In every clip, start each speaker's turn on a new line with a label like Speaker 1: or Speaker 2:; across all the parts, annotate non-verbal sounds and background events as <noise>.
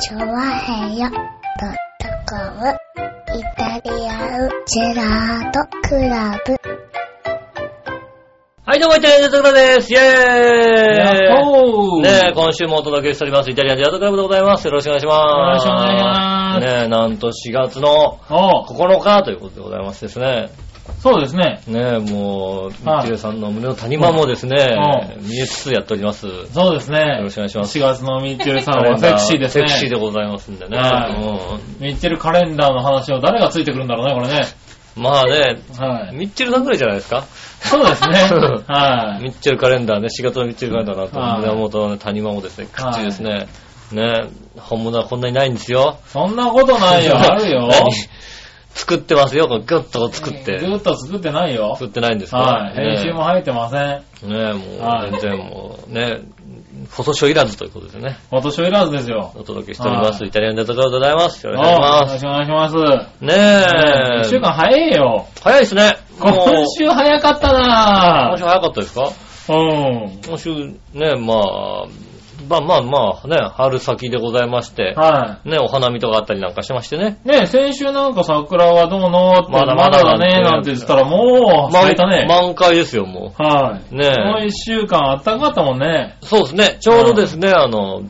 Speaker 1: チョワヘヨドットコムイタリアンジェラートクラブ。
Speaker 2: はい、どうも、イタリアンジェラートクラブです。イェーイ
Speaker 3: やっほー
Speaker 2: ねえ、今週もお届けしております、イタリアンジェラートクラブでございます。よろしくお願いします。
Speaker 3: よろしくお願いします
Speaker 2: ねえ、なんと4月の
Speaker 3: おう
Speaker 2: 9日ということでございますですね。
Speaker 3: そうですね。
Speaker 2: ねえ、もう、み
Speaker 3: はい
Speaker 2: ちるさんの胸の谷間もですね、
Speaker 3: う
Speaker 2: 見えつつやっております。よ
Speaker 3: そうですね。
Speaker 2: ろしくお願いします。
Speaker 3: 4月のミッチェルさんはセクシーですね。
Speaker 2: セクシーでございますんでね。
Speaker 3: はミッチェルカレンダーの話を誰がついてくるんだろうね、これね。
Speaker 2: うんまあね、
Speaker 3: はい。
Speaker 2: ミッチェルさんぐらいじゃないですか。
Speaker 3: そうですね。
Speaker 2: <laughs>
Speaker 3: はい。
Speaker 2: ミッチェルカレンダーね、4月のミッチェルカレンダーだと、
Speaker 3: はい
Speaker 2: 胸元のね谷間もですね、口ですね。ねえ、本物はこんなにないんですよ。
Speaker 3: そんなことな
Speaker 2: <laughs>
Speaker 3: いよ、あるよ。
Speaker 2: 何作ってますよ、こうグッと作って
Speaker 3: ず。ーっと作ってないよ。
Speaker 2: 作ってないんですか
Speaker 3: はい。
Speaker 2: ね
Speaker 3: 編集も入ってません。
Speaker 2: ねえ、も
Speaker 3: は
Speaker 2: う
Speaker 3: い
Speaker 2: 全然もう、ねフォトショーいらずということでね、
Speaker 3: 今年いらずですよ。
Speaker 2: お届けしております。
Speaker 3: はい
Speaker 2: イタリアンデートクラブでございます。よ
Speaker 3: おう
Speaker 2: ろ
Speaker 3: よ
Speaker 2: しくお願いし
Speaker 3: ろ
Speaker 2: ま
Speaker 3: し
Speaker 2: す。
Speaker 3: くお願いします。
Speaker 2: ね
Speaker 3: 1週間早いよ。
Speaker 2: 早いですね。
Speaker 3: 今週早かった
Speaker 2: もう今
Speaker 3: な
Speaker 2: 週
Speaker 3: ぁ。
Speaker 2: 早かったですか
Speaker 3: うん。
Speaker 2: 今週ね、まあ、まあまあまあ、ね、春先でございまして、
Speaker 3: はい。
Speaker 2: ね、お花見とかあったりなんかしましてね。
Speaker 3: ね先週なんか桜はどうのって、
Speaker 2: ま
Speaker 3: ま
Speaker 2: だ
Speaker 3: だ
Speaker 2: ま
Speaker 3: ま
Speaker 2: だ
Speaker 3: だだね、なんて言ってたら、もう、咲いたね。
Speaker 2: 満満開ですよ、も
Speaker 3: はい。
Speaker 2: う。ね
Speaker 3: この一週間あったかかったもんね。
Speaker 2: そうですね。ちょうどですね、あの、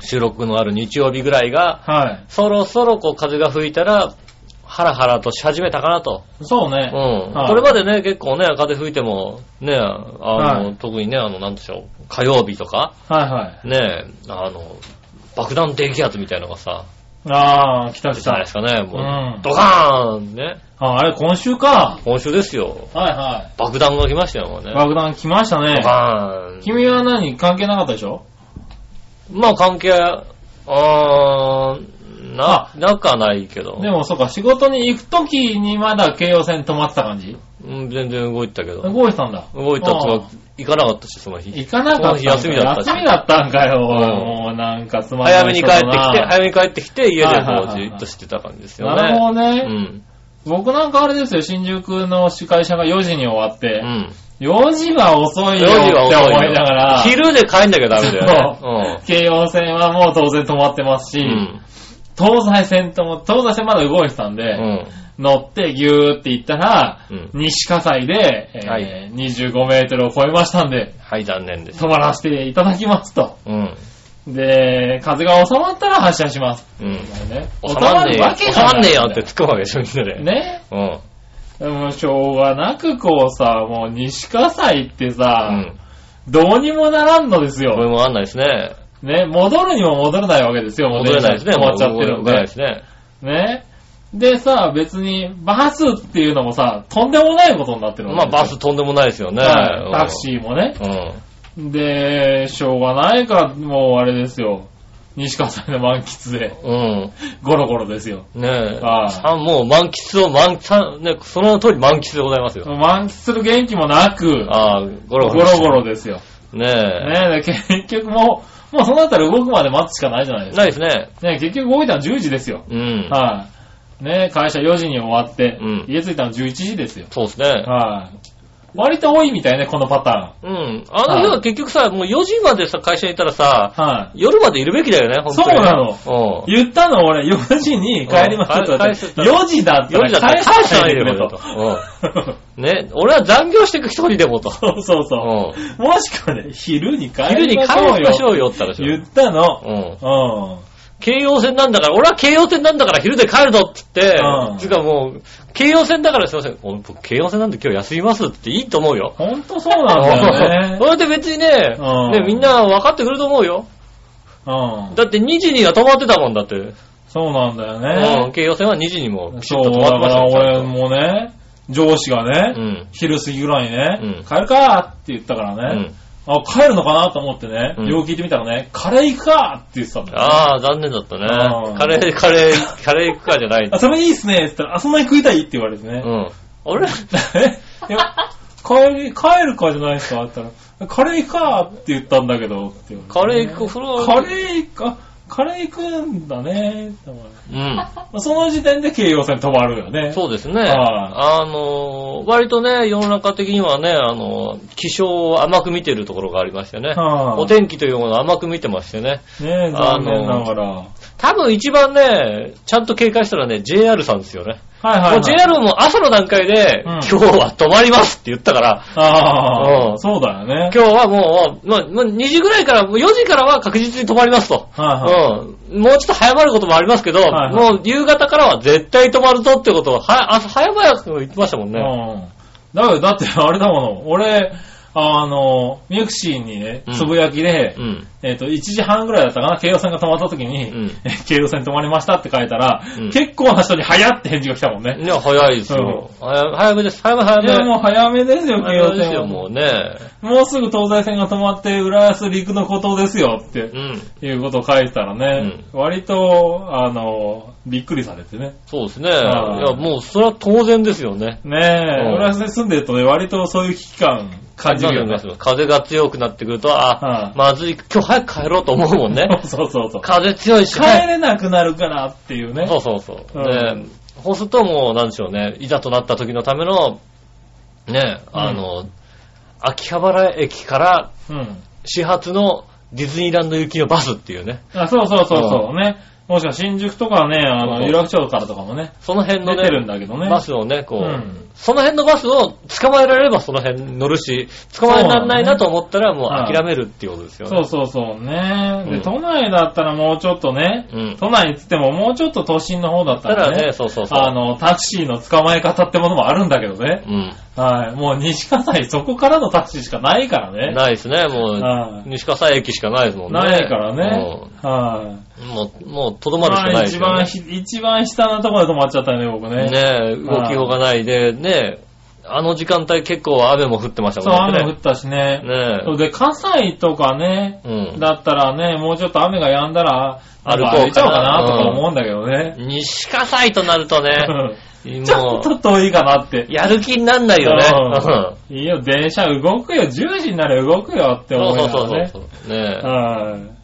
Speaker 2: 収録のある日曜日ぐらいが、
Speaker 3: はい。
Speaker 2: そろそろこう風が吹いたら、ハラハラとし始めたかなと。
Speaker 3: そう
Speaker 2: う
Speaker 3: ね
Speaker 2: ん。。
Speaker 3: はい
Speaker 2: これまでね、結構ね、風吹いても、ね、あの、
Speaker 3: はい
Speaker 2: 特にね、あの、なんでしょう、火曜日とか、
Speaker 3: はいはい。
Speaker 2: ね、あの、爆弾低気圧みたいなのがさ、
Speaker 3: あー、来た
Speaker 2: じ
Speaker 3: 来
Speaker 2: ゃないで
Speaker 3: た
Speaker 2: す。かね、もう、
Speaker 3: うん
Speaker 2: ドカーンね、
Speaker 3: あ、あれ、今週か。
Speaker 2: 今週ですよ、
Speaker 3: はいは
Speaker 2: 爆弾が来ましたよ、もうね
Speaker 3: い。。爆弾来ました
Speaker 2: ド
Speaker 3: ね。
Speaker 2: カーン。
Speaker 3: 君は何関係なかったでしょ
Speaker 2: まあ関係、あー、な、なくはないけど。
Speaker 3: でも、そうか、仕事に行くときにまだ京葉線止まってた感じ
Speaker 2: うん、全然動いてたけど。
Speaker 3: 動いてたんだ。
Speaker 2: 動いたって
Speaker 3: あ
Speaker 2: いう
Speaker 3: ー
Speaker 2: か、行かなかったし、その日。
Speaker 3: 行かなかったんだ。
Speaker 2: その日休みだったし
Speaker 3: 休みだったんかよ、
Speaker 2: うん
Speaker 3: もうなんかつまんない
Speaker 2: 早めに帰ってきて、早
Speaker 3: て
Speaker 2: めに帰ってきて、家で
Speaker 3: はいはい
Speaker 2: こ
Speaker 3: は
Speaker 2: う
Speaker 3: い
Speaker 2: じ
Speaker 3: はい
Speaker 2: っとしてた感じですよね。
Speaker 3: なるほどね。
Speaker 2: うん。
Speaker 3: 僕なんかあれですよ、新宿の司会者が4時に終わっ
Speaker 2: う
Speaker 3: て、
Speaker 2: ん。
Speaker 3: 4時は遅いよ
Speaker 2: 4時は
Speaker 3: って
Speaker 2: 遅いよ
Speaker 3: 思いながら、
Speaker 2: 昼で帰んなきゃダメだよね。
Speaker 3: 京葉線はもう当然止まってますし、
Speaker 2: うん。うん。
Speaker 3: 東西線とも、東西線まだ動いてたんで、
Speaker 2: うん。
Speaker 3: 乗ってギューって行ったら、
Speaker 2: うん
Speaker 3: 西葛西で、えー
Speaker 2: は
Speaker 3: 25メートルを超えましたんで、
Speaker 2: はい、残念です
Speaker 3: 止。まらせていただきますと。
Speaker 2: うん。
Speaker 3: で、風が収まったら発車します。
Speaker 2: うん。
Speaker 3: ね
Speaker 2: 収まんねえよ。収
Speaker 3: が
Speaker 2: まん
Speaker 3: な
Speaker 2: ね
Speaker 3: い
Speaker 2: えよって突っ込むわけでしょ、みんなで。。
Speaker 3: ね。
Speaker 2: うん。
Speaker 3: でもしょうがなくこうさ、もう西葛西って
Speaker 2: う
Speaker 3: さ、
Speaker 2: ん。
Speaker 3: どうにもならんのです
Speaker 2: これ
Speaker 3: よ。
Speaker 2: もあんないですね。
Speaker 3: ね、戻るにも戻れないわけですよ、もう
Speaker 2: 戻れないですね。
Speaker 3: 電車止まっちゃってる
Speaker 2: も
Speaker 3: ん
Speaker 2: う動かないで
Speaker 3: で。
Speaker 2: すね。
Speaker 3: ね。でさ、別に、バスっていうのもさ、とんでもないことになってる
Speaker 2: まあ、バス
Speaker 3: ね。
Speaker 2: とんでもないですよね。
Speaker 3: はいタク
Speaker 2: ー。
Speaker 3: シーもね。
Speaker 2: うん。
Speaker 3: で、しょうがないから、もうあれですよ。西川さんの満喫で、
Speaker 2: うん。
Speaker 3: ゴロゴロですよ。
Speaker 2: ねえ。
Speaker 3: はい
Speaker 2: さもう満喫を満喫、ね、その通り満喫でございますよ。
Speaker 3: 満喫する元気もなく、
Speaker 2: ああ、ゴロ
Speaker 3: ゴ
Speaker 2: ゴロ。
Speaker 3: ロゴロですよ。
Speaker 2: ねえ。
Speaker 3: ねで結局もう、もうそうなったら動くまで待つしかないじゃないですか。
Speaker 2: ないですね。
Speaker 3: ね結局動いたの10時ですよ。
Speaker 2: うん。
Speaker 3: はい。ね会社4時に終わって、
Speaker 2: うん
Speaker 3: 家着いたの11時ですよ。
Speaker 2: そうですね。
Speaker 3: はい。割と多いみたいね、このパタ
Speaker 2: うん。あの日は結局さ、もう4時までさ、会社にいたらさ、
Speaker 3: ーン。はい。
Speaker 2: 夜までいるべきだよね、本当に。
Speaker 3: そうな
Speaker 2: う
Speaker 3: の
Speaker 2: ん。
Speaker 3: 言ったの俺、4時に帰ります
Speaker 2: う
Speaker 3: と
Speaker 2: ん帰帰すって
Speaker 3: 4時だった
Speaker 2: 4
Speaker 3: ら
Speaker 2: 時だったら
Speaker 3: 帰
Speaker 2: 会
Speaker 3: さ
Speaker 2: 社
Speaker 3: な
Speaker 2: に
Speaker 3: い
Speaker 2: い
Speaker 3: で
Speaker 2: る
Speaker 3: く
Speaker 2: べ
Speaker 3: れ
Speaker 2: き
Speaker 3: と
Speaker 2: と。。
Speaker 3: <laughs>
Speaker 2: うん。ね、俺は残業してく一人でもと。
Speaker 3: そうそう
Speaker 2: う
Speaker 3: そ
Speaker 2: ん。
Speaker 3: う。もしくはね、昼に帰
Speaker 2: 昼に
Speaker 3: りま
Speaker 2: 帰
Speaker 3: しょう
Speaker 2: りましょ
Speaker 3: よ。
Speaker 2: うよって言ったでし
Speaker 3: 言
Speaker 2: ょ。
Speaker 3: ったの。
Speaker 2: うん。
Speaker 3: うん。
Speaker 2: 京葉線なんだから、俺は京葉線なんだから昼で帰るぞって言って、
Speaker 3: うん
Speaker 2: つうかもう、京葉線だからすいません、俺僕京葉線なんで今日休みますっていいと思うよ。
Speaker 3: ほんとそうなんだよね
Speaker 2: そ。れで別にね、
Speaker 3: うん
Speaker 2: ねみんな分かってくると思うよ。
Speaker 3: うん。
Speaker 2: だって2時には止まってたもんだって。
Speaker 3: そうなんだよ
Speaker 2: うん、
Speaker 3: ね。
Speaker 2: 京葉線は2時にもピシッ
Speaker 3: そう、
Speaker 2: と
Speaker 3: だ
Speaker 2: 止
Speaker 3: か
Speaker 2: まってました
Speaker 3: ら
Speaker 2: よ
Speaker 3: 俺もね、上司がね、
Speaker 2: うん。
Speaker 3: 昼過ぎぐらいにね、
Speaker 2: うん
Speaker 3: 帰るかって言ったから
Speaker 2: う
Speaker 3: ね、
Speaker 2: ん。
Speaker 3: あ、帰るのかなと思ってね、
Speaker 2: うん
Speaker 3: よう聞いてみたらね、カレー行くかって言ってたんだよ、ね。
Speaker 2: ああ、残念だった
Speaker 3: う
Speaker 2: ね。
Speaker 3: ん
Speaker 2: カレー、カレー、カレー行くかじゃ
Speaker 3: <laughs>
Speaker 2: ない。
Speaker 3: あそれいいっすねって言ったら、あ、そんなに食いたいって言われて
Speaker 2: う
Speaker 3: <laughs> ね。
Speaker 2: ん。俺、
Speaker 3: えいや帰り、帰るかじゃないですかって言ったら、カレー行くかって言ったんだけど、って言わ
Speaker 2: カレ
Speaker 3: れて
Speaker 2: ー行く、それは、
Speaker 3: カレー行くか、カレー行くんだねって思う
Speaker 2: うん。
Speaker 3: その時点で京葉線止まるよね。
Speaker 2: そうですね。
Speaker 3: い
Speaker 2: あの、割とね、世の中的にはね、あの、気象を甘く見てるところがありましてね。
Speaker 3: はい
Speaker 2: お天気というものを甘く見てましてね。
Speaker 3: ねえ、残念ながら。
Speaker 2: 多分一番ね、ちゃんと警戒したらね、JR さんですよね。
Speaker 3: はいはい、はい。
Speaker 2: もう JR も朝の段階で、
Speaker 3: うん
Speaker 2: 今日は泊まりますって言ったから、
Speaker 3: あ
Speaker 2: う
Speaker 3: あ、
Speaker 2: ん
Speaker 3: そうだよね。
Speaker 2: 今日はもう、まあ、まあ、2時ぐらいから、もう4時からは確実に泊まりますと。
Speaker 3: はいはい。
Speaker 2: うん。もうちょっと早まることもありますけど、
Speaker 3: はいはい
Speaker 2: もう夕方からは絶対泊まるぞってことを、は、朝早々く言ってましたもんね。
Speaker 3: うん。だけど、だってあれだもの、俺、あの、ミクシーにね
Speaker 2: うん、
Speaker 3: つぶやきで、
Speaker 2: うん。
Speaker 3: えっ、と、1時半ぐらいだったかな、京王線が止まった時に、
Speaker 2: うん
Speaker 3: 京王線止まりましたって書いたら、
Speaker 2: うん
Speaker 3: 結構な人に早って返事が来たもんね。
Speaker 2: いや、早いですよ。早早めです。早め早
Speaker 3: いや、も
Speaker 2: め。
Speaker 3: う早めですよ、京
Speaker 2: 早
Speaker 3: 王
Speaker 2: めです
Speaker 3: 線
Speaker 2: よ、
Speaker 3: は。
Speaker 2: も
Speaker 3: も
Speaker 2: うね。
Speaker 3: うすぐ東西線が止まって、浦安陸の孤島ですよって
Speaker 2: う。ん。
Speaker 3: いうことを書いてたらね、割と、あの、びっくりされてね。
Speaker 2: そうですね。い
Speaker 3: はい
Speaker 2: や、もう、それは当然ですよね。
Speaker 3: ねえ、
Speaker 2: うん
Speaker 3: 浦安に住んでるとね、割とそういう危機感感じるよね。
Speaker 2: 風が強くなってくると、あ、
Speaker 3: はい
Speaker 2: まずい、今日早く帰ろうと思うもんね。
Speaker 3: <laughs> そうそうそう。
Speaker 2: 風強いし、
Speaker 3: 帰れなくなるからっていうね。
Speaker 2: そうそうそう。
Speaker 3: うん
Speaker 2: ねそうするともう、なんでしょうね、いざとなった時のための、ね、あの、秋葉原駅から
Speaker 3: うん。
Speaker 2: 始発のディズニーランド行きのバスっていうね、
Speaker 3: あそうそうそうそうね。もしか新宿とかね、あ
Speaker 2: そうそ
Speaker 3: の、
Speaker 2: う
Speaker 3: 有楽町からとかもね、
Speaker 2: その辺の
Speaker 3: 出
Speaker 2: ね、
Speaker 3: てるんだけどね。
Speaker 2: バスをね、こう、
Speaker 3: うん
Speaker 2: その辺のバスを捕まえられればその辺乗るし、捕まえられないなと思ったらもう
Speaker 3: そうだね
Speaker 2: 諦めるっていうことですよ
Speaker 3: そ
Speaker 2: ね。
Speaker 3: うそうそうね。
Speaker 2: うん
Speaker 3: で、都内だったらもうちょっとね、
Speaker 2: うん
Speaker 3: 都内っつってももうちょっと都心の方だった
Speaker 2: ただ
Speaker 3: ら
Speaker 2: ね、
Speaker 3: ね、
Speaker 2: そうそうそう。
Speaker 3: あの、タクシーの捕まえ方ってものもあるんだけどね。
Speaker 2: うん。
Speaker 3: はい。もう西葛西そこからのタクシーしかないからね。
Speaker 2: ないですね、も
Speaker 3: は
Speaker 2: う、西葛西駅しかないですも
Speaker 3: い
Speaker 2: んね。
Speaker 3: ないからね。はい。
Speaker 2: うん。もう、もう、とどまるしかないですよ、ね。
Speaker 3: まあ一番ひ、一番下のところで止まっちゃったよね、僕ね。
Speaker 2: ねえ、動きようがないで、ねえ、あの時間帯結構雨も降ってました
Speaker 3: そう、
Speaker 2: もんね。
Speaker 3: 雨降ったしね。
Speaker 2: ね
Speaker 3: そうで、火災とかね、
Speaker 2: え。うん。
Speaker 3: だったらね、もうちょっと雨が止んだら、
Speaker 2: 歩こうかな
Speaker 3: 歩いちゃおうかなとか思うんだけどね。
Speaker 2: 西葛西となるとね、
Speaker 3: <laughs> ちょ
Speaker 2: も
Speaker 3: っと遠いかなって
Speaker 2: う、。やる気になんないよね。うん
Speaker 3: うんいいよ、電車動くよ、10時になれば動くよって
Speaker 2: そ
Speaker 3: 思
Speaker 2: う
Speaker 3: い
Speaker 2: そ
Speaker 3: な
Speaker 2: うそう
Speaker 3: がらね。
Speaker 2: そう。ねえ。
Speaker 3: はい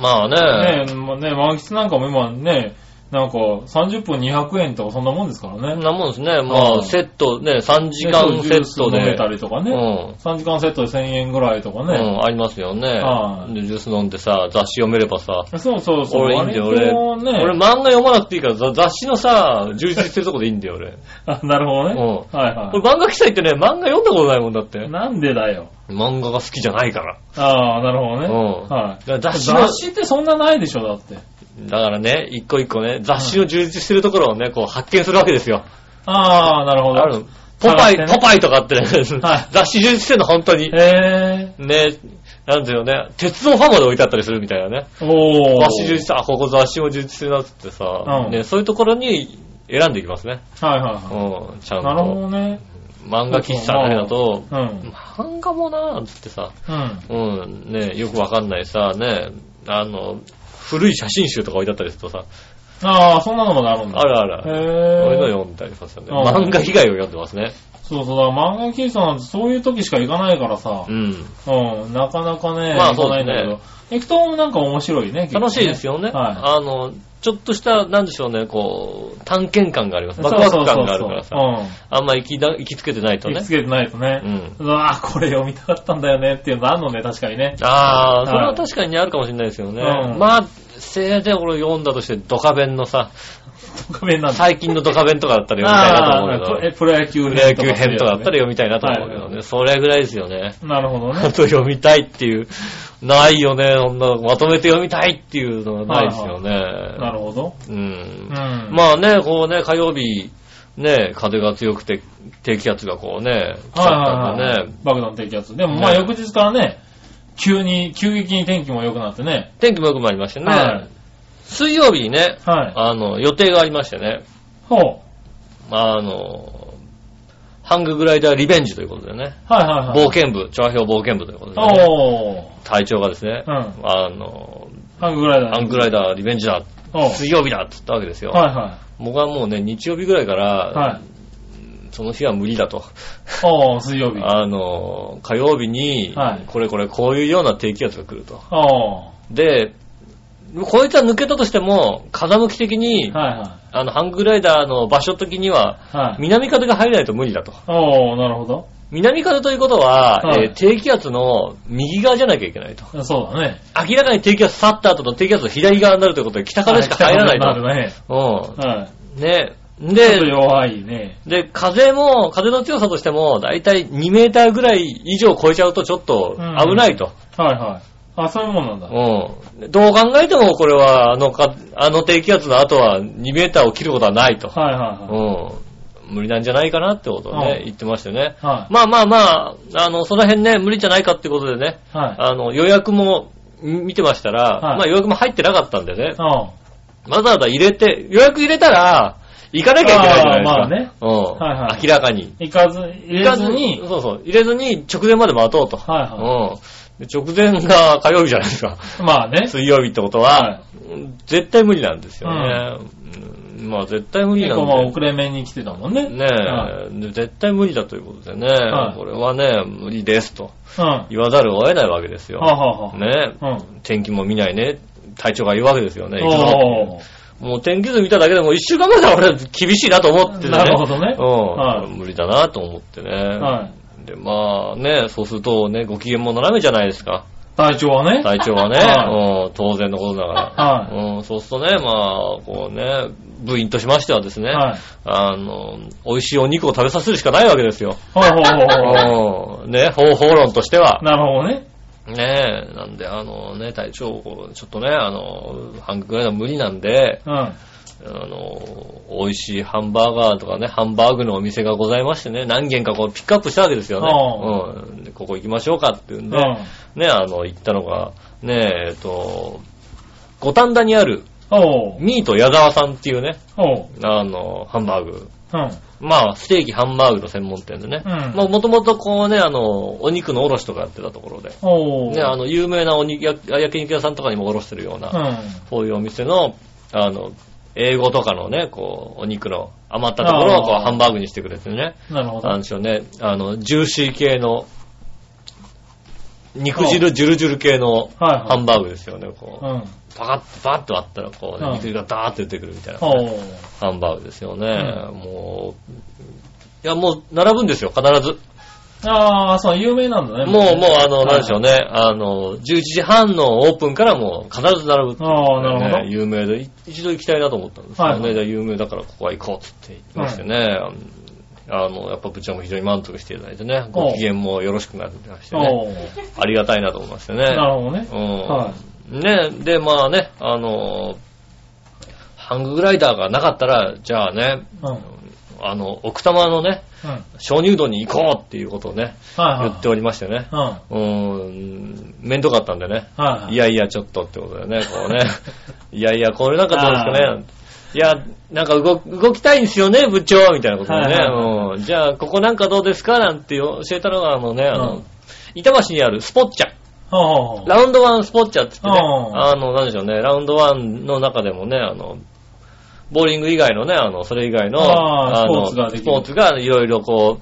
Speaker 2: まあね、
Speaker 3: ねえ、もうね、満喫なんかも今ね、なんか30分200円とかそんなもんですから
Speaker 2: そん
Speaker 3: ね。
Speaker 2: なもんですね。ま
Speaker 3: う
Speaker 2: あ、
Speaker 3: ん
Speaker 2: セット、ね、3時間
Speaker 3: ねそう
Speaker 2: セット
Speaker 3: ジュース飲め
Speaker 2: で。
Speaker 3: たりとか
Speaker 2: う
Speaker 3: ね。
Speaker 2: ん。
Speaker 3: 3時間セットで1000円ぐらいとか
Speaker 2: う
Speaker 3: ね。
Speaker 2: ん、ありますよね
Speaker 3: は。い
Speaker 2: でジュース飲んでさ、雑誌読めればさ、
Speaker 3: そうそうそう。
Speaker 2: 俺いいんだよ、俺。
Speaker 3: 割とね、
Speaker 2: 俺漫画読まなくていいから、ざ雑誌のさ、充実してるとこでいいんだよ、俺。
Speaker 3: <laughs> あ、なるほどね。
Speaker 2: う
Speaker 3: はいは
Speaker 2: 俺漫画記載ってね、漫画読んだことないもんだって
Speaker 3: い。。なんでだよ。
Speaker 2: 漫画が好きじゃないから。
Speaker 3: ああ、なるほどね。
Speaker 2: うん
Speaker 3: は
Speaker 2: だ
Speaker 3: い。
Speaker 2: から雑誌の
Speaker 3: 雑誌ってそんなないでしょ、だって。
Speaker 2: だからね、一個一個ね、雑誌の充実してるところをね、こう発見するわけですよ。
Speaker 3: ああ、なるほど。
Speaker 2: あるポパイ、
Speaker 3: 探して
Speaker 2: ポ
Speaker 3: ね
Speaker 2: パイとかってね、
Speaker 3: はい
Speaker 2: 雑誌充実してるの、本当に。
Speaker 3: へえ。
Speaker 2: ね、なんていうのね、鉄道ファンまで置いてあったりするみたいなね。
Speaker 3: おー。
Speaker 2: 雑誌充実、あ、ここ雑誌も充実してるなっつってさ、
Speaker 3: うん
Speaker 2: ね、そういうところに選んでいきますね。
Speaker 3: はいはいは
Speaker 2: うん、ちゃん
Speaker 3: い。なるほ
Speaker 2: と。
Speaker 3: どね。
Speaker 2: 漫画喫茶だけだと、
Speaker 3: うん。
Speaker 2: 漫画もなーっつってさ、
Speaker 3: う
Speaker 2: う
Speaker 3: ん。
Speaker 2: ん、ね、よくわかんないさ、ね、あの、古い写真集とか置いてあったりするとさ、
Speaker 3: ああ、そんなのまであるんだ。
Speaker 2: あるある。そういうの
Speaker 3: へえ。
Speaker 2: 読んだりしますよね。
Speaker 3: うん
Speaker 2: 漫画以外を読んでますね。
Speaker 3: そうそうだ、漫画喫茶なんてそういう時しか行かないからさ
Speaker 2: う。ん。
Speaker 3: うん、なかなかね、
Speaker 2: まあ
Speaker 3: 行かないんだけど。行くとなんか面白いね、結構ね
Speaker 2: 楽しいですよね。
Speaker 3: は
Speaker 2: あの、ちょっとした、なんでしょうね、こう、探検感がありま
Speaker 3: い。
Speaker 2: す。ワクワク感があるから
Speaker 3: そ
Speaker 2: さ。
Speaker 3: うそうそうそううん。
Speaker 2: あんま行きだ行きつけてないと
Speaker 3: 行
Speaker 2: ね
Speaker 3: きつ。けてないとね。
Speaker 2: うん。
Speaker 3: うわぁ、これ読みたかったんだよねっていうのあるのね、確かにね。
Speaker 2: ああ、それ
Speaker 3: は
Speaker 2: はい確かにあるかもしれないですよね。
Speaker 3: うん
Speaker 2: まあ、せいぜい俺読んだとして、ドカベンのさ、
Speaker 3: ごめんなんだ。
Speaker 2: 最近のドカベンとかだったら読みたいなと
Speaker 3: あ
Speaker 2: 思うけ
Speaker 3: あ
Speaker 2: ど
Speaker 3: ー、えプロ野球
Speaker 2: プ
Speaker 3: 編
Speaker 2: ロ野球編とかだったら
Speaker 3: ね
Speaker 2: 読みたいなと思うけど
Speaker 3: はい
Speaker 2: ね。それぐらいですよね。
Speaker 3: なるほど
Speaker 2: あ <laughs>
Speaker 3: ね。
Speaker 2: と読みたいっていう、ないよね。そんな、まとめて読みたいっていうのはないですよね。
Speaker 3: なるほど。
Speaker 2: う
Speaker 3: うんん。。まあ、
Speaker 2: まあね、こうね、火曜日、ね、風が強くて、低気圧がこうね、来ちゃったん
Speaker 3: はいはい
Speaker 2: で
Speaker 3: はい
Speaker 2: ね。。
Speaker 3: 爆弾低気圧。でもまあ、
Speaker 2: ね
Speaker 3: 翌日からね、急に、急激に天気も良くなってね。
Speaker 2: 天気も良くなりまして
Speaker 3: は
Speaker 2: ね。水曜日にね、
Speaker 3: はい。
Speaker 2: あの、予定がありましてね、
Speaker 3: ほう。
Speaker 2: あの、ハンググライダーリベンジということでね、
Speaker 3: はいはいはい。
Speaker 2: 冒険部、調和表冒険部ということでね、
Speaker 3: おー。
Speaker 2: 隊長がですね、
Speaker 3: うん
Speaker 2: あの、
Speaker 3: ハンググライダー。
Speaker 2: ハンググライダーリベンジだ、
Speaker 3: おう
Speaker 2: 水曜日だって言ったわけですよ。
Speaker 3: はいは
Speaker 2: 僕はもうね、日曜日ぐらいから、
Speaker 3: い。はい。
Speaker 2: その日は無理だと。
Speaker 3: おー、水曜日。
Speaker 2: あの、火曜日に
Speaker 3: はい、
Speaker 2: これこれこういうような低気圧が来ると。
Speaker 3: お
Speaker 2: で、こいつは抜けたとしても、風向き的に
Speaker 3: ー。はい、は。、
Speaker 2: あの、ハンググライダーの場所的にはい
Speaker 3: はい。
Speaker 2: 南風が入らないと無理だと。
Speaker 3: おー、なるほど。
Speaker 2: 南風ということは、
Speaker 3: はい
Speaker 2: えー低気圧の右側じゃなきゃいけないと。
Speaker 3: そうだね。
Speaker 2: 明らかに低気圧去った後の低気圧の左側になるということで、北からしか入らない
Speaker 3: はい北からね。
Speaker 2: と。
Speaker 3: はい。
Speaker 2: うん。ね。
Speaker 3: ちょっと
Speaker 2: で、
Speaker 3: 弱いね。
Speaker 2: で、風も、風の強さとしても、だいたい2メーターぐらい以上超えちゃうとちょっと危ないと。
Speaker 3: はいはい。あ、そういうもんなんだ。
Speaker 2: うん。どう考えてもこれは、あのか、あの低気圧の後は2メーターを切ることはないと。
Speaker 3: はいはいはい。
Speaker 2: うん。無理なんじゃないかなってことをね
Speaker 3: う、ん
Speaker 2: 言ってましたよね。
Speaker 3: はい。
Speaker 2: まあまあまあ、あの、その辺ね、無理じゃないかってことでね、
Speaker 3: はい。
Speaker 2: あの、予約もん見てましたら、
Speaker 3: はい
Speaker 2: まあ予約も入ってなかったんでね、
Speaker 3: うん。
Speaker 2: わざわざ入れて、予約入れたら、行かなきゃいけないじゃないですか。
Speaker 3: あーまあね
Speaker 2: うん。
Speaker 3: はいはい
Speaker 2: 明らかに。
Speaker 3: 行かず、入れずに、
Speaker 2: そうそう。入れずに直前まで待とうと。
Speaker 3: はいは
Speaker 2: うん。で直前が火曜日じゃないですか。
Speaker 3: い。 <laughs> まあね。
Speaker 2: 水曜日ってことは、
Speaker 3: はい
Speaker 2: うん絶対無理なんですよね。うんまあ絶対無理
Speaker 3: 結
Speaker 2: な
Speaker 3: 構まあ
Speaker 2: ん
Speaker 3: 遅
Speaker 2: で。
Speaker 3: れ目に来てたもんね。
Speaker 2: ねえ、
Speaker 3: はい
Speaker 2: で絶対無理だということでね、
Speaker 3: はい
Speaker 2: これはね、無理ですと
Speaker 3: うん。は
Speaker 2: 言わざるを得ないわけです
Speaker 3: あ
Speaker 2: よ。
Speaker 3: はあはあ。
Speaker 2: ねえ、
Speaker 3: うん。
Speaker 2: 天気も見ないね、体調がいいわけですよね。いつも
Speaker 3: おー
Speaker 2: もう天気図見ただけでも一週間前から俺は厳しいなと思っててね。
Speaker 3: なるほどね
Speaker 2: うん。
Speaker 3: はい
Speaker 2: 無理だなと思ってね。
Speaker 3: はい。
Speaker 2: で、まあね、そうするとね、ご機嫌も斜めじゃないですか。
Speaker 3: 体調はね。
Speaker 2: 体調はね、
Speaker 3: は
Speaker 2: うん当然のことだから。
Speaker 3: は
Speaker 2: うん、そうするとね、まあ、こうね、部員としましてはですね、
Speaker 3: はい。
Speaker 2: あの、美味しいお肉を食べさせるしかないわけですよ。
Speaker 3: ほうほうほうほ
Speaker 2: うんね、方法論としては <laughs>
Speaker 3: う。。なるほどね。
Speaker 2: ねえ、なんで、あのね、体調を、ちょっとね、あの、半額ぐらいの無理なんで、
Speaker 3: うん。は
Speaker 2: あの、美味しいハンバーガーとかね、ハンバーグのお店がございましてね、何軒かこうピックアップしたわけですよね。うんで。ここ行きましょうかっていうん
Speaker 3: い
Speaker 2: で、ね、あの、行ったのが、ねえ、えっと、五反田にある、
Speaker 3: おう。
Speaker 2: ミート矢沢さんっていうね、
Speaker 3: おう。
Speaker 2: あの、ハンバーグ。
Speaker 3: うん。はい
Speaker 2: まあ、ステーキ、ハンバーグの専門店でね。
Speaker 3: うん
Speaker 2: まあ、もともとこうね、あの、お肉の卸とかやってたところで。
Speaker 3: おう。
Speaker 2: ね、あの、有名なお肉、焼焼肉屋さんとかにも卸してるような、
Speaker 3: う
Speaker 2: こういうお店の、あの、英語とかのね、こう、お肉の余ったところをこう
Speaker 3: あー
Speaker 2: ハンバーグにしてくれてね。
Speaker 3: ん。なるほど。
Speaker 2: な
Speaker 3: は
Speaker 2: んでしょうね。あの、ジューシー系の、肉汁、ジュルジュル系の
Speaker 3: いはい。
Speaker 2: ハンバーグですよね。こ
Speaker 3: う
Speaker 2: う、
Speaker 3: ん。
Speaker 2: パカッ、パッと割ったら、こうね、
Speaker 3: うん
Speaker 2: 肉汁がダーって出てくるみたいな
Speaker 3: おう。
Speaker 2: ハンバーグですよね。もう、いや、もう、並ぶんですよ、必ず。
Speaker 3: ああ、そう、有名なんだね。
Speaker 2: もう、もう、あの、
Speaker 3: はい
Speaker 2: なんでしょうね。あの、11時半のオープンからもう、必ず並ぶっていう
Speaker 3: ああ、なるほど。
Speaker 2: ね有名で、い一度行きたいなと思ったんですけどね、
Speaker 3: はいはい
Speaker 2: じゃあ有名だからここは行こうって言ってましてね、あの、やっぱ部長も非常に満足していただいてね、ご機嫌もよろしくなってましてね、
Speaker 3: おう。
Speaker 2: ありがたいなと思いましてね。
Speaker 3: なるほどね。
Speaker 2: うん
Speaker 3: は
Speaker 2: ね、で、まあね、あの、ハンググライダーがなかったら、じゃあね、
Speaker 3: い。うん。うん。
Speaker 2: あの、奥多摩のね、
Speaker 3: はい
Speaker 2: 鍾乳洞に行こうっていうことをね、言
Speaker 3: はい。
Speaker 2: っておりましてね。
Speaker 3: うん。は
Speaker 2: うーん、面倒かったんでね。
Speaker 3: いはい。
Speaker 2: いやいや、ちょっとってことだよね、こう
Speaker 3: <laughs>
Speaker 2: ね。いやいや、これなんかどうですかね。いや、なんか動動きたいんですよね、部長みたいなことでね。
Speaker 3: はいはい
Speaker 2: うんじゃあ、ここなんかどうですかなんて教えたのが、あのね、あの、
Speaker 3: うん
Speaker 2: 板橋にあるスポッチャ。
Speaker 3: おう。
Speaker 2: ラウンドワンスポッチャって言ってね、
Speaker 3: うん
Speaker 2: あの、なんでしょうね、ラウンドワンの中でもね、あの、ボーリング以外のね、あの、それ以外の、
Speaker 3: あー
Speaker 2: の
Speaker 3: スポーツができ
Speaker 2: ス
Speaker 3: る
Speaker 2: ポーツがいろいろこ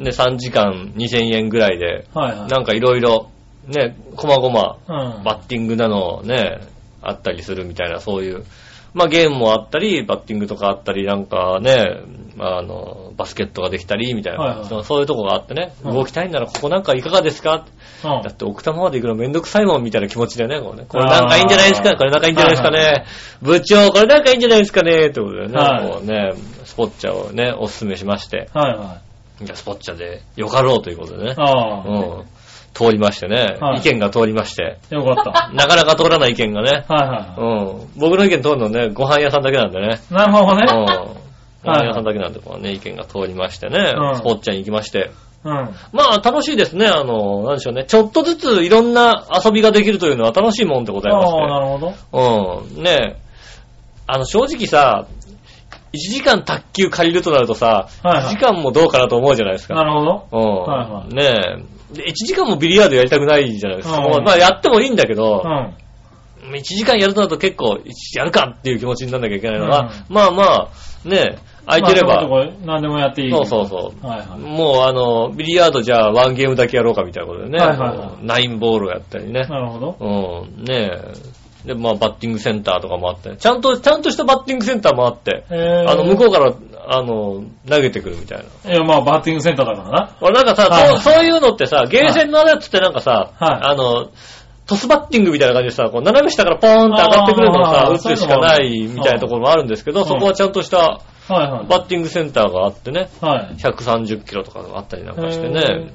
Speaker 2: う、ね、3時間2000円ぐらいで、
Speaker 3: はいはい。
Speaker 2: なんかいろいろ、ね、こまごま、
Speaker 3: うん。
Speaker 2: バッティングなのね、あったりするみたいな、そういう。まあゲームもあったり、バッティングとかあったり、なんかね、あの、バスケットができたり、みたいな、
Speaker 3: はいはい
Speaker 2: そのそういうとこがあってね、
Speaker 3: うん
Speaker 2: 動きたいんならここなんかいかがですか、
Speaker 3: うん
Speaker 2: だって奥多摩まで行くのめんどくさいもんみたいな気持ちでね、こうねこれなんかいいんじゃないですかこれなんかいいんじゃないですかね、
Speaker 3: はい
Speaker 2: 部長、これなんかいいんじゃないですかねってことでね、
Speaker 3: はい
Speaker 2: こうね、スポッチャをね、おすすめしまして、
Speaker 3: はいはい。
Speaker 2: じゃあスポッチャでよかろうということでね、
Speaker 3: ああ、
Speaker 2: うん、通りましてね、
Speaker 3: はい
Speaker 2: 意見が通りまして、
Speaker 3: よかった。
Speaker 2: なかなか通らない意見がね。
Speaker 3: はいはいは
Speaker 2: うん。僕の意見通るのね、ご飯屋さんだけなんでね。
Speaker 3: い。なるほど
Speaker 2: うん
Speaker 3: ね。。
Speaker 2: ご飯屋さんだけなんで、こうね、意見が通りましてね
Speaker 3: う、ん
Speaker 2: スポッチャに行きまして。
Speaker 3: うん。
Speaker 2: まあ、楽しいですね。あの、なんでしょうね。ちょっとずついろんな遊びができるというのは楽しいもんでございま
Speaker 3: ああ、なるほど。
Speaker 2: して。うん。ねえあの、正直さ、1時間卓球借りるとなるとさ、
Speaker 3: はい
Speaker 2: 1
Speaker 3: はい
Speaker 2: 時間もどうかなと思うじゃないですか
Speaker 3: な。るほど。
Speaker 2: うん。
Speaker 3: はいはい
Speaker 2: ねえ。で、1時間もビリヤードやりたくないじゃないですか。
Speaker 3: うん
Speaker 2: まあ、やってもいいんだけど、
Speaker 3: うん。
Speaker 2: 1時間やるとなると結構、一やるかっていう気持ちにならなきゃいけないのが、
Speaker 3: う
Speaker 2: まあまあ、ね、空いてれ
Speaker 3: まあ
Speaker 2: ば、
Speaker 3: そういうとこ何でもやっていい。。
Speaker 2: そうそうそう
Speaker 3: はいは
Speaker 2: う、
Speaker 3: い。
Speaker 2: もうあの、ビリヤードじゃあワンゲームだけやろうかみたいなことでね、
Speaker 3: はいはいはい
Speaker 2: こうナインボールをやったりね、
Speaker 3: なるほど。
Speaker 2: うん、ねえで、まあバッティングセンターとかもあって、ちゃんと、ちゃんとしたバッティングセンターもあって、
Speaker 3: えー、
Speaker 2: あの、向こうから、あの、投げてくるみたいな。
Speaker 3: いや、まあ、バッティングセンターだからな。
Speaker 2: 俺なんかさ、
Speaker 3: はい
Speaker 2: そうそういうのってさ、ゲーセンのあれやつってなんかさ、
Speaker 3: はい
Speaker 2: あの、トスバッティングみたいな感じでさ、こう斜め下からポーンって上がってくるのをさ、
Speaker 3: あー
Speaker 2: 打つしかないみたいなところもあるんですけど、
Speaker 3: はい
Speaker 2: そこはちゃんとした
Speaker 3: はいはい。
Speaker 2: バッティングセンターがあってね、
Speaker 3: はい。
Speaker 2: 130キロとかがあったりなんかしてね、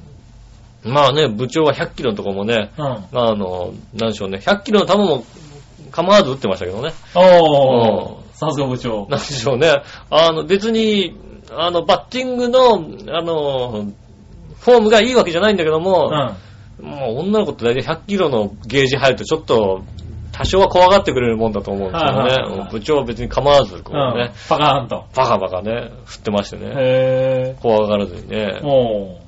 Speaker 2: まあね、部長は100キロのとこもね、
Speaker 3: うん。うん。
Speaker 2: あの、なんでしょうね、100キロの球も構わず打ってましたけどね、
Speaker 3: おー、さすが部長。
Speaker 2: なんでしょうね、あの、別に、あの、バッティングの、あの、フォームがいいわけじゃないんだけど
Speaker 3: う
Speaker 2: も、
Speaker 3: ん。
Speaker 2: もう女の子って大体100キロのゲージ入るとちょっと、多少は怖がってくれるもんだと思うんですけど
Speaker 3: はい
Speaker 2: ね
Speaker 3: はいはい。はい
Speaker 2: もう部長は別に構わず、こう
Speaker 3: うん
Speaker 2: ね、。
Speaker 3: パカーンと。
Speaker 2: バカバカね、振ってましてね。
Speaker 3: へ
Speaker 2: 怖がらずにね
Speaker 3: ぇー。。お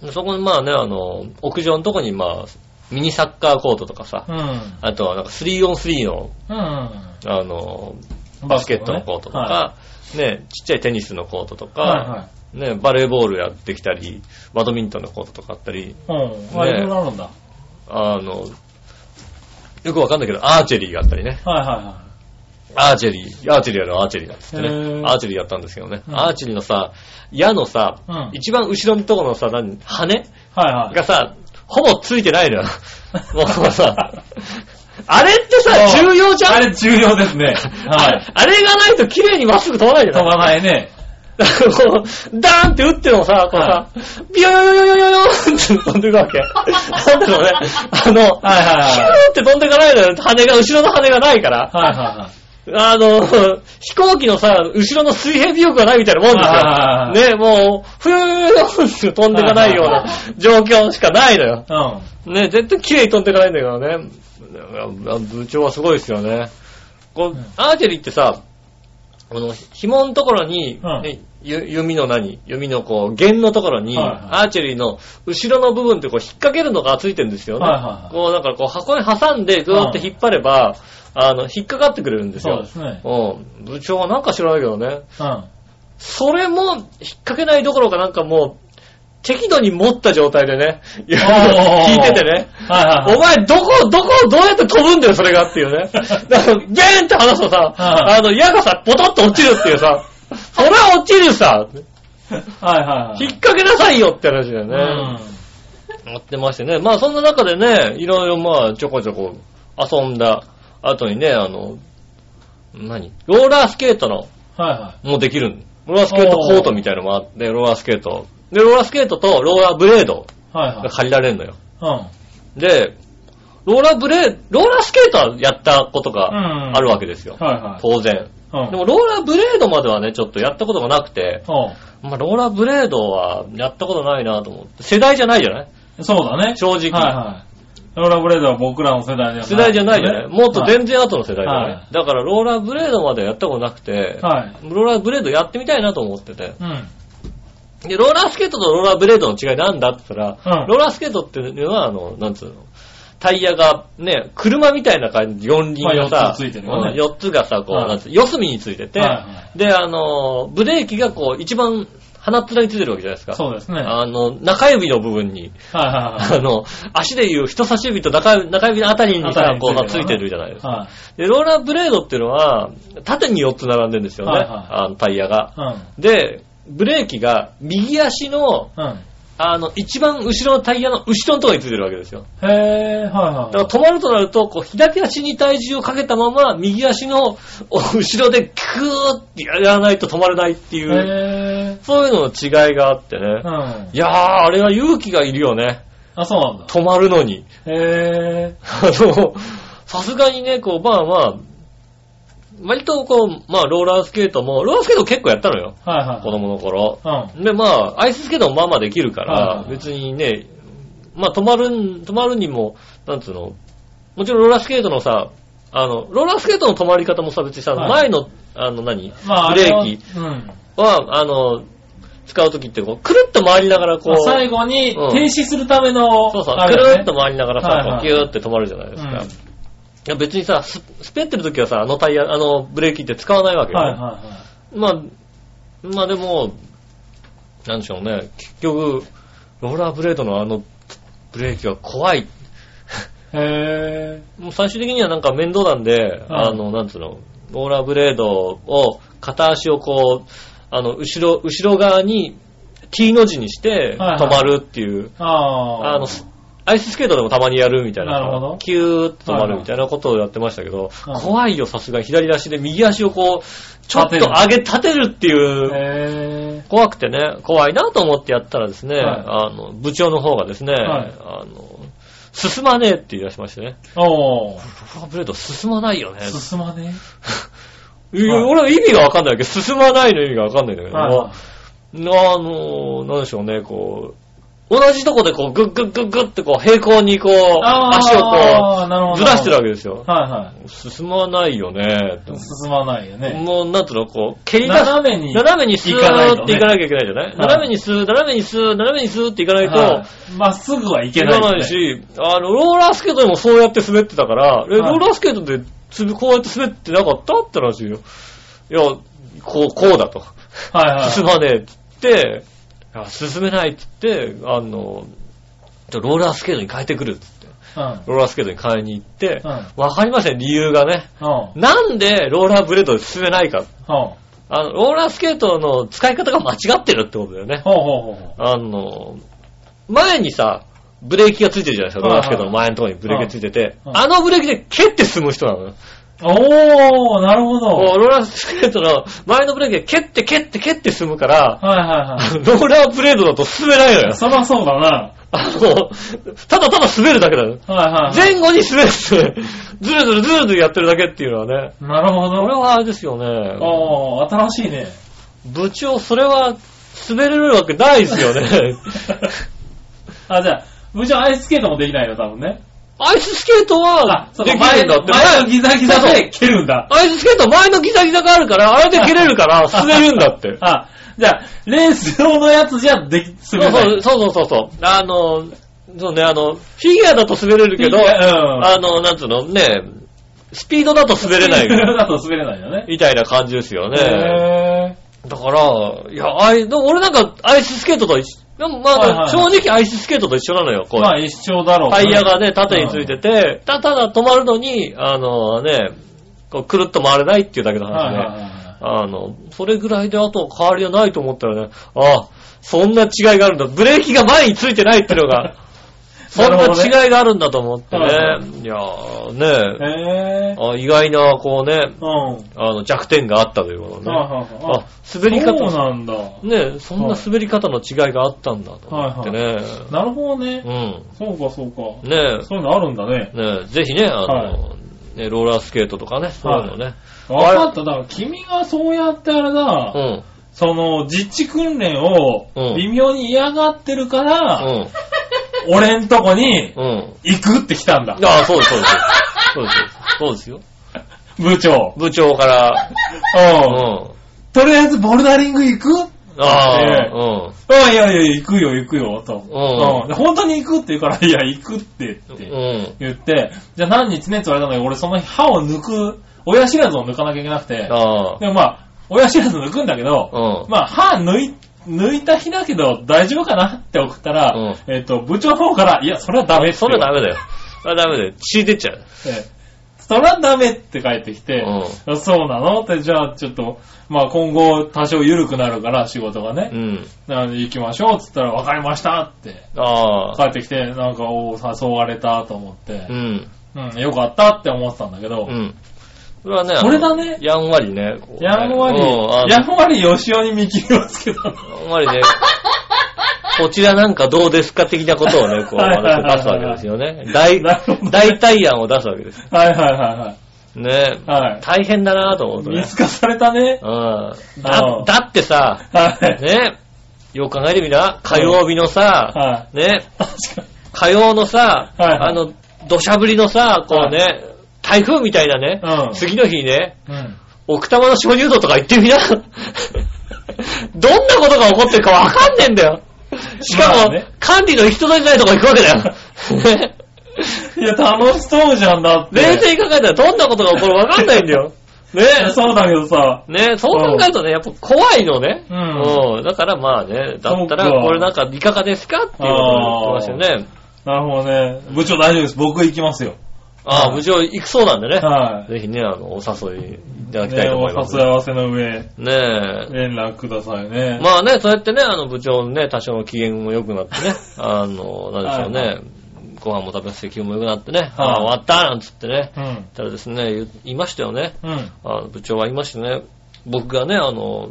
Speaker 3: ー。
Speaker 2: でそこにまあね、あの、屋上のとこにまあ、ミニサッカーコートとかさ
Speaker 3: う、ん。
Speaker 2: あとはなんか 3on3 の、
Speaker 3: うん。
Speaker 2: あの、バスケットのコートと
Speaker 3: は
Speaker 2: か、ね、ちっちゃいテニスのコートと
Speaker 3: い。
Speaker 2: か、
Speaker 3: は
Speaker 2: ね、バレーボールやってきたり、バドミントンのコートとかあったり、
Speaker 3: いはい。うん。あ、いろいろあるんだ。はい
Speaker 2: あの、よくわかんないけど、アーチェリーがあったりね。
Speaker 3: は
Speaker 2: アーチェリー、アーチェリーやろ、アーチェリーなんつってね
Speaker 3: へー。
Speaker 2: アーチェリーやったんですけどね。
Speaker 3: うん
Speaker 2: アーチェリーのさ、矢のさ、
Speaker 3: うん
Speaker 2: 一番後ろのところのさ、何、羽
Speaker 3: いはい。はいはい。
Speaker 2: がさ、ほぼついてないのよ。もうさ、あれってさ、重要じゃん
Speaker 3: あれ重要ですね。
Speaker 2: あ
Speaker 3: はい。
Speaker 2: <laughs> れあれがないと綺麗にまっすぐ飛ばないじゃな
Speaker 3: 飛
Speaker 2: い
Speaker 3: ばないね。
Speaker 2: だからこう、ダーンって打ってもさ、こうさ、ビヨヨヨヨヨヨヨーンって飛んでいくわけ。なんだろうね。あの、
Speaker 3: はいはい
Speaker 2: ヒュ
Speaker 3: は
Speaker 2: ーって飛んでいかないのよ。羽が、後ろの羽がないから。
Speaker 3: い。はいはいはい。
Speaker 2: あの、 <laughs> 飛行機のさ、後ろの水平尾翼がないみたいなもんですよ。ね、もう、ふーって飛んでいかないような状況しかないのよ。
Speaker 3: うん。
Speaker 2: ね、絶対綺麗に飛んでいかないんだけどね。だから部長はすごいですよね。こ
Speaker 3: う、
Speaker 2: うんアーチェリーってさ、この、紐のところに、
Speaker 3: うん
Speaker 2: ねゆ弓の何弓のこう、弦のところに、
Speaker 3: はいはい
Speaker 2: アーチェリーの後ろの部分ってこう、引っ掛けるのがついてるんですよね。
Speaker 3: はいはいはい
Speaker 2: こう、だからこう、箱に挟んで、ぐーって引っ張れば、あの、引っかかってくれるんです
Speaker 3: そう
Speaker 2: よ
Speaker 3: で。すね。
Speaker 2: うん。部長はなんか知らないけどね。
Speaker 3: うん。
Speaker 2: それも、引っ掛けないどころかなんかもう、適度に持った状態でね、いや
Speaker 3: おー
Speaker 2: 聞いててね。
Speaker 3: はいはい
Speaker 2: お前、どこ、どこをどうやって飛ぶんだよ、それがっていう
Speaker 3: <laughs>
Speaker 2: ね。だから、ゲーンって話すとさ、
Speaker 3: はい
Speaker 2: あの、矢がさ、ポトッと落ちるっていう
Speaker 3: <laughs>
Speaker 2: さ、それは落ちるさ、
Speaker 3: はい。はいはいはい。
Speaker 2: 引っ掛けなさいよって話だよ
Speaker 3: う
Speaker 2: ね。
Speaker 3: ん。
Speaker 2: 思ってましてね。まあ、そんな中でね、いろいろまあ、ちょこちょこ遊んだ後にね、あの、何ローラースケートの
Speaker 3: はいは
Speaker 2: もうできるんローラースケートコートみたいなのもあって、ローラースケート。で、ローラースケートとローラーブレード
Speaker 3: い。はいはい
Speaker 2: が。借りられるのよ。
Speaker 3: うん。
Speaker 2: で、ローラーブレーローラースケートはやったこと
Speaker 3: うん
Speaker 2: があるわけですよ。
Speaker 3: はいはい。
Speaker 2: 当然。
Speaker 3: うん。
Speaker 2: でも、ローラーブレードまではね、ちょっとやったことがなくて、
Speaker 3: う
Speaker 2: まあ、ローラーブレードはやったことないなと思って。世代じゃないじゃない
Speaker 3: んそうだね。
Speaker 2: 正直
Speaker 3: はいはい。ローラーブレードは僕らの世代ではない。
Speaker 2: 世代じゃないじゃないもっと
Speaker 3: はい
Speaker 2: 全然後の世代じゃない、
Speaker 3: は
Speaker 2: だから、ローラーブレードまではやったことなくて、
Speaker 3: はい。
Speaker 2: ローラーブレードやってみたいなと思ってて。
Speaker 3: うん。
Speaker 2: で、ローラースケートとローラーブレードの違いなんだって言ったら、
Speaker 3: うん
Speaker 2: ローラースケートっていうのは、あの、なんつうの、タイヤがね、車みたいな感じ、四輪が
Speaker 3: まあ四
Speaker 2: さ、
Speaker 3: つついてるよね
Speaker 2: うん四つがさ、こう、
Speaker 3: はい
Speaker 2: なんつう四隅についてて、
Speaker 3: はいは
Speaker 2: で、あの、ブレーキがこう、一番鼻っ面についてるわけじゃないですか。
Speaker 3: そうですね。はい
Speaker 2: あの、中指の部分に、
Speaker 3: はい
Speaker 2: あの、足でいう人差し指と中中指のあたりに
Speaker 3: あた
Speaker 2: さ、
Speaker 3: りについ
Speaker 2: こ
Speaker 3: てる
Speaker 2: う、まあ
Speaker 3: よね
Speaker 2: ついてるじゃないですか。
Speaker 3: はい。
Speaker 2: で、ローラーブレードっていうのは、縦に四つ並んでるんですよね、
Speaker 3: はいはい
Speaker 2: あのタイヤが。
Speaker 3: はい。
Speaker 2: で、ブレーキが右足の、
Speaker 3: うん。うん。
Speaker 2: あの、一番後ろのタイヤの後ろのところについてるわけですよ。
Speaker 3: へぇー、はい
Speaker 2: だ
Speaker 3: はい。
Speaker 2: から止まるとなると、こう、左足に体重をかけたまま、右足のお後ろでグーってやらないと止まれないっていう、
Speaker 3: へ
Speaker 2: そういうのの違いがあってね
Speaker 3: ぇー。う。
Speaker 2: い。
Speaker 3: ん
Speaker 2: やー、あれは勇気がいるよね。
Speaker 3: あ、そうなんだ。
Speaker 2: 止まるのに。 <laughs>
Speaker 3: へぇ
Speaker 2: あの、さすがにね、こう、まあまあ、割とこう、まあ、ローラースケートも、ローラースケート結構やったのよ。
Speaker 3: ー。はいはい。
Speaker 2: 子供の頃。
Speaker 3: うん。
Speaker 2: で、まあ、アイススケートもまあまあできるか
Speaker 3: はいは
Speaker 2: ら
Speaker 3: い、
Speaker 2: 別にね、まあ止まるん、止まるにも、なんつうの、もちろんローラースケートのさ、あの、ローラースケートの止まり方もさ、別にさ、
Speaker 3: はい
Speaker 2: 前の、あの何、
Speaker 3: まあ、あ
Speaker 2: ブレ
Speaker 3: れは
Speaker 2: ーキ
Speaker 3: うん。
Speaker 2: は、あの、使うときってこう、くるっと回りながらこ
Speaker 3: ま
Speaker 2: う
Speaker 3: あ、最後に
Speaker 2: うん
Speaker 3: 停止するための、
Speaker 2: そうそう、
Speaker 3: あ
Speaker 2: く
Speaker 3: れだね
Speaker 2: るっと回りながら
Speaker 3: はい
Speaker 2: さ、
Speaker 3: は
Speaker 2: こ
Speaker 3: いう
Speaker 2: ギューって止まるじゃないですか。いや別にさ、ススペってるときはさ、あのタイヤ、あのブレーキって使わないわけ
Speaker 3: うん
Speaker 2: よ。
Speaker 3: はいはいは
Speaker 2: まあ、まあでも、なんでしょうね、結局、ローラーブレードのあのブレーキは怖い。
Speaker 3: い。へ
Speaker 2: もう最終的にはなんか面倒なんで、あの、なんつうの、ローラーブレードを、片足をこう、あの、後ろ、後ろ側に T の字にして止
Speaker 3: はいはい
Speaker 2: まるっていう、
Speaker 3: ああ。
Speaker 2: あの、アイススケートでもたまにやるみたいな。
Speaker 3: なるほど
Speaker 2: キューッと止まるみたいなことをやってましたけど、
Speaker 3: はい
Speaker 2: 怖いよ、さすがに左足で右足をこう、ちょっと
Speaker 3: 立てる
Speaker 2: 上げ、立てるっていう
Speaker 3: へ
Speaker 2: 怖くてね、怖いなと思ってやったらですね、
Speaker 3: はい
Speaker 2: あの、部長の方がですね、
Speaker 3: はい
Speaker 2: あの、進まねえって言い出しましてね、
Speaker 3: ぇー。お
Speaker 2: ローラーブレード進まないよね。
Speaker 3: ー。進まね
Speaker 2: いや
Speaker 3: はい
Speaker 2: 俺は意味がわかんないけど、進まないの意味がわかんないんだけ
Speaker 3: え。
Speaker 2: ども、あの、なんでしょうね、こう、同じとこでこう、グッグッグッグッってこう、平行にこう、足をこ
Speaker 3: をこ
Speaker 2: う、ずらしてるわけですよ。
Speaker 3: はいは
Speaker 2: 進まないよね、
Speaker 3: い。進まないよね。
Speaker 2: もう、なんつうの、こう、蹴り出す
Speaker 3: 斜めに。
Speaker 2: 斜めにスー
Speaker 3: 行かないとね
Speaker 2: ッっていかなきゃいけないじゃない、
Speaker 3: い
Speaker 2: 斜めにスー、斜めにスー、斜めにスーっていかないと、
Speaker 3: はいまっすぐはいけ
Speaker 2: い
Speaker 3: ない
Speaker 2: かない
Speaker 3: ですね。
Speaker 2: し、あの、ローラースケートでもそうやって滑ってたから、え、
Speaker 3: はい
Speaker 2: ローラースケートでつぶこうやって滑ってなかったって話よ。いや、こう、こうだと。
Speaker 3: はいはい。
Speaker 2: 進まねえっつって、いや進めないっつって、あの、じゃあローラースケートに変えてくるっつって、
Speaker 3: うん。
Speaker 2: ローラースケートに変えに行って
Speaker 3: は、
Speaker 2: わかりません、理由がね。
Speaker 3: うん。
Speaker 2: なんでローラーブレードで進めないか。
Speaker 3: ほう
Speaker 2: あの、ローラースケートの使い方が間違ってるってことだよね。
Speaker 3: ほうほうほう。
Speaker 2: あの、前にさ、ブレーキがついてるじゃないですか。ロー
Speaker 3: はい
Speaker 2: ラ
Speaker 3: は
Speaker 2: ースケ
Speaker 3: い
Speaker 2: ートの前のところにブレーキがついてて、
Speaker 3: うん
Speaker 2: あのブレーキで蹴って進む人なのよ。
Speaker 3: おー、なるほど。
Speaker 2: こうローラースケートの前のブレーキで蹴って蹴って蹴って進むから、
Speaker 3: はいはいは
Speaker 2: ローラーブレードだと進めないのよ
Speaker 3: い。。そらそうだな。
Speaker 2: あの、ただただ滑るだけだよ。
Speaker 3: はいはいはい。
Speaker 2: 前後に滑るって、ずるずるずるずるやってるだけっていうのはね。
Speaker 3: なるほ
Speaker 2: これ
Speaker 3: ど。
Speaker 2: はあれですよね。
Speaker 3: おー、新しいね。 <laughs>
Speaker 2: 部長、それは滑れるわけないです
Speaker 3: <laughs>
Speaker 2: よね。
Speaker 3: あ、じゃあ、無常アイススケートもできないよ、多分ね。
Speaker 2: アイススケートは
Speaker 3: あ、、そ
Speaker 2: で
Speaker 3: う
Speaker 2: き
Speaker 3: か
Speaker 2: るん
Speaker 3: 前
Speaker 2: だ
Speaker 3: の
Speaker 2: って。
Speaker 3: 前のギザギザ
Speaker 2: そうそう
Speaker 3: で蹴るんだ。
Speaker 2: アイススケートは前のギザギザがあるから、あれで蹴れる
Speaker 3: <laughs>
Speaker 2: から、滑るんだって。
Speaker 3: あ、じゃあ、レース用のやつじゃでき、
Speaker 2: そ
Speaker 3: 滑
Speaker 2: う
Speaker 3: れない。
Speaker 2: そうそうそうそう。あの、そうね、あの、フィギュアだと滑れるけど、
Speaker 3: いやうん。
Speaker 2: あの、なんつうの、ね、スピードだと滑れな
Speaker 3: スピ <laughs> ード
Speaker 2: い。
Speaker 3: だと滑れないよね。
Speaker 2: みたいな感じですよね。
Speaker 3: へ
Speaker 2: だから、いや、あい、でも俺なんかアイススケートと一緒。でもま
Speaker 3: はいはいは
Speaker 2: あ、
Speaker 3: い
Speaker 2: 正直アイススケートと一緒なのよ、こ
Speaker 3: ー
Speaker 2: う。
Speaker 3: まあ一緒だろうね。
Speaker 2: タイヤがね、縦についてて、たただ止まるのに、あのね、こうくるっと回れないっていうだけの
Speaker 3: はい
Speaker 2: 話
Speaker 3: はいはい
Speaker 2: ね。
Speaker 3: は
Speaker 2: あの、それぐらいであと変わりはないと思ったらね、ああ、そんな違いがあるんだ。ブレーキが前についてないっていうのが、そんな
Speaker 3: <laughs> なるほど
Speaker 2: 違いがあるんだと思ってね
Speaker 3: はいは。
Speaker 2: いやー
Speaker 3: い。
Speaker 2: ね、
Speaker 3: へぇー。
Speaker 2: あ意外な、こうね、
Speaker 3: うん。はい
Speaker 2: あの、弱点があったということね。
Speaker 3: はいはい。
Speaker 2: あ、滑り
Speaker 3: そう
Speaker 2: 方、
Speaker 3: なんだ。は
Speaker 2: ね、そんな滑り方の違いがあったんだと思ってね。
Speaker 3: い。なるほどね。
Speaker 2: うん。
Speaker 3: そうかそうか。
Speaker 2: ね
Speaker 3: そういうのあるんだね。
Speaker 2: ねぜひね、あの、
Speaker 3: は
Speaker 2: ね、ローラースケートとかね、そういうのね。
Speaker 3: わかった。だから君がそうやってあれだ、
Speaker 2: うん。
Speaker 3: その実地訓練を
Speaker 2: うん
Speaker 3: 微妙に嫌がってるから、
Speaker 2: うん。
Speaker 3: 俺んとこに
Speaker 2: うん。
Speaker 3: 行くって来たんだ。
Speaker 2: ああ、そうです、そうです。そうです。そうですよ。
Speaker 3: 部長。
Speaker 2: 部長から、う
Speaker 3: う
Speaker 2: ん。
Speaker 3: ん。とりあえずボルダリング行くうん、
Speaker 2: あ
Speaker 3: ね
Speaker 2: あ、
Speaker 3: いやいや、行くよ、行くよ、
Speaker 2: ん
Speaker 3: と。うんで本当に行くって言うから、いや、行くって
Speaker 2: う
Speaker 3: っ
Speaker 2: ん。
Speaker 3: て
Speaker 2: うん。
Speaker 3: 言って、じゃあ何日ねって言われたんだけど、俺その日歯を抜く、親知らずを抜かなきゃいけなくて、
Speaker 2: ああ、
Speaker 3: でもまあ、親知らず抜くんだけど、
Speaker 2: うん。
Speaker 3: まあ、歯抜い、抜いた日だけど大丈夫かなって送ったら、
Speaker 2: う
Speaker 3: えっ、と、部長の方から、いや、それはダメって
Speaker 2: それはダメだよ。それはダメだよ。血出ちゃう。
Speaker 3: 言われてそれはダメって返ってきて、
Speaker 2: う
Speaker 3: そうなのって、じゃあちょっと、まあ今後多少緩くなるから仕事がね、
Speaker 2: うん。
Speaker 3: なので行きましょうって言ったら、わかりましたって
Speaker 2: ああ、
Speaker 3: 帰ってきて、なんか、おお誘われたと思って
Speaker 2: う、ん。
Speaker 3: うん、よかったって思ってたんだけど、
Speaker 2: うん。それはね、あの
Speaker 3: これだね
Speaker 2: やんわりね。こう
Speaker 3: やんわり、
Speaker 2: うんあの
Speaker 3: やんわり吉尾に見切りをつけたの。 <laughs>
Speaker 2: あんまりね、こちらなんかどうですか的なことをね、こう、
Speaker 3: はいはいはいはい
Speaker 2: 出すわけですよね。大
Speaker 3: なるほど、ね
Speaker 2: 大体案を出すわけです。
Speaker 3: はいはいはい
Speaker 2: ね
Speaker 3: はい。
Speaker 2: 大変だなぁと思うと
Speaker 3: はい。見
Speaker 2: ね。
Speaker 3: 透かされたね。
Speaker 2: うん。
Speaker 3: う
Speaker 2: だ
Speaker 3: ん、
Speaker 2: だってさ、
Speaker 3: はい。
Speaker 2: ねよく考えてみな、火曜日のさ、
Speaker 3: はい。
Speaker 2: ね
Speaker 3: 確かに。
Speaker 2: 火曜のさ、
Speaker 3: はいはい
Speaker 2: あの、土砂降りのさ、こうね、台風みたいなね、
Speaker 3: うん
Speaker 2: 次の日にね、
Speaker 3: うん。
Speaker 2: 奥多摩の鍾乳洞とか行ってみな。 <laughs> どんなことが起こってるかわかんねえんだよ。しかも、
Speaker 3: まあね
Speaker 2: 管理の行き届いてないとこ行くわけ
Speaker 3: <laughs>
Speaker 2: だよ。ね
Speaker 3: いや、楽しそうじゃんだって。
Speaker 2: 冷静に考えたらどんなことが起こるかわかんないんだよ。ね
Speaker 3: そうだけどさ。
Speaker 2: ねそう考えるとね、やっぱ怖いのね。
Speaker 3: うん
Speaker 2: うだからまあね、だった
Speaker 3: そう
Speaker 2: ら、
Speaker 3: か
Speaker 2: これなんかいかがですかっていうことを言ってましたよね。
Speaker 3: なるほどね。部長大丈夫です。僕行きますよ。
Speaker 2: ああ、無事を行くそうなんでね。
Speaker 3: はい。
Speaker 2: ぜひね、あの、お誘いいただきたい
Speaker 3: ね、
Speaker 2: と
Speaker 3: お
Speaker 2: 思います。
Speaker 3: 誘い合わせの上、
Speaker 2: ねえ。
Speaker 3: 連絡くださいね。
Speaker 2: まあね、そうやってね、あの部長のね、多少の機嫌も良くなって
Speaker 3: <laughs>
Speaker 2: ね、あの、なんでしょうね、
Speaker 3: はい
Speaker 2: ご飯も食べさせて気分も良くなってね、あ
Speaker 3: はい
Speaker 2: あ終わったなんつってね、
Speaker 3: うん。
Speaker 2: ただですね、言言いましたよね、
Speaker 3: うん。
Speaker 2: あの部長は言いましたね、僕がね、あの、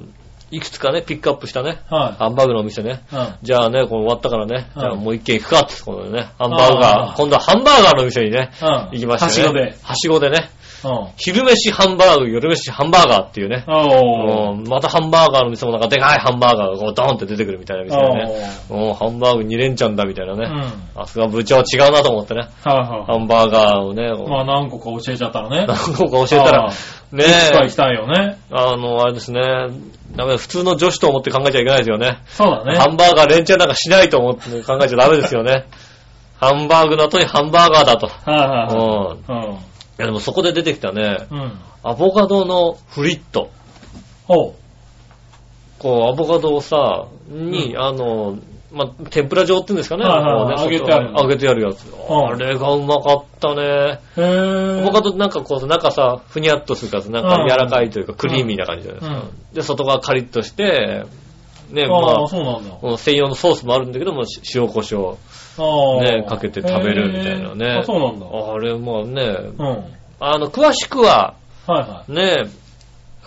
Speaker 2: いくつかね、ピックアップしたね、
Speaker 3: は
Speaker 2: ハンバーグのお店ね、
Speaker 3: い。うん。
Speaker 2: じゃあね、この終わったからね、
Speaker 3: うん
Speaker 2: じゃあもう一軒行くかってことでね、ハンバー
Speaker 3: あ
Speaker 2: ガー、
Speaker 3: ー
Speaker 2: 今度はハンバーガーのお店にね、
Speaker 3: うん。
Speaker 2: 行きましたね。
Speaker 3: はしごで。。
Speaker 2: はしごでね、
Speaker 3: うん。
Speaker 2: 昼飯ハンバーグ、夜飯ハンバーガーっていうね、
Speaker 3: おー。
Speaker 2: うんまたハンバーガーの店もなんかでかいハンバーガーがこうドーンって出てくるみたいな店でね。もうハンバーグ2連チャンだみたいな
Speaker 3: うん。
Speaker 2: ね。
Speaker 3: はい
Speaker 2: あ、すが部長は違うなと思ってね。
Speaker 3: は
Speaker 2: ハンバーガーをね、
Speaker 3: い。まあ何個か教えちゃったら <laughs> ね。
Speaker 2: 何個か教えた
Speaker 3: あ
Speaker 2: ら、ね
Speaker 3: いつか行き
Speaker 2: え、
Speaker 3: たいよね。
Speaker 2: あの、あれですね、ダメだ普通の女子と思って考えちゃいけないですよね。
Speaker 3: そうだね。
Speaker 2: ハンバーガー連チャンなんかしないと思って考えちゃダメですよ
Speaker 3: <laughs>
Speaker 2: ね。ハンバーグの後にハンバーガーだと。
Speaker 3: はいは
Speaker 2: うん。い
Speaker 3: いはい。
Speaker 2: やでもそこで出てきたね、
Speaker 3: うん。うん。
Speaker 2: アボカドのフリット。
Speaker 3: おう。
Speaker 2: こう、アボカドをさ、に、
Speaker 3: う
Speaker 2: あの、まあ、天ぷら状っていうんですかね。
Speaker 3: はいはいはい
Speaker 2: こうね
Speaker 3: 揚げてある
Speaker 2: 揚げてあるやつ。
Speaker 3: ん
Speaker 2: あれがうまかったね。
Speaker 3: へぇ
Speaker 2: ア
Speaker 3: ー。
Speaker 2: ボカドなんかこう、中さ、ふにゃっとするからさ、なんか
Speaker 3: うん
Speaker 2: 柔らかいというか、クリーミーな感じじゃないですか。で、外側カリッとして、ね、ま
Speaker 3: ああ、
Speaker 2: あ、
Speaker 3: そうなんだ。
Speaker 2: この専用のソースもあるんだけども、し塩コショウ。
Speaker 3: ああ。
Speaker 2: ねかけて食べるみたいなね
Speaker 3: へーあ、そうなんだ。
Speaker 2: あれもね、
Speaker 3: うん。はい
Speaker 2: あの、詳しくは、
Speaker 3: はい。
Speaker 2: ね、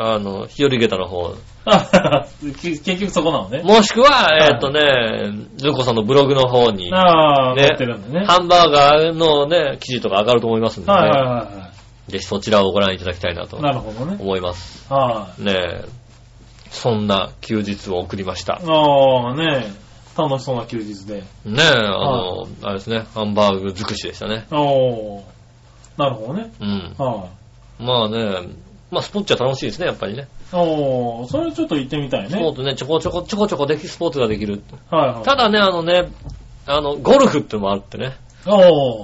Speaker 2: あの、日和下駄の方、
Speaker 3: あ <laughs> 結局そこなのね。
Speaker 2: もしくは、
Speaker 3: い
Speaker 2: えっとね、ルコさんのブログの方に、
Speaker 3: ああ、
Speaker 2: ね
Speaker 3: 持ってるんだね。
Speaker 2: ハンバーガーのね、記事とか上がると思いますんで
Speaker 3: はいはい
Speaker 2: ね。
Speaker 3: は
Speaker 2: ぜひそちらをご覧いただきたいない
Speaker 3: は
Speaker 2: と
Speaker 3: い。なるほどね。
Speaker 2: 思います。
Speaker 3: は
Speaker 2: ねえ。そんな休日を送りました
Speaker 3: い。。ああ、ね楽しそうな休日で。
Speaker 2: ねえ、あの、あれですね、ハンバーグ尽くしでしたね。
Speaker 3: おー。なるほどね。
Speaker 2: うん。
Speaker 3: はい。
Speaker 2: まあね、まあスポーツは楽しいですね、やっぱりね。
Speaker 3: おー、それちょっと行ってみたい
Speaker 2: スポ
Speaker 3: ね
Speaker 2: ー。ツね、ちょこちょこ、ちょこちょこでき、スポーツができる。
Speaker 3: はいはい。
Speaker 2: ただね、あのね、あの、ゴルフってのもあってね、
Speaker 3: お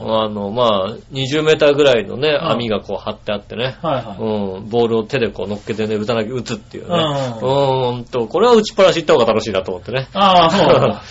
Speaker 3: ー。
Speaker 2: あの、まあ、20メーターぐらいのね、
Speaker 3: ん
Speaker 2: 網がこう張ってあってね、
Speaker 3: はいはい。
Speaker 2: うん、ボールを手でこう乗っけてね、打たなきゃ打つっていうね。
Speaker 3: うん
Speaker 2: うーんと、これは打ちっぱなし行った方が楽しいなと思ってね。
Speaker 3: あ
Speaker 2: <laughs>
Speaker 3: あ、そうなんだ。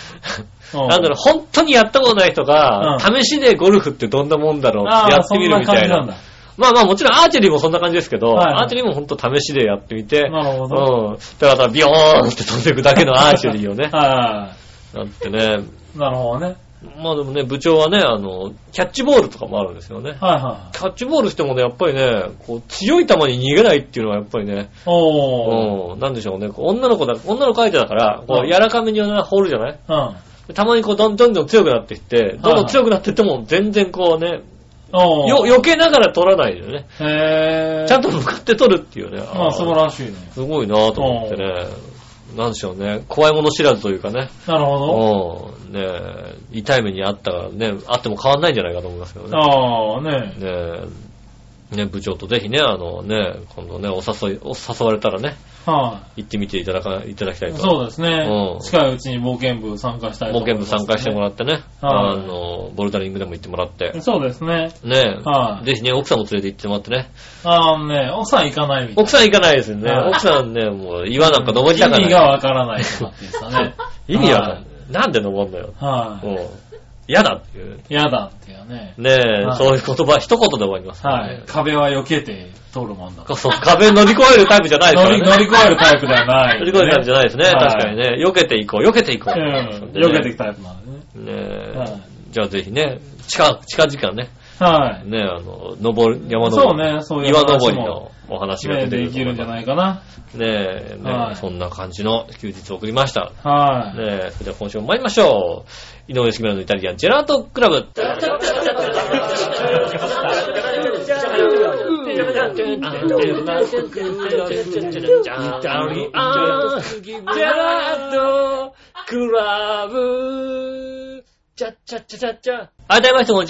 Speaker 3: う
Speaker 2: なんだろう、本当にやったことない人が、
Speaker 3: う
Speaker 2: 試しでゴルフってどんなもんだろうってや
Speaker 3: ああ、
Speaker 2: って
Speaker 3: そん
Speaker 2: みる
Speaker 3: な
Speaker 2: みた
Speaker 3: 感じ
Speaker 2: いな。
Speaker 3: なんだ。
Speaker 2: まあまあもちろんアーチェリーもそんな感じですけど、
Speaker 3: はいはい
Speaker 2: アーチェリーも本当試しでやってみて、
Speaker 3: なるほど
Speaker 2: うん。ただただビヨーンって飛んでいくだけのアーチェリーをね、
Speaker 3: は
Speaker 2: なんてね。
Speaker 3: い。なるほどね。
Speaker 2: まあでもね、部長はね、あの、キャッチボールとかもあるんですよね。
Speaker 3: はいは
Speaker 2: キャッチボールしてもね、やっぱりね、こう強い球に逃げないっていうのはやっぱりね、
Speaker 3: い。おー。
Speaker 2: うん、なんでしょうね。こう女の子だ、女の子相手だから、こ
Speaker 3: う
Speaker 2: う、
Speaker 3: ん
Speaker 2: 柔らかめにはなホールじゃない
Speaker 3: うん。
Speaker 2: たまにこう、どんどんどん強くなっていって、どんどん強くなっていっても、全然こうね、
Speaker 3: おー。
Speaker 2: よ、避けながら取らないでね。
Speaker 3: へぇー。
Speaker 2: ちゃんと向かって取るっていうね。
Speaker 3: まあ、素晴
Speaker 2: い。
Speaker 3: らしいね。
Speaker 2: すごいなと思ってね。なんでしょうね。怖いもの知らずというかね。
Speaker 3: なるほ
Speaker 2: うん。ねえ痛い目にあったからね、あっても変わんないんじゃないかと思いますけど
Speaker 3: ど。
Speaker 2: ね。
Speaker 3: ああ、ね
Speaker 2: ねえね部長とぜひね、あのね、今度ね、お誘い、お誘われたらね、
Speaker 3: は
Speaker 2: 行ってみていただか、いただきたい
Speaker 3: い。
Speaker 2: と。
Speaker 3: そうです
Speaker 2: う
Speaker 3: ね
Speaker 2: ん。
Speaker 3: 近いうちに冒険部参加したいと
Speaker 2: 冒
Speaker 3: 思い
Speaker 2: 険
Speaker 3: ま
Speaker 2: 部
Speaker 3: す
Speaker 2: 参加してもらってね、あ
Speaker 3: はい
Speaker 2: の、ボルダリングでも行ってもらって、
Speaker 3: そうですね。
Speaker 2: ね
Speaker 3: は
Speaker 2: え、
Speaker 3: い
Speaker 2: ぜひね、奥さんも連れて行ってもらってね。
Speaker 3: ああね、奥さん行かないみたい
Speaker 2: 奥さん行かないですよね。
Speaker 3: はい
Speaker 2: 奥さんね、もう岩なんか登り
Speaker 3: な。
Speaker 2: たくな
Speaker 3: 意
Speaker 2: い。。
Speaker 3: 味がわからないとかって言ってたね
Speaker 2: 意味わかんない。なんで登んのよ。
Speaker 3: はい。は
Speaker 2: <laughs>
Speaker 3: い。
Speaker 2: もう、嫌だっていう。
Speaker 3: 嫌だっていうね。
Speaker 2: ねえ、
Speaker 3: はい
Speaker 2: そういう言葉、一言で終わります、ね。
Speaker 3: はい。壁は避けて通るもんだか
Speaker 2: そう、壁乗り越えるタイプじゃないですか
Speaker 3: ら。乗
Speaker 2: ら
Speaker 3: り
Speaker 2: ね。
Speaker 3: 乗り越えるタイプではない。
Speaker 2: <laughs> 乗り越えるタイプじゃないですね。
Speaker 3: はい
Speaker 2: 確かにね。避けていこう、避けていこう。
Speaker 3: うん。
Speaker 2: ね
Speaker 3: 避けていくタイプなんでね。
Speaker 2: ねえ、
Speaker 3: はい
Speaker 2: じゃあぜひね、近、近々ね、
Speaker 3: はい。
Speaker 2: ねえ、あの、登る、山
Speaker 3: そう
Speaker 2: 登り。
Speaker 3: ね、そういう
Speaker 2: 岩登
Speaker 3: 話
Speaker 2: り
Speaker 3: も
Speaker 2: のお話が
Speaker 3: ね
Speaker 2: 出てく
Speaker 3: で
Speaker 2: ると
Speaker 3: き
Speaker 2: 思
Speaker 3: る
Speaker 2: い
Speaker 3: んじゃ
Speaker 2: ます。
Speaker 3: ないかな。
Speaker 2: ねえ、ねえ、
Speaker 3: はい
Speaker 2: そんな感じの休日を送りました。
Speaker 3: はい。
Speaker 2: ねえ、それでは今週も参りましょう。井上杉村のイタリアンジェラートクラブ。 아.あ、どうもみなさん、こんにち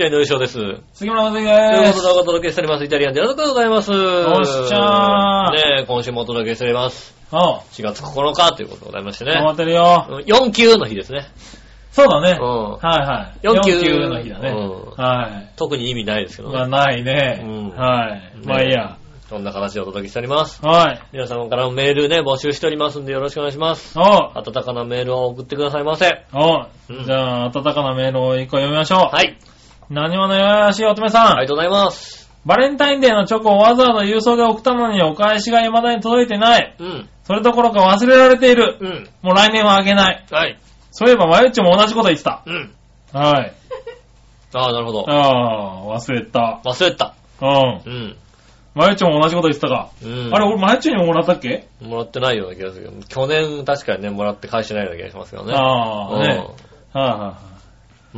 Speaker 2: は、井上翔です。という
Speaker 3: 杉村和之
Speaker 2: こ
Speaker 3: で
Speaker 2: と
Speaker 3: す
Speaker 2: で。お届けしております、イタリアンジェラートクラブでございます。
Speaker 3: おっしゃー
Speaker 2: ねえ、今週もお届けしております。
Speaker 3: あ、
Speaker 2: 4月9日ということでございましてね。
Speaker 3: 頑張ってるよ。
Speaker 2: 4級の日ですね。
Speaker 3: そうだね。
Speaker 2: うん
Speaker 3: はいはい。
Speaker 2: 四級
Speaker 3: 級の日だね。
Speaker 2: うん
Speaker 3: はい。
Speaker 2: 特に意味ないですけど
Speaker 3: まあ、
Speaker 2: ね。
Speaker 3: ないね。
Speaker 2: うん
Speaker 3: はい。まあいいや。
Speaker 2: そんな形でお届けしております。
Speaker 3: はい。
Speaker 2: 皆様からもメールね、募集しておりますんでよろしくお願いします。
Speaker 3: お
Speaker 2: 温かなメールを送ってくださいませ。
Speaker 3: お
Speaker 2: うん
Speaker 3: じゃあ、温かなメールを一個読みましょう。
Speaker 2: はい。
Speaker 3: 何者よよしい乙女さん、
Speaker 2: ありがとうございます。
Speaker 3: バレンタインデーのチョコをわざわざ郵送で送ったのにお返しが未だに届いてない。
Speaker 2: うん。
Speaker 3: それどころか忘れられている。
Speaker 2: うん。
Speaker 3: もう来年はあげない。
Speaker 2: はい。
Speaker 3: そういえば、まゆっちも同じこと言ってた。
Speaker 2: うん。
Speaker 3: はい。
Speaker 2: ああ、なるほど。
Speaker 3: ああ、忘れた。
Speaker 2: 忘れてた。
Speaker 3: うん。
Speaker 2: うん。
Speaker 3: まゆっちも同じこと言ってたか。
Speaker 2: うん。
Speaker 3: あれ、俺、まゆっちにもらったっけ、
Speaker 2: もらってないような気がするけど、去年確かにね、もらって返してないような気がしますけどね。
Speaker 3: ああ、ね。はい、
Speaker 2: うん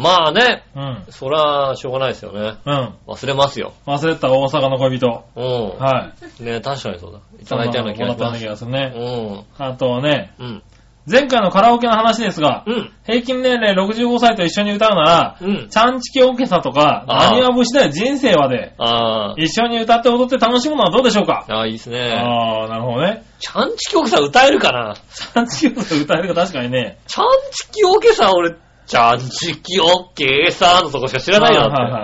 Speaker 2: まあね、
Speaker 3: はい、はい。
Speaker 2: そら、しょうがないですよね。
Speaker 3: うん。うん。
Speaker 2: 忘れますよ。
Speaker 3: 忘れた大阪の恋人。
Speaker 2: うん。
Speaker 3: は
Speaker 2: ね確かにそうだ。い
Speaker 3: い。
Speaker 2: ただいたような気がし
Speaker 3: もら
Speaker 2: ま
Speaker 3: った
Speaker 2: す。
Speaker 3: ような気がする
Speaker 2: う
Speaker 3: ね。
Speaker 2: ん。
Speaker 3: あとね、
Speaker 2: うん。
Speaker 3: 前回のカラオケの話ですが、
Speaker 2: うん。
Speaker 3: 平均年齢65歳と一緒に歌うなら、
Speaker 2: うん。
Speaker 3: ちゃんちきおけさとか、
Speaker 2: あー
Speaker 3: 何は節だよ人生はで、
Speaker 2: あー
Speaker 3: 一緒に歌って踊って楽しむのはどうでしょうか、
Speaker 2: あー、いいですね。
Speaker 3: ああ、なるほどね。 <laughs>
Speaker 2: ちゃんちきおけさん歌えるかな
Speaker 3: ちゃんちきおけさ歌えるか確かにね。
Speaker 2: ちゃんちきおけさん、俺、ちゃんちきおけさんのとこしか知らないよ
Speaker 3: はい
Speaker 2: な
Speaker 3: は
Speaker 2: っ
Speaker 3: いはい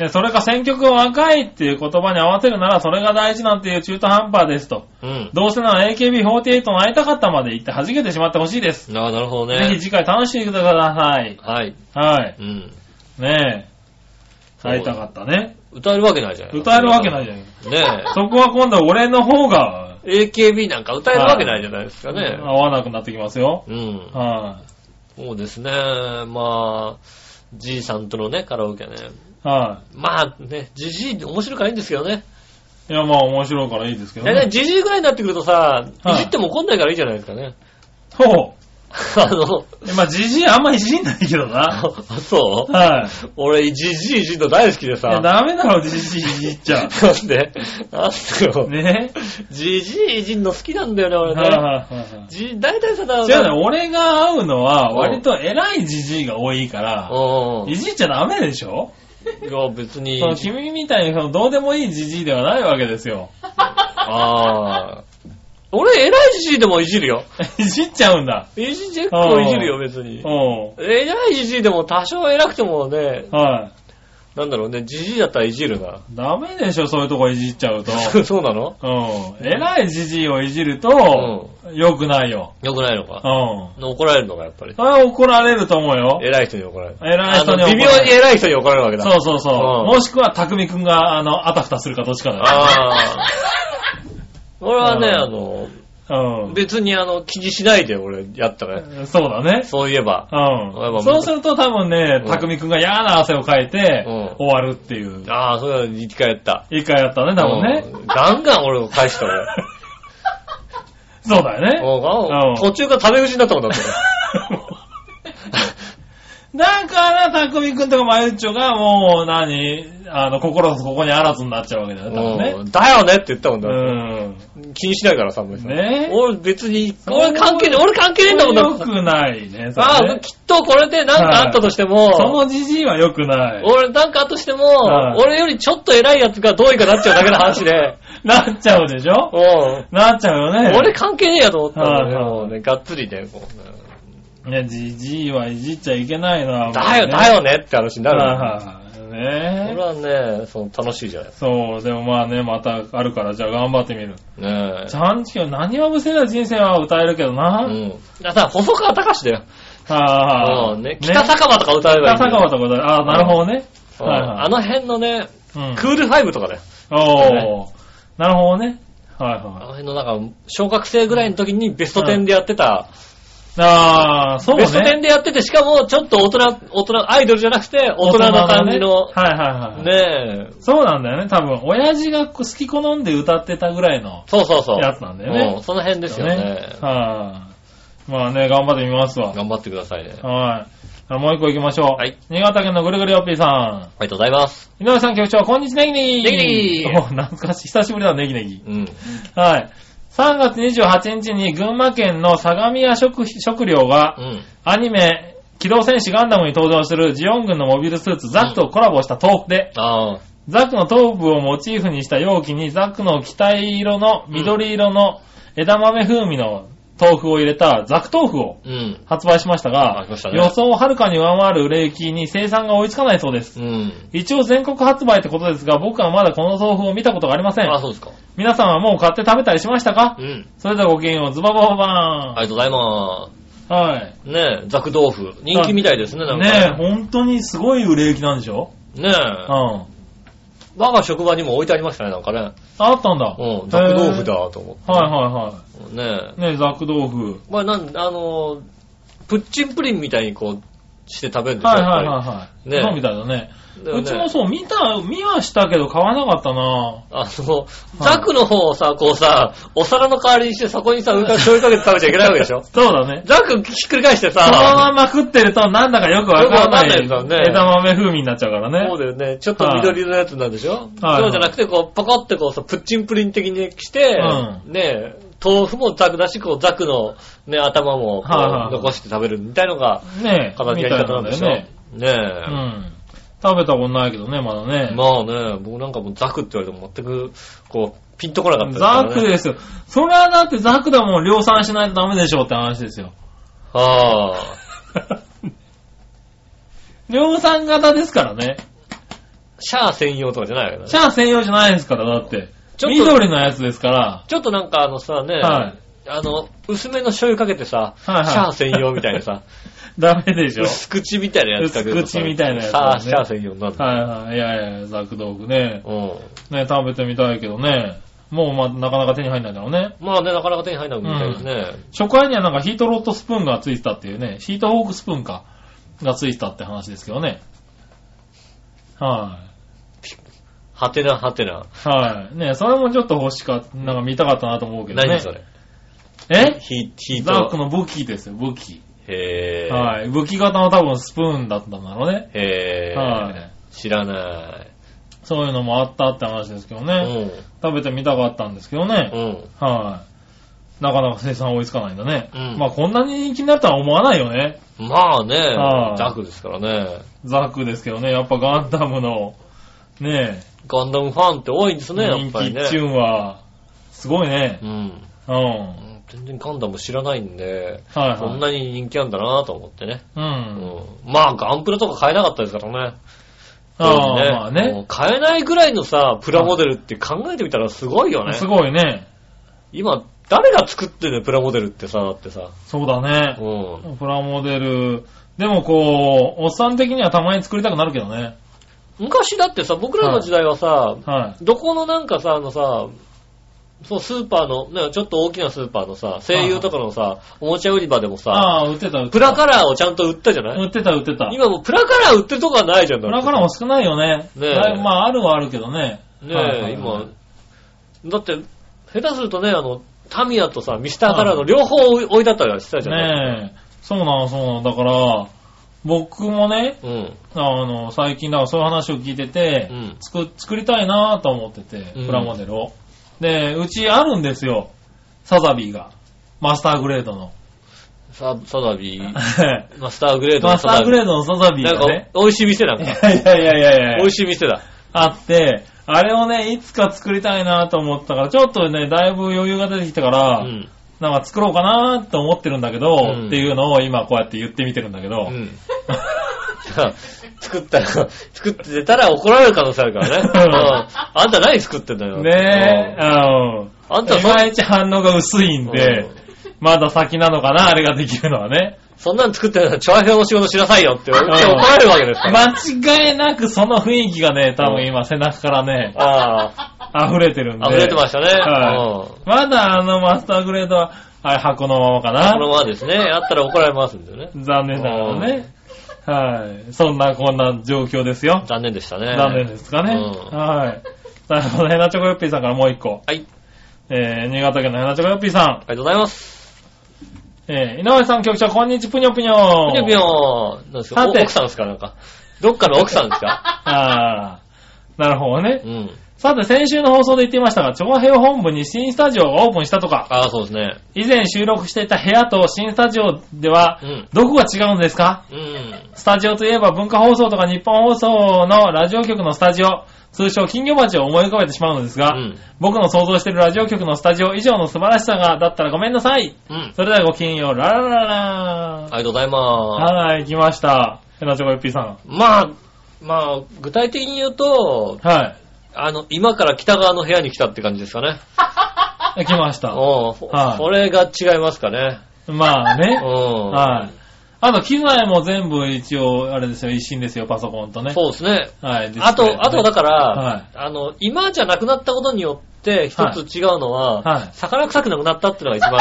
Speaker 3: いやそれか選曲を若いっていう言葉に合わせるならそれが大事なんていう中途半端ですと。
Speaker 2: て。うん。
Speaker 3: どうせなら AKB48 の会いたかったまで行って弾けてしまってほしいです。
Speaker 2: ああ、なるほど
Speaker 3: ぜひ
Speaker 2: ね。
Speaker 3: 次回楽しんでください。
Speaker 2: はい。
Speaker 3: はい。
Speaker 2: うん。
Speaker 3: ねえ。
Speaker 2: そう
Speaker 3: 会いたかったね。
Speaker 2: 歌えるわけないじゃない
Speaker 3: 歌えるわけない
Speaker 2: じ
Speaker 3: じゃん。
Speaker 2: ゃない。ねえ。
Speaker 3: そこは今度俺の方が
Speaker 2: AKB なんか歌えるわけないじゃないですかね。
Speaker 3: 合わなくなってきますよ。
Speaker 2: うん。
Speaker 3: は
Speaker 2: そうですね。まあ、じいさんとのね、カラオケね。
Speaker 3: い。は
Speaker 2: まあね、じじい、面白いからいいんですけどね。
Speaker 3: い。いや、まあ面白いからいいですけど
Speaker 2: だいたい
Speaker 3: ね。
Speaker 2: じじいぐらいになってくるとさ、
Speaker 3: はい
Speaker 2: いじっても怒んないからいいじゃないですかね。 <laughs>
Speaker 3: ほ
Speaker 2: あの、
Speaker 3: う。まあ、じじいあんまいじんないけどな。
Speaker 2: あ <laughs> そう
Speaker 3: はい。
Speaker 2: 俺、じじいいじんの大好きで
Speaker 3: いや
Speaker 2: さ。
Speaker 3: ダメだろ、じじいいじっちゃ。
Speaker 2: <laughs> なんで、なんすよ。
Speaker 3: ね。
Speaker 2: じじいいじんの好きなんだよ
Speaker 3: はい
Speaker 2: ね、
Speaker 3: はい
Speaker 2: 俺ね。
Speaker 3: はい
Speaker 2: じ、大体さ、だ
Speaker 3: <laughs> 違うね、俺が会うのは、割と偉いじじいが多いから、
Speaker 2: うん。
Speaker 3: いじっちゃダメでしょ
Speaker 2: いや、別に
Speaker 3: そ。の君みたいにそのどうでもいいじじいではないわけですよ。 <laughs>
Speaker 2: ああ。俺、偉いじじいでもいじるよ。
Speaker 3: いじっちゃうんだ。
Speaker 2: いじ、結構いじるよ、別に。
Speaker 3: おう
Speaker 2: 偉いじじいでも多少偉くてもね、
Speaker 3: は
Speaker 2: なんだろうね、じじいだったらいじるな。
Speaker 3: い。ダメでしょ、そういうとこいじっちゃうと。
Speaker 2: <laughs> そうなの
Speaker 3: うん。偉いじじいをいじると、良くないよ。
Speaker 2: よくないの
Speaker 3: う
Speaker 2: か。
Speaker 3: ん。
Speaker 2: 怒られるのか、やっぱり
Speaker 3: そ。れは怒られると思うよ。
Speaker 2: 偉い人に怒られる。
Speaker 3: 偉い人に怒ら
Speaker 2: あ
Speaker 3: れる
Speaker 2: の微妙に偉い人に怒られるわけだ。
Speaker 3: そうそうそう。
Speaker 2: うん
Speaker 3: もしくは、たくみくんが、あの、あたふたするかどっちかだよ。
Speaker 2: ああ。
Speaker 3: <laughs>
Speaker 2: 俺はね、
Speaker 3: うん
Speaker 2: あの、
Speaker 3: うん。
Speaker 2: 別にあの、気にしないで俺やったね。
Speaker 3: そうだね。
Speaker 2: そういえば。やっ
Speaker 3: う
Speaker 2: ぱ
Speaker 3: ん。そうすると多分ね
Speaker 2: う、ん
Speaker 3: たくみくんが嫌な汗をかいて、
Speaker 2: うん
Speaker 3: 終わるっていう。
Speaker 2: ああ、そういうの一回やった。
Speaker 3: 一回やったね、多分ね。
Speaker 2: うんガンガン俺を返した
Speaker 3: <laughs>
Speaker 2: 俺。
Speaker 3: そうだよね。
Speaker 2: もう
Speaker 3: うん
Speaker 2: 途中からタメ口になったもんだったから。
Speaker 3: <laughs> だから、たくみくんとかまゆっちょが、もう、何、あの、心とここにあらずに <laughs> なっちゃうわけだよね、多
Speaker 2: う
Speaker 3: 分
Speaker 2: んだよねって言ったもんだって。
Speaker 3: ね。うん。
Speaker 2: 気にしないからさ、もうさ
Speaker 3: ね
Speaker 2: 俺別に、
Speaker 3: そう
Speaker 2: 俺関係ねえ、俺関係ねえんだもんだ
Speaker 3: 良
Speaker 2: ってさ。
Speaker 3: くないね、そ
Speaker 2: あ
Speaker 3: れ
Speaker 2: あ、
Speaker 3: ね
Speaker 2: きっとこれでなんかあったとして
Speaker 3: そ
Speaker 2: も、
Speaker 3: のじじいは良くない。
Speaker 2: 俺なんかあったとしても
Speaker 3: は、い
Speaker 2: 俺よりちょっと偉い奴がどうにかなっちゃうだけの話
Speaker 3: <laughs>
Speaker 2: で、
Speaker 3: なっちゃうでしょ
Speaker 2: うん。
Speaker 3: なっちゃうよね。
Speaker 2: 俺関係ねえやと思ったんだけ
Speaker 3: はいはい
Speaker 2: ど、ね、がっつりね、こうね
Speaker 3: いや、じじいはいじっちゃいけないな。
Speaker 2: だよ、
Speaker 3: もうね
Speaker 2: だ。よねって話になる。
Speaker 3: はいはい
Speaker 2: 俺
Speaker 3: ね
Speaker 2: はね、その楽しいじゃない
Speaker 3: そう、でもまあね、またあるから、じゃあ頑張ってみる。
Speaker 2: ね
Speaker 3: ちゃんちきよ、何は無せだ人生は歌えるけど
Speaker 2: う
Speaker 3: な。は
Speaker 2: ん。だから細川隆だよ。
Speaker 3: あ、
Speaker 2: うんね。北酒場とか歌えばいい
Speaker 3: 北
Speaker 2: んだよ。
Speaker 3: 酒場とかだ。ああ、なるほどね。
Speaker 2: うん
Speaker 3: はいはい
Speaker 2: あの辺のね、
Speaker 3: うん。
Speaker 2: クールファイブとかだよ。
Speaker 3: おー。なるほどね。はい
Speaker 2: あの
Speaker 3: はい。
Speaker 2: 辺のなんか、小学生ぐらいの時にベスト10でやってた。
Speaker 3: ああ、そう
Speaker 2: ベスト10
Speaker 3: ね。
Speaker 2: でやってて、しかもちょっと大人、大人、アイドルじゃなくて、大人の感じの
Speaker 3: 大人、だねはいはいはい。
Speaker 2: ねえ。
Speaker 3: そうなんだよね、多分。親父が好き好んで歌ってたぐらいの
Speaker 2: そうそうそう。
Speaker 3: やつなんだよね
Speaker 2: うんその辺ですよね。
Speaker 3: はい。まあね、頑張ってみますわ。
Speaker 2: 頑張ってくださいね。
Speaker 3: はい。もう一個行きましょう。
Speaker 2: はい。
Speaker 3: 新潟県のぐるぐるよっぴーさ
Speaker 2: ありがとうございます。
Speaker 3: ん。井上さん局長、こんにちは、ネギネギ
Speaker 2: ネギネギ
Speaker 3: お懐かしい。久しぶりだ、ネギネギ。
Speaker 2: うん。
Speaker 3: はい。3月28日に群馬県の相模屋食食料
Speaker 2: う
Speaker 3: が、
Speaker 2: ん。
Speaker 3: アニメ、機動戦士ガンダムに登場するジオン軍のモビルスーツ、ザクとコラボした豆腐で、
Speaker 2: ああ。
Speaker 3: ザクの頭部をモチーフにした容器にザクの機体色の緑色の枝豆風味の豆腐を入れたザク豆腐を
Speaker 2: うん。
Speaker 3: 発売しました
Speaker 2: あ
Speaker 3: が、
Speaker 2: 来ましたね
Speaker 3: 予想をはるかに上回る売れ行きに生産が追いつかないそうです。
Speaker 2: うん。
Speaker 3: 一応全国発売ってことですが、僕はまだこの豆腐を見たことがありませ
Speaker 2: あ、
Speaker 3: ん。
Speaker 2: そうですか。
Speaker 3: 皆さんはもう買って食べたりしましたか
Speaker 2: うん。
Speaker 3: それではごきげんよう、ズバババ
Speaker 2: あ
Speaker 3: バ
Speaker 2: りがとうございま
Speaker 3: ーン。はい。
Speaker 2: す。ねえ、ザク豆腐。人気みたいですね、なんか。
Speaker 3: ねえ、本当にすごい売れ行きなんでしょ
Speaker 2: ねえ。
Speaker 3: うん。
Speaker 2: 我が職場にも置いてありましたね、なんかね。
Speaker 3: あったんだ。
Speaker 2: うん、雑豆腐だと思って。
Speaker 3: へー。はい
Speaker 2: ね
Speaker 3: はいはい。ね、ザク豆腐。
Speaker 2: え。まあ、なん、あの、プッチンプリンみたいにこう、して食べるんでしょ、
Speaker 3: はい
Speaker 2: やっぱ
Speaker 3: はい
Speaker 2: り
Speaker 3: はいは
Speaker 2: ね
Speaker 3: い。そうみたいだね。
Speaker 2: だよね
Speaker 3: うちもそう、見た、見はしたけど買わなかったな
Speaker 2: あの、ザクの方をさ、こうさ、お皿の代わりにしてそこにさ、上から醤油かけて食べちゃいけないわけでしょ
Speaker 3: そうだね。
Speaker 2: ザクひっくり返して
Speaker 3: その
Speaker 2: さ、
Speaker 3: まま食ってるとなんだかよくわからな
Speaker 2: よくわかんないですよね
Speaker 3: い枝豆風味になっちゃうからね。
Speaker 2: そうだよね、ちょっと緑色のやつなんでしょ、
Speaker 3: はい
Speaker 2: そうじゃなくて、こう、パコってこうさ、プッチンプリン的にして、
Speaker 3: う
Speaker 2: ねえ、豆腐もザクだし、こう、ザクのね、頭もこう
Speaker 3: はいはい
Speaker 2: 残して食べるみたいのが、
Speaker 3: ねえ。
Speaker 2: 形
Speaker 3: み
Speaker 2: が
Speaker 3: たい
Speaker 2: り方なん
Speaker 3: な
Speaker 2: んで
Speaker 3: だよ
Speaker 2: しょ
Speaker 3: ね。
Speaker 2: ね
Speaker 3: う
Speaker 2: え。
Speaker 3: ん。食べたことないけどね、まだね。
Speaker 2: <laughs> まあね、僕なんかもうザクって言われても全く、こう、ピンとこなかったですから
Speaker 3: ザ
Speaker 2: ね
Speaker 3: クですよ。それはだってザクだもん量産しないとダメでしょうって話で
Speaker 2: <laughs>
Speaker 3: すよ。
Speaker 2: はあ。
Speaker 3: 量産型ですからね。
Speaker 2: シャア専用とかじゃないよね。
Speaker 3: シャア専用じゃないですから、だって。
Speaker 2: ちょっと
Speaker 3: 緑のやつですから。
Speaker 2: ちょっとなんかあのさ、ね、
Speaker 3: はい
Speaker 2: あの、薄めの醤油かけてさ、
Speaker 3: はいはい
Speaker 2: シャア専用みたいなさ、
Speaker 3: ダメ <laughs> でしょ。
Speaker 2: 薄口みたいなやつかけるとさ
Speaker 3: 薄口みたいなやつ
Speaker 2: シャ
Speaker 3: だ
Speaker 2: ア、
Speaker 3: ね
Speaker 2: シャア専用になるんだよ。
Speaker 3: はいはい。いやいや、ザク豆腐ね。
Speaker 2: う
Speaker 3: ね、食べてみたいけどね。もうまあ、なかなか手に入んないんだろうね。
Speaker 2: ん。まあね、なかなか手に入らなくみたいですね。
Speaker 3: 初回にはなんかヒートロットスプーンがついてたっていうね、ヒートホークスプーンか、がついてたって話ですけどね。はい、
Speaker 2: はてなはてな。
Speaker 3: はい、ねそれもちょっと欲しかなんか見たかったなと思うけどね。
Speaker 2: 何それ
Speaker 3: え
Speaker 2: ヒヒー
Speaker 3: ザーク
Speaker 2: ト。
Speaker 3: の武器ですよ、武器。
Speaker 2: へぇー。
Speaker 3: はい。武器型の多分スプーンだったんだろうね。
Speaker 2: へぇー。
Speaker 3: はい
Speaker 2: 知らない。
Speaker 3: そういうのもあったって話ですけど
Speaker 2: う
Speaker 3: ね。
Speaker 2: ん。
Speaker 3: 食べてみたかったんですけど
Speaker 2: う
Speaker 3: ね。
Speaker 2: ん。
Speaker 3: はい。なかなか生産追いつかないんだね。
Speaker 2: うん
Speaker 3: まあこんなに気になったら思わないよね。
Speaker 2: まあね
Speaker 3: は、い
Speaker 2: ザクですからね。
Speaker 3: ザークですけどね、やっぱガンダムの、ね
Speaker 2: ガンダムファンって多いんです
Speaker 3: え、
Speaker 2: ね、やっ
Speaker 3: 人
Speaker 2: ぱり
Speaker 3: 気
Speaker 2: ね。
Speaker 3: チューンは、すごいね
Speaker 2: う。ん。
Speaker 3: うん。は
Speaker 2: 全然ガンダム知らないんで、
Speaker 3: いはい。
Speaker 2: こんなに人気あんだなと思ってね。
Speaker 3: う。
Speaker 2: うんん。まあ、ガンプラとか買えなかったですからね。
Speaker 3: あ
Speaker 2: 当時
Speaker 3: あ、まあ
Speaker 2: もう
Speaker 3: ね。
Speaker 2: 買えないぐらいのさ、プラモデルって考えてみたらすごいよね。
Speaker 3: すごいね。
Speaker 2: 今、誰が作ってるのプラモデルってさ、だってさ。
Speaker 3: そうだね
Speaker 2: う。ん。
Speaker 3: プラモデル、でもこう、おっさん的にはたまに作りたくなるけどね。
Speaker 2: 昔だってさ、僕らの時代はさ、
Speaker 3: は
Speaker 2: どこのなんかさ、あのさ、そう、スーパーの、ね、ちょっと大きなスーパーのさ、声優とかのさ、おもちゃ売り場でも
Speaker 3: い。
Speaker 2: さ、
Speaker 3: ああ、売ってた、売ってた。
Speaker 2: プラカラーをちゃんと売ったじゃない
Speaker 3: 売ってた、売ってた。
Speaker 2: 今もうプラカラー売ってるとこはないじゃん。
Speaker 3: プ
Speaker 2: だって
Speaker 3: ラカラーも少ないよね。
Speaker 2: ねえ
Speaker 3: だいぶまあ、あるはあるけどね。
Speaker 2: ねえ、
Speaker 3: はいはいはい
Speaker 2: 今。、だって、下手するとね、あの、タミヤとさ、ミスターカラーの両方置い置いてあったりしてたじゃない、
Speaker 3: ねえ。そうなの、そうなの。だから、僕もね、
Speaker 2: うん。
Speaker 3: あの、最近だからそういう話を聞いてて、
Speaker 2: うん
Speaker 3: 作作りたいなと思ってて
Speaker 2: うん、
Speaker 3: プラモデルを。で、うちあるんですよ。サザビーが。マスターグレー
Speaker 2: <laughs>
Speaker 3: ドの。
Speaker 2: ササダ
Speaker 3: <laughs>
Speaker 2: ビー、マスターグレード
Speaker 3: マスターグレー
Speaker 2: ド
Speaker 3: ドのサザビー
Speaker 2: なん
Speaker 3: が
Speaker 2: か
Speaker 3: ね。、
Speaker 2: 美味しい店なん
Speaker 3: い
Speaker 2: か。
Speaker 3: やいやいやいやいや。
Speaker 2: 美味しい店だ。
Speaker 3: あって、あれをね、いつか作りたいなと思ったから、ちょっとね、だいぶ余裕が出てきたか
Speaker 2: う
Speaker 3: ら、
Speaker 2: ん。
Speaker 3: なんか作ろうかなと思ってるんだけど、
Speaker 2: うん
Speaker 3: っていうのを今こうやって言ってみてるんだけ
Speaker 2: う
Speaker 3: ど、
Speaker 2: ん。 <laughs> 作ったら、作ってたら怒られる可能性あるからね。
Speaker 3: <laughs>
Speaker 2: うん。あんた何作ってんだよ。
Speaker 3: <laughs> ね
Speaker 2: <laughs>
Speaker 3: え、うん。
Speaker 2: あんた
Speaker 3: い
Speaker 2: そ
Speaker 3: まいち反応が薄いんで
Speaker 2: うん、
Speaker 3: まだ先なのかな、あれができるのはね。
Speaker 2: うんそんなん作ってたら、調和表の仕事しなさいよって怒られるわけですから。
Speaker 3: 間違いなくその雰囲気がね、多分今背中からね、
Speaker 2: あ
Speaker 3: 溢れてるんで。
Speaker 2: あ、溢れてましたね。うん
Speaker 3: はい。まだあのマスターグレードは、あれ箱のままかな。
Speaker 2: このままですね、やったら怒られますんでね。
Speaker 3: 残念ながらね。はい。そんなこんな状況ですよ。
Speaker 2: 残念でしたね。
Speaker 3: 残念ですかね。
Speaker 2: うん
Speaker 3: はい。さあ、このヘナチョコヨッピーさんからもう一個。
Speaker 2: はい、
Speaker 3: えー、新潟県のヘナチョコヨッピーさん。
Speaker 2: ありがとうございます。
Speaker 3: えー、井上さん局長、こんにちは、ぷにょぷにょ。
Speaker 2: ぷにょぷにょなんですか
Speaker 3: さ
Speaker 2: お
Speaker 3: て
Speaker 2: 奥さんですかなんか。どっかの奥さんです
Speaker 3: <laughs>
Speaker 2: か
Speaker 3: あー、なるほどね
Speaker 2: う。ん。
Speaker 3: さて、先週の放送で言っていましたが、調和平和本部に新スタジオがオープンしたとか、
Speaker 2: ああ、そうですね。
Speaker 3: 以前収録していた部屋と新スタジオでは
Speaker 2: うん、
Speaker 3: どこが違うんですか
Speaker 2: うん。
Speaker 3: スタジオといえば文化放送とか日本放送のラジオ局のスタジオ、通称金魚鉢を思い浮かべてしまうのですが、
Speaker 2: うん
Speaker 3: 僕の想像しているラジオ局のスタジオ以上の素晴らしさがだったらごめんなさい。
Speaker 2: うん。
Speaker 3: それではごきげんよう、ラララ
Speaker 2: あり
Speaker 3: ラ
Speaker 2: がとうございます。
Speaker 3: はい、来ました。ヘナチョコヨッピーさん。
Speaker 2: まあ、まあ、具体的に言うと、
Speaker 3: は
Speaker 2: あの、今から北側の部屋に来たって感じですかね。
Speaker 3: い、来ました。
Speaker 2: おう、
Speaker 3: はい
Speaker 2: それが違いますかね。
Speaker 3: まあ
Speaker 2: う
Speaker 3: ね、
Speaker 2: ん。
Speaker 3: はい。あと、機材も全部一応、あれですよ、一新ですよ、パソコンとね。
Speaker 2: そうですね。
Speaker 3: はい。ディ
Speaker 2: あ
Speaker 3: スプレイね
Speaker 2: と、あとだから、
Speaker 3: はい
Speaker 2: あの、今じゃなくなったことによって、一つ違うのは、
Speaker 3: はい
Speaker 2: 魚臭くなくなったっていうのが一番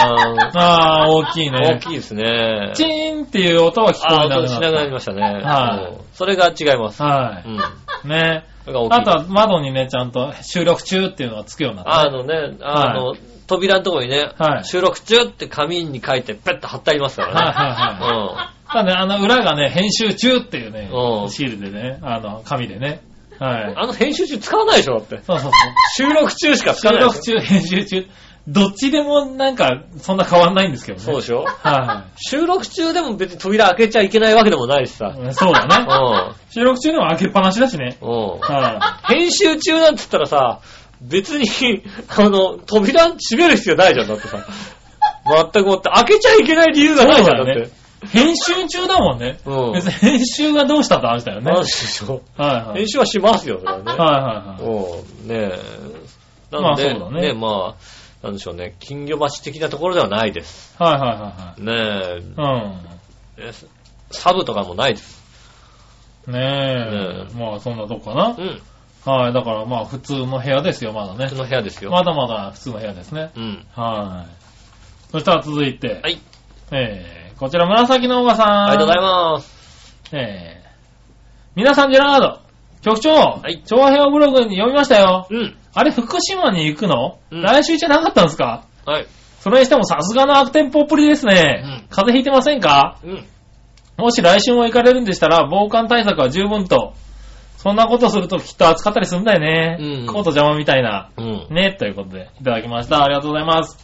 Speaker 3: ああ、大きい
Speaker 2: 大
Speaker 3: ね。
Speaker 2: きいですね。
Speaker 3: チーンっていう音は聞こ
Speaker 2: あ
Speaker 3: え
Speaker 2: あ、
Speaker 3: なく
Speaker 2: 音
Speaker 3: な
Speaker 2: し
Speaker 3: っ
Speaker 2: な
Speaker 3: た。
Speaker 2: くなりましたね。
Speaker 3: はい
Speaker 2: うんそれが違います。
Speaker 3: は
Speaker 2: うん。
Speaker 3: い。ね。
Speaker 2: それが大きい。
Speaker 3: あとは窓にね、ちゃんと収録中っていうのがつくようになった。
Speaker 2: あのね、あの、扉のところにね、
Speaker 3: はい
Speaker 2: 収録中って紙に書いて、ペッと貼ってありますからね。
Speaker 3: はいはいただね、あの裏がね、編集中っていうね
Speaker 2: う、ん
Speaker 3: シールでね、あの、紙でね。は
Speaker 2: う
Speaker 3: い
Speaker 2: ん。。あの編集中使わないでしょ、だって。
Speaker 3: そうそう
Speaker 2: 収録中しか使
Speaker 3: そう。
Speaker 2: わ
Speaker 3: 収
Speaker 2: ないでしょ。
Speaker 3: 録中、編集中。どっちでもなんか、そんな変わんないんですけどね。
Speaker 2: そうでしょ
Speaker 3: は
Speaker 2: 収録中でも別に扉開けちゃいけないわけでもないしさ。
Speaker 3: い。そうだ
Speaker 2: う
Speaker 3: ね。
Speaker 2: ん。
Speaker 3: 収録中でも開けっぱなしだしね。
Speaker 2: うん。
Speaker 3: は
Speaker 2: 編集中なんて言ったらさ、別に、 <laughs> あの、扉閉める必要ないじゃん、だってさ。全くもって、開けちゃいけない理由がないじゃん、だ
Speaker 3: そうだ
Speaker 2: っ
Speaker 3: よね
Speaker 2: て。
Speaker 3: い。編集中だもんね。
Speaker 2: うん
Speaker 3: 別に編集がどうしたって話だよね。
Speaker 2: マ
Speaker 3: はい
Speaker 2: ジでしょ。
Speaker 3: はい。
Speaker 2: 編集はしますよ、それはね。
Speaker 3: はいはいはい。
Speaker 2: うん、ねえ。
Speaker 3: ま
Speaker 2: な
Speaker 3: あ
Speaker 2: ん
Speaker 3: そ
Speaker 2: で、
Speaker 3: うだね
Speaker 2: ねまあ、なんでしょうね、金魚鉢的なところではないです。
Speaker 3: はいはいは
Speaker 2: ね
Speaker 3: いはい。うん。
Speaker 2: え、ねサブとかもないです。
Speaker 3: ねえ。まあそんなとこかな
Speaker 2: う。ん、
Speaker 3: はい。だからまあ普通の部屋ですよ、まだね
Speaker 2: 普通。の部屋ですよ。
Speaker 3: まだまだ普通の部屋ですね。
Speaker 2: うん。
Speaker 3: はい。そしたら続いて。
Speaker 2: はい。
Speaker 3: えー、こちら紫のおばさん。
Speaker 2: ありがとうござい
Speaker 3: ま
Speaker 2: ます。
Speaker 3: す。えー、皆さんジェラード。局長。
Speaker 2: はい
Speaker 3: 調和平和ブログに読みましたよ。
Speaker 2: うん。
Speaker 3: あれ、福島に行くの、
Speaker 2: うん
Speaker 3: 来週じゃなかったんですか
Speaker 2: はい。
Speaker 3: それにしてもさすがの悪天ぽっぷりですね。
Speaker 2: うん
Speaker 3: 風邪ひいてませんか
Speaker 2: うん。
Speaker 3: もし来週も行かれるんでしたら、防寒対策は十分と。そんなことするときっと暑かったりするんだよね。
Speaker 2: うん
Speaker 3: コート邪魔みたいな。
Speaker 2: うん。
Speaker 3: ね、ということで、いただきました。ありがとうございます。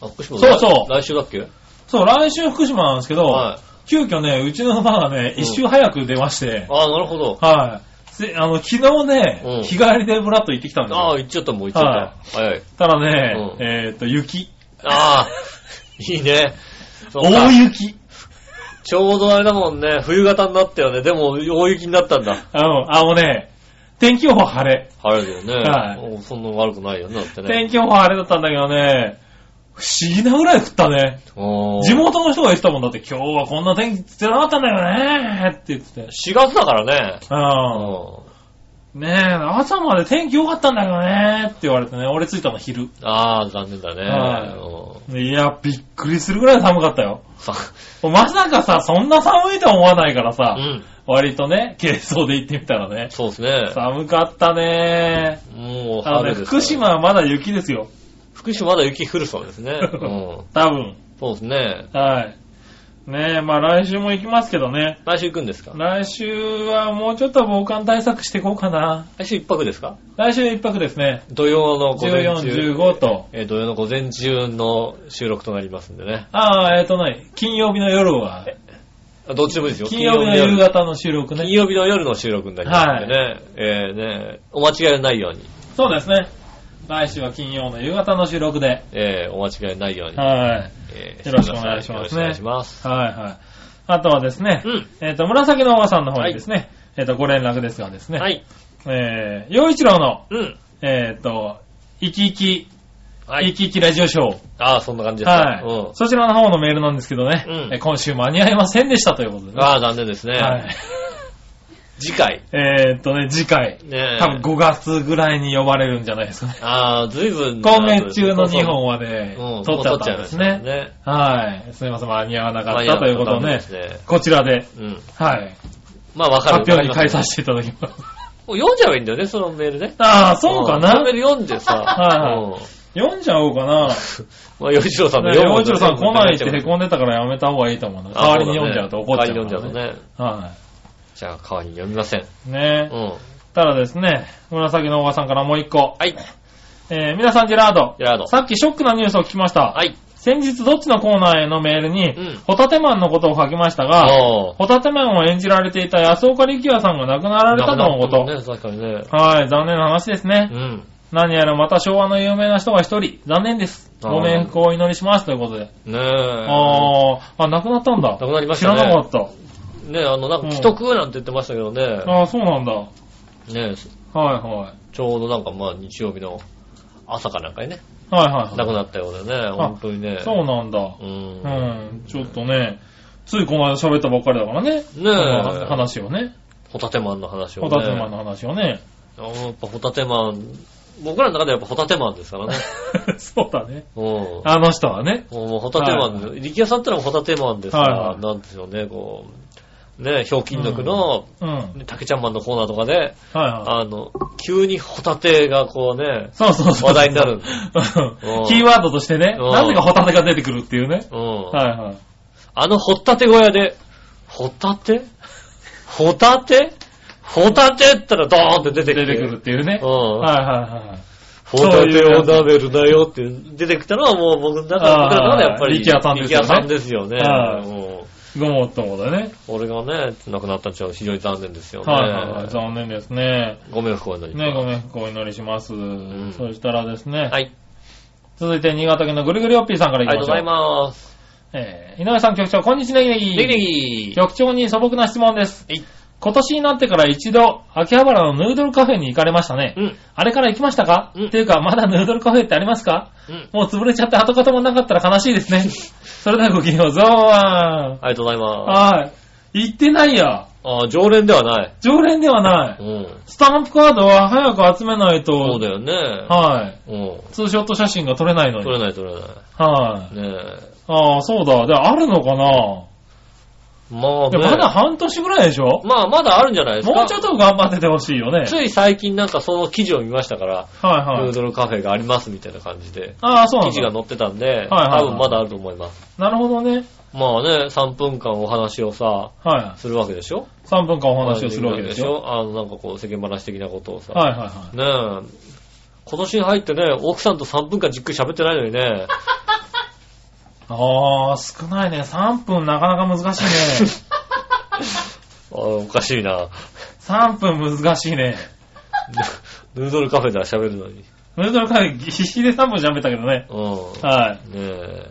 Speaker 2: あ、福島
Speaker 3: そうそう
Speaker 2: 来週だっけ
Speaker 3: そう、来週福島なんですけど、
Speaker 2: はい。
Speaker 3: 急遽ね、うちの馬がね、
Speaker 2: うん
Speaker 3: 一周早く出まして、
Speaker 2: あなるほど。
Speaker 3: はい。であの、昨日ね、
Speaker 2: うん
Speaker 3: 日帰りでブラッと行ってきたんです
Speaker 2: あ
Speaker 3: よ。
Speaker 2: あ、行っちゃった、もう行っちゃった。はい、はい。
Speaker 3: ただね、
Speaker 2: うん
Speaker 3: えっ、と、雪。
Speaker 2: ああ、 <laughs> いいね。そうか
Speaker 3: 大雪。
Speaker 2: ちょうどあれだもんね、冬型になったよね。でも、大雪になったんだ。
Speaker 3: あの、あのね、天気予報晴れ。
Speaker 2: 晴れだよね。
Speaker 3: はい
Speaker 2: おそんな悪くないよね、だってね。
Speaker 3: 天気予報晴れだったんだけどね、不思議なぐらい降ったね。
Speaker 2: おー
Speaker 3: 地元の人が言ってたもんだって、今日はこんな天気つらかったんだよねって言ってて。
Speaker 2: 4月だからね。う。
Speaker 3: うんん。ねえ、朝まで天気良かったんだけどねって言われてね、俺着いたの昼。
Speaker 2: ああ、残念だ
Speaker 3: はい
Speaker 2: ね。うん
Speaker 3: いや、びっくりするぐらい寒かったよ。
Speaker 2: さ
Speaker 3: まさかさ、そんな寒いとは思わないから
Speaker 2: う
Speaker 3: さ、
Speaker 2: ん。
Speaker 3: 割とね、軽装で行ってみたらね。
Speaker 2: そうですね。
Speaker 3: 寒かったね。
Speaker 2: もう
Speaker 3: あの
Speaker 2: 春
Speaker 3: ね、
Speaker 2: です、
Speaker 3: 福。島はまだ雪ですよ。
Speaker 2: 福島まだ雪降るそうです
Speaker 3: <laughs>
Speaker 2: ね。うん。
Speaker 3: 多分。
Speaker 2: そうですね。
Speaker 3: はい。ねえ、まあ来週も行きますけどね。
Speaker 2: 来週行くんですか
Speaker 3: 来週はもうちょっと防寒対策していこうかな。
Speaker 2: 来週一泊ですか
Speaker 3: 来週一泊ですね。
Speaker 2: 土曜の午前中。
Speaker 3: 14、15と。
Speaker 2: えー土曜の午前中の収録となりますんでね。
Speaker 3: ああ、えっ、とね、金曜日の夜は、
Speaker 2: あどっちでもいいですよ。
Speaker 3: 金曜日の
Speaker 2: 金
Speaker 3: 夕
Speaker 2: 夜
Speaker 3: 方の収録
Speaker 2: 金
Speaker 3: ね。
Speaker 2: 曜日の夜の収録になりますんでね。えーね、お間違いのないように、
Speaker 3: そうですね。来週は金曜の夕方の収録で。
Speaker 2: えーお間違いのないように、
Speaker 3: はい。
Speaker 2: え
Speaker 3: よろしくお願いし
Speaker 2: よ
Speaker 3: ま
Speaker 2: ろ
Speaker 3: す
Speaker 2: しく
Speaker 3: ね
Speaker 2: お願いします。
Speaker 3: はいはい。あとはですね、
Speaker 2: うん
Speaker 3: えっ、と、紫のおばさんの方にですね、えっ、と、ご連絡ですがですね、
Speaker 2: はい。
Speaker 3: えー、洋一郎の、
Speaker 2: うん。
Speaker 3: えっ、と、生き生き、
Speaker 2: は
Speaker 3: 生
Speaker 2: い。
Speaker 3: き生きラジオショー、
Speaker 2: ああ、そんな感じですか。
Speaker 3: はい、
Speaker 2: うん。
Speaker 3: そちらの方のメールなんですけどね、
Speaker 2: うん
Speaker 3: えー今週間に合いませんでしたということでね。
Speaker 2: ああ、残念ですね。
Speaker 3: はい、
Speaker 2: 次回。
Speaker 3: えっとね、次回、
Speaker 2: ねえ。
Speaker 3: 多分5月ぐらいに呼ばれるんじゃないですかね。
Speaker 2: ああ、ずいぶん。
Speaker 3: 今月中の2本
Speaker 2: を
Speaker 3: はね、
Speaker 2: 取
Speaker 3: 撮っちゃった
Speaker 2: い
Speaker 3: ん
Speaker 2: ま
Speaker 3: です
Speaker 2: した
Speaker 3: ね。
Speaker 2: ね。
Speaker 3: はい。すみません、間に合わなか
Speaker 2: まあ
Speaker 3: っ
Speaker 2: いや
Speaker 3: たということを
Speaker 2: 残念
Speaker 3: ね
Speaker 2: で、すね。
Speaker 3: こちらで、
Speaker 2: うん。
Speaker 3: はい。
Speaker 2: まあ、わかる。
Speaker 3: 発表に変えさ
Speaker 2: て。
Speaker 3: せていただきます。
Speaker 2: もう読んじゃえばいいんだよね、そのメールね。
Speaker 3: ああ、そうか
Speaker 2: ん
Speaker 3: な
Speaker 2: メー。ル読んでさ。
Speaker 3: <laughs> はいは
Speaker 2: うん
Speaker 3: 読んじゃおうかな。
Speaker 2: まあ、吉郎さんの
Speaker 3: ね洋一郎さん
Speaker 2: 全部読
Speaker 3: 来ない
Speaker 2: で
Speaker 3: って凹んでたからやめた方がいいと思うな。代わりに読んじゃうと怒っちゃうか
Speaker 2: 代
Speaker 3: ら、
Speaker 2: わりに読んじゃうとね。
Speaker 3: は
Speaker 2: じゃあ、代わりに読みません。
Speaker 3: い。
Speaker 2: う
Speaker 3: ね
Speaker 2: ん。
Speaker 3: ただですね、紫のおばさんからもう一個。
Speaker 2: はい。
Speaker 3: えー、皆さんジェラード。
Speaker 2: ジェラード
Speaker 3: さっきショックなニュースを聞きました。
Speaker 2: はい。
Speaker 3: 先日どっちのコーナーへのメールに、
Speaker 2: うん
Speaker 3: ホタテマンのことを書きましたが、
Speaker 2: あ
Speaker 3: ホタテマンを演じられていた安岡力也さんが亡くな
Speaker 2: あ
Speaker 3: られたとのこと。
Speaker 2: ね、確かにね。
Speaker 3: はい、残念な話ですね。
Speaker 2: うん。
Speaker 3: 何やらまた昭和の有名な人が一人、残念です。
Speaker 2: あー
Speaker 3: ご冥福をお祈りしますということで。
Speaker 2: ねえ。
Speaker 3: あー、あ、亡くなったんだ。
Speaker 2: 亡くなりまし
Speaker 3: 知
Speaker 2: た
Speaker 3: ら
Speaker 2: ね
Speaker 3: なかった。
Speaker 2: ねえ、あの、なんか、既得なんて言ってましたけどね。
Speaker 3: あー、そうなんだ。はい
Speaker 2: ねえ、
Speaker 3: は
Speaker 2: ちょうどなんか、まあ、日曜日の朝かなんかにね、
Speaker 3: い。はいはい
Speaker 2: 亡くなったようでね、本当にね。
Speaker 3: そうなんだ。
Speaker 2: うん。
Speaker 3: うん、ちょっとね、ついこの間喋ったばっかりだからね。
Speaker 2: え
Speaker 3: その話をね。
Speaker 2: ホタテマンの話を
Speaker 3: ホ
Speaker 2: ね。
Speaker 3: タテマンの話
Speaker 2: <laughs>
Speaker 3: をね。
Speaker 2: あーやっぱホタテマン、僕らの中ではやっぱホタテマンですから
Speaker 3: <laughs>
Speaker 2: ね。
Speaker 3: そうだね。
Speaker 2: うん。も
Speaker 3: あの人はね。
Speaker 2: うもうホタテマン、
Speaker 3: は
Speaker 2: 力也さんってのはホタテマンですから、
Speaker 3: はいはい
Speaker 2: なんですよね、こう、ね、ひょうきん族の、
Speaker 3: うん。はい
Speaker 2: ね竹ちゃんマンのコーナーとかで、
Speaker 3: はい。
Speaker 2: あの、急にホタテがこう
Speaker 3: <laughs>
Speaker 2: ね、
Speaker 3: そうそうそう。
Speaker 2: 話題になるんで
Speaker 3: うん
Speaker 2: うん
Speaker 3: キーワードとしてね、
Speaker 2: うん
Speaker 3: なぜかホタテが出てくるっていうね。
Speaker 2: うん。
Speaker 3: はいはい。
Speaker 2: あのホタテ小屋で、ホタ
Speaker 3: <laughs>
Speaker 2: テホタテホタテって言ったらドーンって出て
Speaker 3: 出
Speaker 2: き
Speaker 3: て
Speaker 2: て。
Speaker 3: くるっていうね。
Speaker 2: うん
Speaker 3: はいはいはい。
Speaker 2: ホタテを舐めるなよって出てきたのはもう僕の中
Speaker 3: あー
Speaker 2: 僕の中でやっぱり。
Speaker 3: 力也さんですよね
Speaker 2: 力也さんですよね。
Speaker 3: はい
Speaker 2: も
Speaker 3: ごもっともだね。
Speaker 2: う俺がね、亡くなったのは非常に残念ですよね。
Speaker 3: はいはいはい。残念ですね。
Speaker 2: ご迷惑をお祈りし
Speaker 3: ね、
Speaker 2: ま
Speaker 3: ごめん、お祈りします。
Speaker 2: ん
Speaker 3: そしたらですね、
Speaker 2: す。はい。
Speaker 3: 続いて新潟県のぐるぐるよっぴーさんか
Speaker 2: あり
Speaker 3: らいき
Speaker 2: がとう
Speaker 3: ま
Speaker 2: ございま
Speaker 3: しょう。
Speaker 2: す。
Speaker 3: えー井上さん局長、こんにちは、ネギネギ。
Speaker 2: ネギネギ。
Speaker 3: 局長に素朴な質問です
Speaker 2: はい。
Speaker 3: 今年になってから一度、秋葉原のヌードルカフェに行かれましたね。
Speaker 2: うん。
Speaker 3: あれから行きましたか、
Speaker 2: うん
Speaker 3: っていうか、まだヌードルカフェってありますか
Speaker 2: うん。
Speaker 3: もう潰れちゃって跡形もなかったら悲しいで
Speaker 2: <laughs>
Speaker 3: すね。それではごきげんよう、ゾーン。
Speaker 2: ありがとうございます。
Speaker 3: はい。行ってないや。
Speaker 2: あー常連ではない。
Speaker 3: 常連ではな
Speaker 2: う
Speaker 3: い。
Speaker 2: ん。
Speaker 3: スタンプカードは早く集めないと。
Speaker 2: そうだよね。
Speaker 3: はい。
Speaker 2: うん。
Speaker 3: ツーショット写真が撮れないのに。
Speaker 2: 取れない取れない。
Speaker 3: はい。
Speaker 2: ねえ。
Speaker 3: ああ、そうだ。で、あるのかな
Speaker 2: まあ
Speaker 3: で
Speaker 2: ね。
Speaker 3: まだ半年ぐらいでしょ
Speaker 2: まあまだあるんじゃないですか。
Speaker 3: もうちょっと頑張っててほしいよね。
Speaker 2: つい最近なんかその記事を見ましたから、
Speaker 3: はい
Speaker 2: ヌ
Speaker 3: は
Speaker 2: ー
Speaker 3: い。
Speaker 2: ドルカフェがありますみたいな感じで、
Speaker 3: ああ、そうな
Speaker 2: 記
Speaker 3: ん
Speaker 2: 事が
Speaker 3: だ。
Speaker 2: 載ってたんで、
Speaker 3: はいはい
Speaker 2: 多分まだあると思います。
Speaker 3: なるほどね。
Speaker 2: まあね、3分間お話をさ、
Speaker 3: は
Speaker 2: するわけでしょ
Speaker 3: い。3分間お話をするわけでしょ。
Speaker 2: あの、なんかこう、世間話的なことをさ、
Speaker 3: はいはいはい。
Speaker 2: ねえ、今年に入ってね、奥さんと3分間じっくり喋ってないのにね、
Speaker 3: ああ、少ないね。3分なかなか難し
Speaker 2: <laughs>
Speaker 3: いね。
Speaker 2: あおかしいな。
Speaker 3: 3分難しいね。
Speaker 2: ヌードルカフェでは喋るのに。
Speaker 3: それとも必死で3分喋ったけどね。
Speaker 2: う
Speaker 3: は
Speaker 2: ん。ねえ、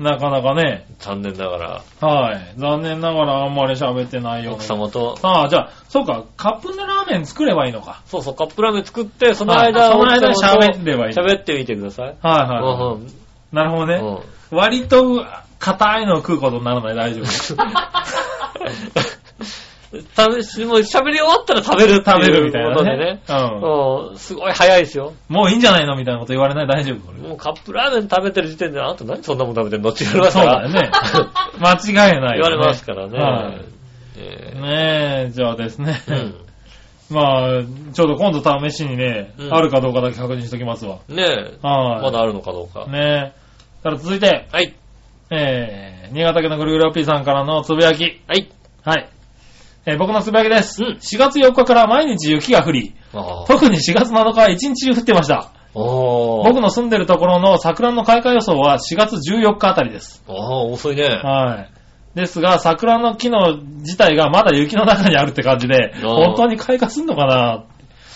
Speaker 3: い。なかなかね。
Speaker 2: 残念ながら、
Speaker 3: はい。残念ながらあんまり喋ってないよう
Speaker 2: 奥
Speaker 3: な。
Speaker 2: 様と、
Speaker 3: ああ、じゃあ、そうか、カップヌーラーメン作ればいいのか。
Speaker 2: そうそう、カップラーメン作って、その間、
Speaker 3: はいその間
Speaker 2: 奥様と
Speaker 3: 喋ればいい
Speaker 2: 喋ってみてください。
Speaker 3: はい
Speaker 2: うん
Speaker 3: はい。
Speaker 2: うん
Speaker 3: なるほどね。
Speaker 2: うん
Speaker 3: 割と、硬いのを食うことにならない、大
Speaker 2: <laughs>
Speaker 3: 丈夫。
Speaker 2: 食べ、しもう喋り終わったら食べるって
Speaker 3: 食べる
Speaker 2: い
Speaker 3: み
Speaker 2: う
Speaker 3: たい
Speaker 2: こと
Speaker 3: な
Speaker 2: で
Speaker 3: ね
Speaker 2: ね。。
Speaker 3: うん。
Speaker 2: うん、すごい早いですよ。
Speaker 3: もういいんじゃないのみたいなこと言われない、大丈夫これ
Speaker 2: もうカップラーメン食べてる時点で、あなた何そんなもん食べてんのって言われます
Speaker 3: そう
Speaker 2: か
Speaker 3: だ
Speaker 2: ら。<laughs>
Speaker 3: よね。間違いない
Speaker 2: 言
Speaker 3: よね。
Speaker 2: われますから
Speaker 3: は
Speaker 2: ね
Speaker 3: い。
Speaker 2: え
Speaker 3: ねえ、じゃあですね
Speaker 2: え。うん
Speaker 3: まあ、ちょうど今度試しにね、
Speaker 2: うん
Speaker 3: あるかどうかだけ確認しときますわ。
Speaker 2: ねえ、
Speaker 3: はい。
Speaker 2: まだあるのかどうか。
Speaker 3: ねえ。ただ続いて、
Speaker 2: はい、
Speaker 3: えー、新潟県のぐるぐる P さんからのつぶやき。
Speaker 2: はい。
Speaker 3: はい。えー僕のつぶやきです。
Speaker 2: うん
Speaker 3: 4月4日から毎日雪が降り、
Speaker 2: ああ
Speaker 3: 特に4月7日は1日中降ってました。
Speaker 2: おー
Speaker 3: 僕の住んでるところの桜の開花予想は4月14日あたりです。
Speaker 2: ああ、遅いね。
Speaker 3: はい。ですが、桜の木の自体がまだ雪の中にあるって感じで、
Speaker 2: ー
Speaker 3: 本当に開花すんのかな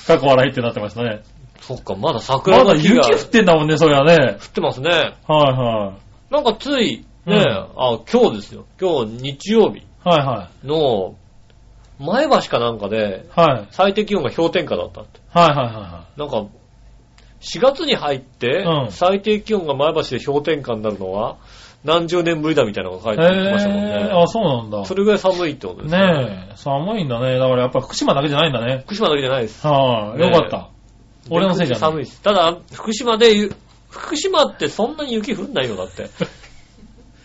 Speaker 3: 過去笑いってなってましたね。
Speaker 2: そっか、まだ
Speaker 3: ま
Speaker 2: 桜
Speaker 3: だ
Speaker 2: の木
Speaker 3: 雪
Speaker 2: が
Speaker 3: 降
Speaker 2: 降
Speaker 3: ってんだもんね、そりゃね。
Speaker 2: ってますね。
Speaker 3: はいはい。
Speaker 2: なんかつい、ねえ、
Speaker 3: うん
Speaker 2: あ、今日ですよ。今日日曜日。
Speaker 3: はいは
Speaker 2: の、前橋かなんかで、
Speaker 3: い。はい。
Speaker 2: 最低気温が氷点下だったって。
Speaker 3: はいはいは
Speaker 2: なんか、4月に入って
Speaker 3: う、ん
Speaker 2: 最低気温が前橋で氷点下になるのは、何十年ぶりだみたいなのが書い
Speaker 3: い
Speaker 2: て
Speaker 3: はい。
Speaker 2: ましたもん
Speaker 3: へーあ、
Speaker 2: ね。
Speaker 3: そうなんだ。
Speaker 2: それぐらい寒いってことです
Speaker 3: ねえ、寒いんだね。だからやっぱ福島だけじゃないんだね。
Speaker 2: 福島だけじゃないです。
Speaker 3: はい、
Speaker 2: ね
Speaker 3: よ
Speaker 2: え
Speaker 3: かった。俺のせいじゃない
Speaker 2: 寒いです。ただ、福島でゆ、福島ってそんなに雪降んないよ、だ
Speaker 3: <laughs>
Speaker 2: って。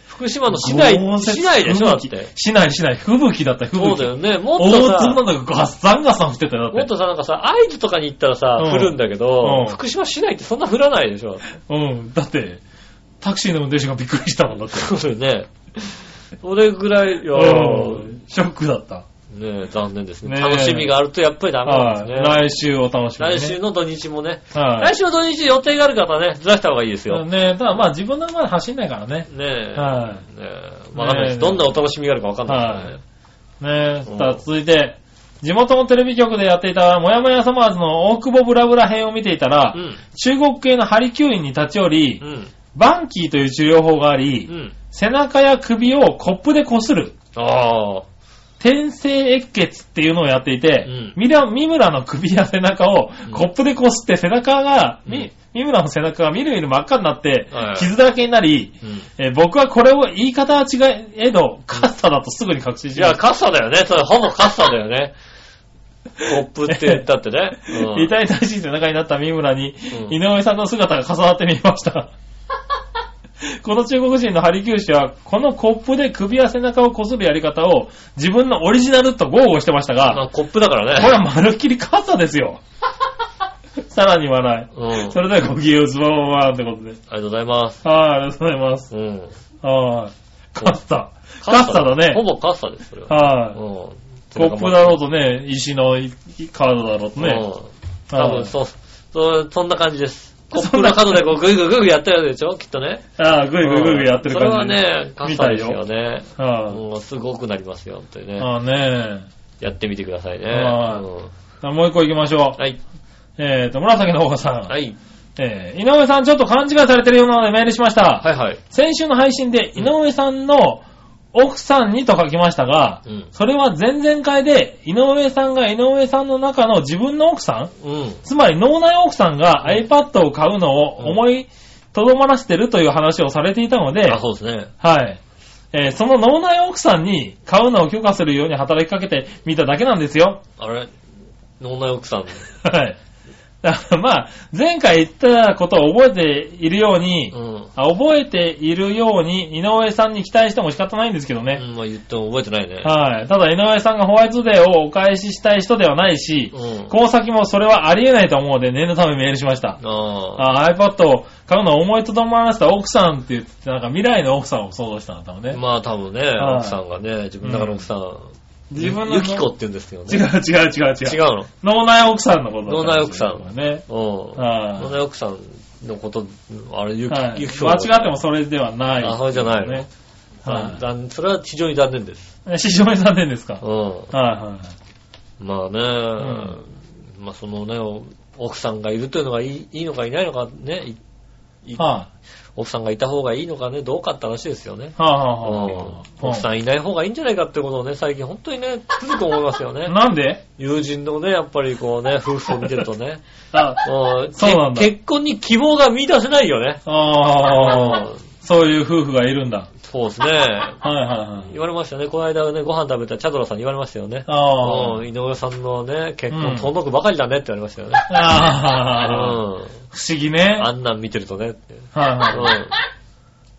Speaker 2: 福島の市内、
Speaker 3: 豪雪
Speaker 2: 市内でしょ、だっ
Speaker 3: 吹雪
Speaker 2: て。
Speaker 3: 市内、市内。吹雪だった、吹
Speaker 2: そう
Speaker 3: 雪。
Speaker 2: だよね。もっ
Speaker 3: 大
Speaker 2: とさ、
Speaker 3: 粒なんだガッサンガサン降ってたよ、だ
Speaker 2: もっ
Speaker 3: って。
Speaker 2: とさ、なんかさ、会津とかに行ったらさ、
Speaker 3: うん
Speaker 2: 降るんだけ
Speaker 3: う
Speaker 2: ど
Speaker 3: ん、
Speaker 2: 福島市内ってそんな降らないでしょ。
Speaker 3: うん。だって、タクシーの運転手がびっくりしたもんだって。
Speaker 2: そうだよね。それぐらい、いや
Speaker 3: う
Speaker 2: ー
Speaker 3: ん。ショックだった。
Speaker 2: ねえ残念ですね
Speaker 3: ねえ
Speaker 2: 楽しみがあるとやっぱりダメな
Speaker 3: は
Speaker 2: ん
Speaker 3: い、
Speaker 2: ですね。
Speaker 3: 来週を楽しみに、
Speaker 2: 来
Speaker 3: ね。
Speaker 2: 週の土日もね。
Speaker 3: は
Speaker 2: 来
Speaker 3: い。
Speaker 2: 週の土日予定がある方はね、ずらした方がいいですよ。ね
Speaker 3: ねえ、ただまあ自分の前で走んないからね。
Speaker 2: え。
Speaker 3: は
Speaker 2: ねえ。わかんないです。どんなお楽しみがあるかわかんないですね。
Speaker 3: い。ねえ、さあ続いて、地元のテレビ局でやっていたもやもやサマーズの大久保ブラブラ編を見ていたら、
Speaker 2: うん。
Speaker 3: 中国系のハリキューンに立ち寄り、
Speaker 2: うん。
Speaker 3: バンキーという治療法があり、
Speaker 2: うん。
Speaker 3: 背中や首をコップで擦る。
Speaker 2: ああ。
Speaker 3: 天性越血っていうのをやっていて、
Speaker 2: うん
Speaker 3: ミラ三村の首や背中を
Speaker 2: うん
Speaker 3: コップでこすって背中が、み
Speaker 2: うん
Speaker 3: 三村の背中がみるみる真っ赤になって
Speaker 2: は、い
Speaker 3: 傷だらけになり、
Speaker 2: うん。
Speaker 3: えー僕はこれを言い方は違ええど、カッサだとすぐに確信し
Speaker 2: い
Speaker 3: ま
Speaker 2: や、
Speaker 3: した。
Speaker 2: カッサだよね。それほぼカッサだよ
Speaker 3: <laughs>
Speaker 2: ね。コップって言ったってね。うん
Speaker 3: 遺体に対して背中になった三村に、
Speaker 2: うん
Speaker 3: 井上さんの姿が重なって見えま
Speaker 2: <laughs>
Speaker 3: した。この中国人のハリキュー氏は、このコップで首や背中をこするやり方を自分のオリジナルと豪語してました
Speaker 2: ま
Speaker 3: が、
Speaker 2: あ、コップだから
Speaker 3: これ
Speaker 2: ね。
Speaker 3: はまるっきりカッサで
Speaker 2: <laughs>
Speaker 3: すよ。さらに笑
Speaker 2: うん。あり
Speaker 3: い。それではごきげんよう、ズボンワンってことで。
Speaker 2: がとうございます。
Speaker 3: はい、ありがとうございます。
Speaker 2: うん。
Speaker 3: はい。カッサ。カッサだ
Speaker 2: ほ
Speaker 3: ね。
Speaker 2: ぼカッサです、それは。
Speaker 3: はい。
Speaker 2: うん。
Speaker 3: コップだろうとね、石の体だろうと
Speaker 2: うん。
Speaker 3: ね。
Speaker 2: 多
Speaker 3: はい
Speaker 2: 分、そう、そう、そんな感じ
Speaker 3: <laughs>
Speaker 2: です。コップの角でこう、グイグイグイグイやってるやつでしょきっとね。
Speaker 3: ああ、ぐいぐいぐいぐいやってる感
Speaker 2: それ
Speaker 3: じ。
Speaker 2: はね、カッサですよね。
Speaker 3: は
Speaker 2: もうすごくなりますよ、本当に
Speaker 3: い。
Speaker 2: ね。
Speaker 3: ああね
Speaker 2: やってみてくださいね。
Speaker 3: はい
Speaker 2: うん
Speaker 3: あもう一個行きましょ。
Speaker 2: はいう
Speaker 3: えーと、紫のおばさん。
Speaker 2: はい。
Speaker 3: えー井上さんちょっと勘違いされてるようなのでメールしました。
Speaker 2: はいはい。
Speaker 3: 先週の配信で井上さんの奥さんにと書きましたが、
Speaker 2: うん。
Speaker 3: それは前々回で井上さんが井上さんの中の自分の奥さん
Speaker 2: うん。
Speaker 3: つまり脳内奥さんが iPad を買うのを思いとどまらせてるという話をされていたので、
Speaker 2: あ、そうですね。
Speaker 3: はい。えーその脳内奥さんに買うのを許可するように働きかけてみただけなんですよ。 <laughs>
Speaker 2: あれ脳内奥さん。
Speaker 3: はい。だからまあ、前回言ったことを覚えているように、
Speaker 2: うん。
Speaker 3: あ覚えているように、井上さんに期待しても仕方ないんですけど
Speaker 2: う
Speaker 3: ね。
Speaker 2: ん、まあ言っても覚えてないね。
Speaker 3: はい。ただ井上さんがホワイトデーをお返ししたい人ではないし
Speaker 2: う、ん。
Speaker 3: この先もそれはありえないと思うので念のためメールしました。
Speaker 2: ああ。
Speaker 3: あ iPad を買うのを思いとどまらせた奥さんって言って、なんか未来の奥さんを想像したんだったのね。
Speaker 2: まあ多分ね、
Speaker 3: はい
Speaker 2: 奥さんがね、自分の中の奥さん、
Speaker 3: 自分の
Speaker 2: ゆきこって言うんですけど
Speaker 3: 違う
Speaker 2: ね。
Speaker 3: 違う違う違う。
Speaker 2: 違う
Speaker 3: 脳内奥さんのことだった
Speaker 2: 脳内
Speaker 3: らしい
Speaker 2: 奥さん
Speaker 3: ね。
Speaker 2: の。うん。
Speaker 3: はい
Speaker 2: 脳内奥さんのこと、あれ、ゆき、
Speaker 3: はい
Speaker 2: ゆきこ。
Speaker 3: 間違ってもそれではない。
Speaker 2: あそれじゃないの
Speaker 3: ね。
Speaker 2: うん
Speaker 3: は
Speaker 2: 残それは非常に残念です。
Speaker 3: い。非常に残念ですか。は
Speaker 2: うん。
Speaker 3: いは
Speaker 2: まあね、まあそのね、お奥さんがいるというのがいいいいのかいないのかね、いい
Speaker 3: い。は
Speaker 2: 奥さんがいた方がいいのかね、どうかって話ですよね。
Speaker 3: い。はあは
Speaker 2: う
Speaker 3: あは
Speaker 2: ん
Speaker 3: あは
Speaker 2: 奥さんいない方がいいんじゃないかってことをね、最近本当にね、つくづく思いますよ
Speaker 3: あ。 <laughs>
Speaker 2: ね。
Speaker 3: なんで
Speaker 2: 友人のね、やっぱりこうね、夫婦を見てるとね、
Speaker 3: あ
Speaker 2: うん
Speaker 3: そうなんだ
Speaker 2: け結婚に希望が見出せないよね。
Speaker 3: あー、そういう夫婦がいるんだ。
Speaker 2: そうですね。
Speaker 3: はいはいはい。
Speaker 2: 言われましたね。この間ね、ご飯食べたチャドラさんに言われましたよね。
Speaker 3: あ
Speaker 2: うん
Speaker 3: ー
Speaker 2: 井上さんのね、結
Speaker 3: うん
Speaker 2: 婚遠のくばかりだねって言われましたよね。
Speaker 3: あ
Speaker 2: う
Speaker 3: ー。
Speaker 2: ん。
Speaker 3: 不思議ね。
Speaker 2: あんなん見てるとねって。
Speaker 3: はいは
Speaker 2: う
Speaker 3: い。
Speaker 2: ん。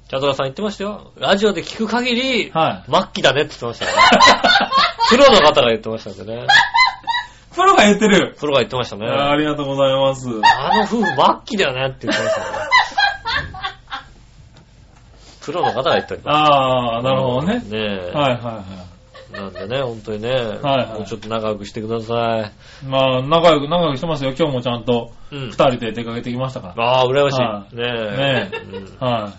Speaker 2: チャドラさん言ってましたよ。ラジオで聞く限り、
Speaker 3: はい
Speaker 2: 末期だねって言って
Speaker 3: <laughs>
Speaker 2: ましたね。プロの方が言ってましたんでね。
Speaker 3: プロが言ってる。
Speaker 2: プロが言ってましたね。
Speaker 3: あーありがとうございます。
Speaker 2: あの夫婦末期だよねって言ってましたね。プロの方が言っておりま
Speaker 3: ああ、
Speaker 2: す。
Speaker 3: なるほどね。
Speaker 2: ねえ。
Speaker 3: はいはいは
Speaker 2: なんでね、本当にね、
Speaker 3: はいはい
Speaker 2: もうちょっと長くしてください。
Speaker 3: い。まあ、仲良く、仲良くしてますよ。今日もちゃんと、
Speaker 2: うん
Speaker 3: 二。人で出かけてきましたか
Speaker 2: ああ、羨まし。
Speaker 3: はい
Speaker 2: ねえ。
Speaker 3: ねえ
Speaker 2: うん
Speaker 3: ら。はい。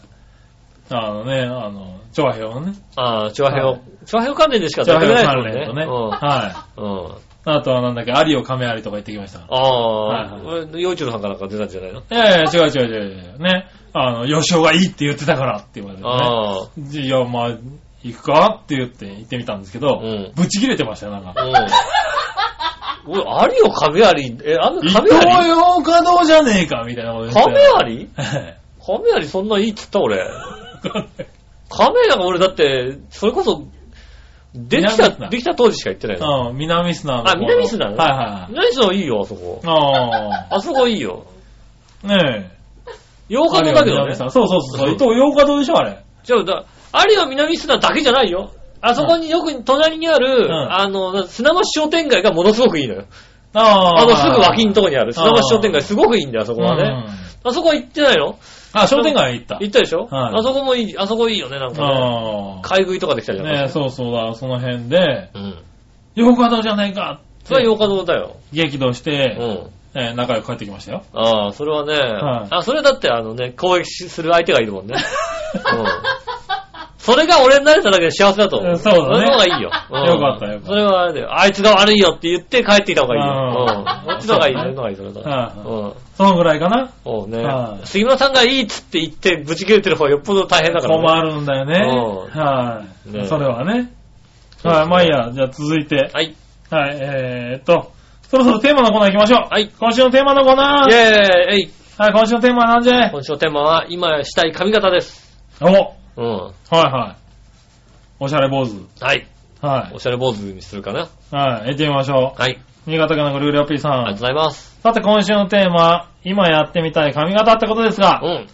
Speaker 3: あのね、あの、長平をね。
Speaker 2: ああ、長編を
Speaker 3: はい、
Speaker 2: 長編を関連でしか
Speaker 3: 長
Speaker 2: 出
Speaker 3: 平
Speaker 2: てない
Speaker 3: 関
Speaker 2: で
Speaker 3: 連
Speaker 2: す
Speaker 3: と
Speaker 2: もん
Speaker 3: ね。は
Speaker 2: うん。うん。
Speaker 3: い。あとはなんだっけ、アリオカメアリとか行ってきましたか
Speaker 2: ああ、
Speaker 3: は
Speaker 2: 洋一郎さんかなんか出たんじゃないの
Speaker 3: ら。いやいや、違う違う違う違う。ね。あの、吉尾がいいって言ってたからって言われてね。
Speaker 2: ああ、
Speaker 3: じゃあ、まあ、行くかって言って行ってみたんですけど
Speaker 2: うん、
Speaker 3: ぶち切れてましたよ、なんか。
Speaker 2: うん。おい、アリを亀有り、え、あの
Speaker 3: 伊
Speaker 2: 亀
Speaker 3: 藤
Speaker 2: 有り
Speaker 3: 洋華堂じゃねえかみたいなこと言って
Speaker 2: 亀有り
Speaker 3: はい
Speaker 2: 亀有りそんないいっつった俺。亀なんか俺だって、それこそ、でき
Speaker 3: 南
Speaker 2: た、
Speaker 3: 砂
Speaker 2: できた当時しか行ってないの。
Speaker 3: <laughs> うん、南砂の方の。
Speaker 2: あ南砂なの
Speaker 3: はいはい。
Speaker 2: 何しろいいよ、あそこ。 <laughs>
Speaker 3: あ
Speaker 2: あそこいいよ。
Speaker 3: あ、ねえ。
Speaker 2: 洋館のだけど
Speaker 3: あれは南
Speaker 2: ね。
Speaker 3: 砂そうそうそうそうう。
Speaker 2: ん
Speaker 3: 伊藤洋華堂でしょ、あれ。
Speaker 2: じゃあ、だあるいは南砂だけじゃないよ。あそこによく隣にある、
Speaker 3: ん
Speaker 2: あの、砂町商店街がものすごくいいのよ。
Speaker 3: あ
Speaker 2: あのすぐ脇のとこにある砂町商店
Speaker 3: あ
Speaker 2: 街
Speaker 3: ー
Speaker 2: すごくいいんだよ、あそこは
Speaker 3: うん
Speaker 2: ね。あそこは行ってないの
Speaker 3: あ、商店街行った。
Speaker 2: 行ったでしょ
Speaker 3: はい
Speaker 2: あそこもいい、あそこいいよね、なんかね。
Speaker 3: あ
Speaker 2: 買い食いとかできたじ
Speaker 3: あ。
Speaker 2: ゃん。
Speaker 3: ねえ、そうそうだ、その辺で、
Speaker 2: うん。
Speaker 3: 洋華堂じゃねえかっ
Speaker 2: それ
Speaker 3: て
Speaker 2: は洋華堂だよ。
Speaker 3: 激怒し
Speaker 2: う
Speaker 3: て、
Speaker 2: ん。
Speaker 3: えー仲良く帰ってきましたよ。
Speaker 2: ああ、それはね、
Speaker 3: はい
Speaker 2: あ、それだってあのね、攻撃する相手がいるもん
Speaker 3: <laughs>
Speaker 2: ね。うん。それが俺になれただけで幸せだと思
Speaker 3: う
Speaker 2: う。
Speaker 3: んそうだ
Speaker 2: それ
Speaker 3: ね
Speaker 2: の方がいいよ。うん
Speaker 3: よかったよかった
Speaker 2: それはあれだよ。あいつが悪いよって言って帰ってきた方がいいよ。
Speaker 3: あ
Speaker 2: う
Speaker 3: ー
Speaker 2: ん。こっちの方がいいよ。そ
Speaker 3: そうだ
Speaker 2: れ
Speaker 3: ね
Speaker 2: の方がいい、それだ。
Speaker 3: はい
Speaker 2: うん。
Speaker 3: そのぐらいかな。
Speaker 2: そうね
Speaker 3: は。い
Speaker 2: 杉村さんがいいっつって言って、ぶち切れてる方がよっぽど大変だからね。
Speaker 3: 困るんだよね。
Speaker 2: うん
Speaker 3: はい。
Speaker 2: ねえ
Speaker 3: それはね。
Speaker 2: そうですね
Speaker 3: はい、まあいいや。じゃあ続いて。
Speaker 2: はい。
Speaker 3: はい、えーっと、そろそろテーマのコーナー行きましょう。
Speaker 2: はい。
Speaker 3: 今週のテーマのコーナ
Speaker 2: イェーイ
Speaker 3: ー。
Speaker 2: えい
Speaker 3: はい、今週のテーマはなんじゃい
Speaker 2: 今週のテーマは、今したい髪型です。
Speaker 3: おはい
Speaker 2: うん。
Speaker 3: はい。おしゃれ坊主。
Speaker 2: はい。
Speaker 3: はい
Speaker 2: お。しゃれ坊主にするかな。
Speaker 3: はい、行ってみましょ
Speaker 2: はい。
Speaker 3: う。新潟県のぐるぐるよっぴーさ
Speaker 2: ありがとうご
Speaker 3: ん。
Speaker 2: ざいます。
Speaker 3: さて今週のテーマ、今やってみたい髪型ってことですが
Speaker 2: う、ん。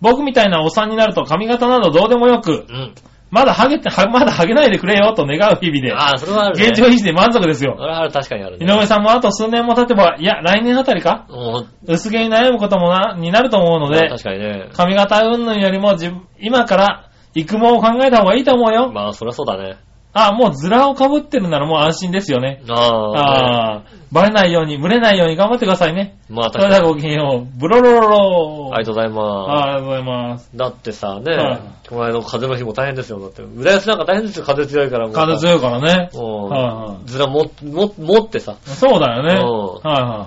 Speaker 3: 僕みたいなおっさんになると髪型などどうでもよく、
Speaker 2: うん。
Speaker 3: まだハゲて、は <laughs> まだハゲないでくれよと願う日々で、
Speaker 2: ああ、それはあるね。
Speaker 3: 現状維持で満足です
Speaker 2: そ
Speaker 3: よ。
Speaker 2: れはある、確かにある
Speaker 3: 井
Speaker 2: ね。
Speaker 3: 上さんもあと数年も経てば、いや、来年あたりか
Speaker 2: も
Speaker 3: 薄毛に悩むこともな、になると思うの
Speaker 2: う、
Speaker 3: で、
Speaker 2: 確かにね。
Speaker 3: 髪型云々よりも自分、今から育毛を考えた方がいいと思うよ。
Speaker 2: まあ、そりゃそうだね。
Speaker 3: あ、もうズラを被ってるならもう安心ですよね。
Speaker 2: ああ、
Speaker 3: ああ、バレないように、群れないように頑張ってくださいね。
Speaker 2: まあ、
Speaker 3: そ
Speaker 2: 確
Speaker 3: れ
Speaker 2: か
Speaker 3: で
Speaker 2: に。
Speaker 3: はごきげんよう。ブロロロロ
Speaker 2: ありがとうござい
Speaker 3: あ
Speaker 2: ま
Speaker 3: りがとうございます。
Speaker 2: す。だってさ、
Speaker 3: はい
Speaker 2: ね、この間の風の日も大変ですよ。だって、浦安なんか大変ですよ、風強いからもう。
Speaker 3: 風強いからね。はいは
Speaker 2: もう、ずらも、も、持ってさ。
Speaker 3: そうだよね。は
Speaker 2: うん
Speaker 3: いはいはい。